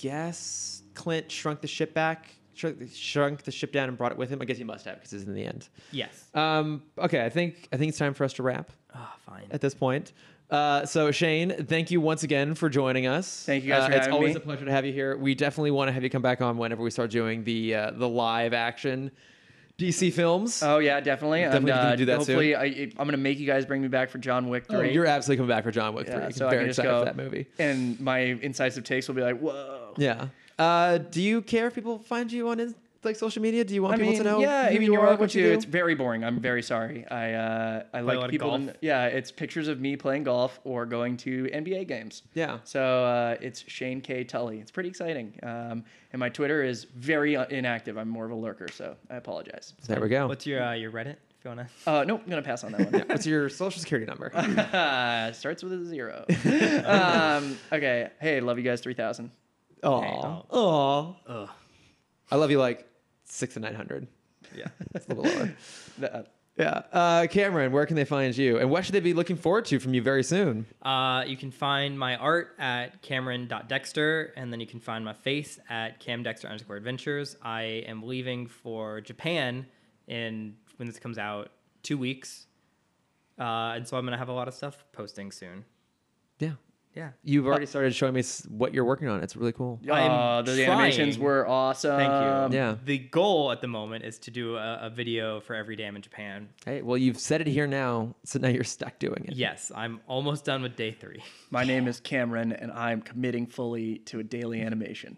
Speaker 1: guess Clint shrunk the ship back, shrunk, shrunk the ship down, and brought it with him. I guess he must have because it's in the end.
Speaker 2: yes.
Speaker 1: Um, okay, I think I think it's time for us to wrap
Speaker 2: Ah, fine.
Speaker 1: at this point. Uh, so Shane, thank you once again for joining us.
Speaker 3: Thank you guys
Speaker 1: Uh,
Speaker 3: for
Speaker 1: it's
Speaker 3: having
Speaker 1: always
Speaker 3: me.
Speaker 1: a pleasure to have you here. We definitely want to have you come back on whenever we start doing the uh, the live action DC films.
Speaker 3: Oh yeah, definitely.
Speaker 1: Definitely
Speaker 3: and, uh,
Speaker 1: gonna do that
Speaker 3: Hopefully, I, I'm gonna make you guys bring me back for John Wick
Speaker 1: Oh,
Speaker 3: three.
Speaker 1: you're absolutely coming back for John Wick
Speaker 3: Yeah,
Speaker 1: 3.
Speaker 3: so I
Speaker 1: Very
Speaker 3: can just
Speaker 1: excited
Speaker 3: go
Speaker 1: for that movie.
Speaker 3: and my incisive takes will be like, whoa.
Speaker 1: Yeah. Uh, do you care if people find you on like social media? Do you want
Speaker 3: I
Speaker 1: people
Speaker 3: mean,
Speaker 1: to know
Speaker 3: yeah,
Speaker 1: who
Speaker 3: I mean,
Speaker 1: you
Speaker 3: you're
Speaker 1: are,
Speaker 3: welcome
Speaker 1: what you
Speaker 3: to.
Speaker 1: do?
Speaker 3: It's very boring. I'm very sorry. I uh, I
Speaker 2: a lot
Speaker 3: like
Speaker 2: of
Speaker 3: people. to
Speaker 2: golf?
Speaker 3: kn- yeah, it's pictures of me playing golf or going to NBA games.
Speaker 1: Yeah.
Speaker 3: So uh, it's Shane K Tully. It's pretty exciting. Um, and my Twitter is very uh, inactive. I'm more of a lurker, so I apologize.
Speaker 1: There we go.
Speaker 2: What's your uh, your Reddit? If you wanna.
Speaker 3: Uh, nope, I'm gonna pass on that one.
Speaker 1: *laughs* What's your social security
Speaker 3: *laughs*
Speaker 1: number?
Speaker 3: Starts with a zero. *laughs* um, okay. Hey, love you guys. Three thousand.
Speaker 1: Oh, oh.
Speaker 2: Ugh.
Speaker 1: I love you like six to nine hundred.
Speaker 2: Yeah.
Speaker 1: It's a little
Speaker 3: *laughs*
Speaker 1: lower.
Speaker 3: Uh,
Speaker 1: Yeah. Uh, Cameron, where can they find you? And what should they be looking forward to from you very soon?
Speaker 2: Uh, you can find my art at cameron.dexter, and then you can find my face at camdexter underscore adventures. I am leaving for Japan in when this comes out two weeks, uh, and so I'm gonna have a lot of stuff posting soon.
Speaker 1: Yeah.
Speaker 2: Yeah,
Speaker 1: You've already started showing me s- what you're working on. It's really cool.
Speaker 2: I'm
Speaker 3: uh, the
Speaker 2: trying.
Speaker 3: animations were awesome.
Speaker 2: thank you.
Speaker 1: Um, Yeah.
Speaker 2: The goal at the moment is to do a, a video for every dam in Japan.
Speaker 1: Hey, well, you've said it here now, so now you're stuck doing it.
Speaker 2: Yes, I'm almost done with day three. *laughs*
Speaker 3: My name is Cameron, and I'm committing fully to a daily animation.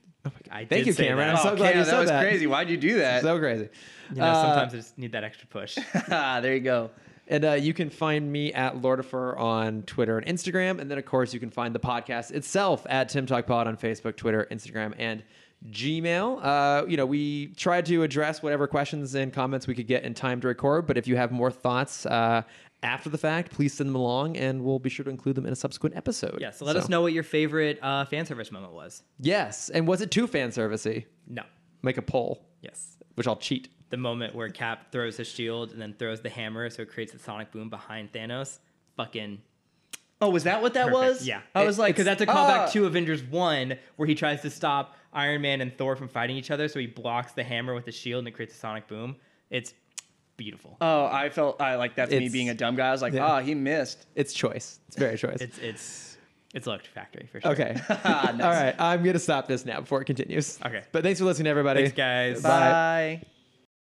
Speaker 2: I
Speaker 1: Thank
Speaker 2: did
Speaker 1: you,
Speaker 2: say
Speaker 1: Cameron.
Speaker 2: that.
Speaker 1: I'm so
Speaker 3: Oh,
Speaker 1: glad
Speaker 3: Cam,
Speaker 1: you
Speaker 3: that
Speaker 1: said
Speaker 3: was
Speaker 1: that.
Speaker 3: crazy. Why'd you do that? *laughs*
Speaker 1: So crazy.
Speaker 2: You know,
Speaker 1: Uh,
Speaker 2: sometimes I just need that
Speaker 1: *laughs*
Speaker 2: extra push.
Speaker 3: Ah, there you go.
Speaker 1: And uh, you can find me at Lordifer on Twitter and Instagram. And then, of course, you can find the podcast itself at Tim Talk Pod on Facebook, Twitter, Instagram, and Gmail. Uh, you know, we try to address whatever questions and comments we could get in time to record. But if you have more thoughts uh, after the fact, please send them along and we'll be sure to include them in a subsequent episode.
Speaker 2: Yeah, so let us know what your favorite uh, fan service moment was.
Speaker 1: Yes. And was it too fan servicey?
Speaker 2: No.
Speaker 1: Make a poll,
Speaker 2: Yes.
Speaker 1: which I'll cheat.
Speaker 2: The moment where Cap throws his shield and then throws the hammer so it creates a sonic boom behind Thanos. Fucking.
Speaker 3: Oh, was that what that
Speaker 2: perfect.
Speaker 3: was?
Speaker 2: Yeah.
Speaker 3: I was like,
Speaker 2: because that's a callback
Speaker 3: ah.
Speaker 2: to Avengers 1 where he tries to stop Iron Man and Thor from fighting each other. So he blocks the hammer with the shield and it creates a sonic boom. It's beautiful.
Speaker 3: Oh, I felt I like that's me
Speaker 1: It's-
Speaker 3: being a dumb guy. I was like,
Speaker 1: Yeah.
Speaker 3: ah, he missed.
Speaker 1: It's choice. It's
Speaker 2: *laughs*
Speaker 1: very choice.
Speaker 2: It's, it's, it's Electrifactory for sure. *laughs*
Speaker 1: Okay. All right. I'm going to stop this now before it continues.
Speaker 2: Okay.
Speaker 1: But thanks for listening, everybody.
Speaker 2: Thanks, guys.
Speaker 1: Bye.
Speaker 3: Bye.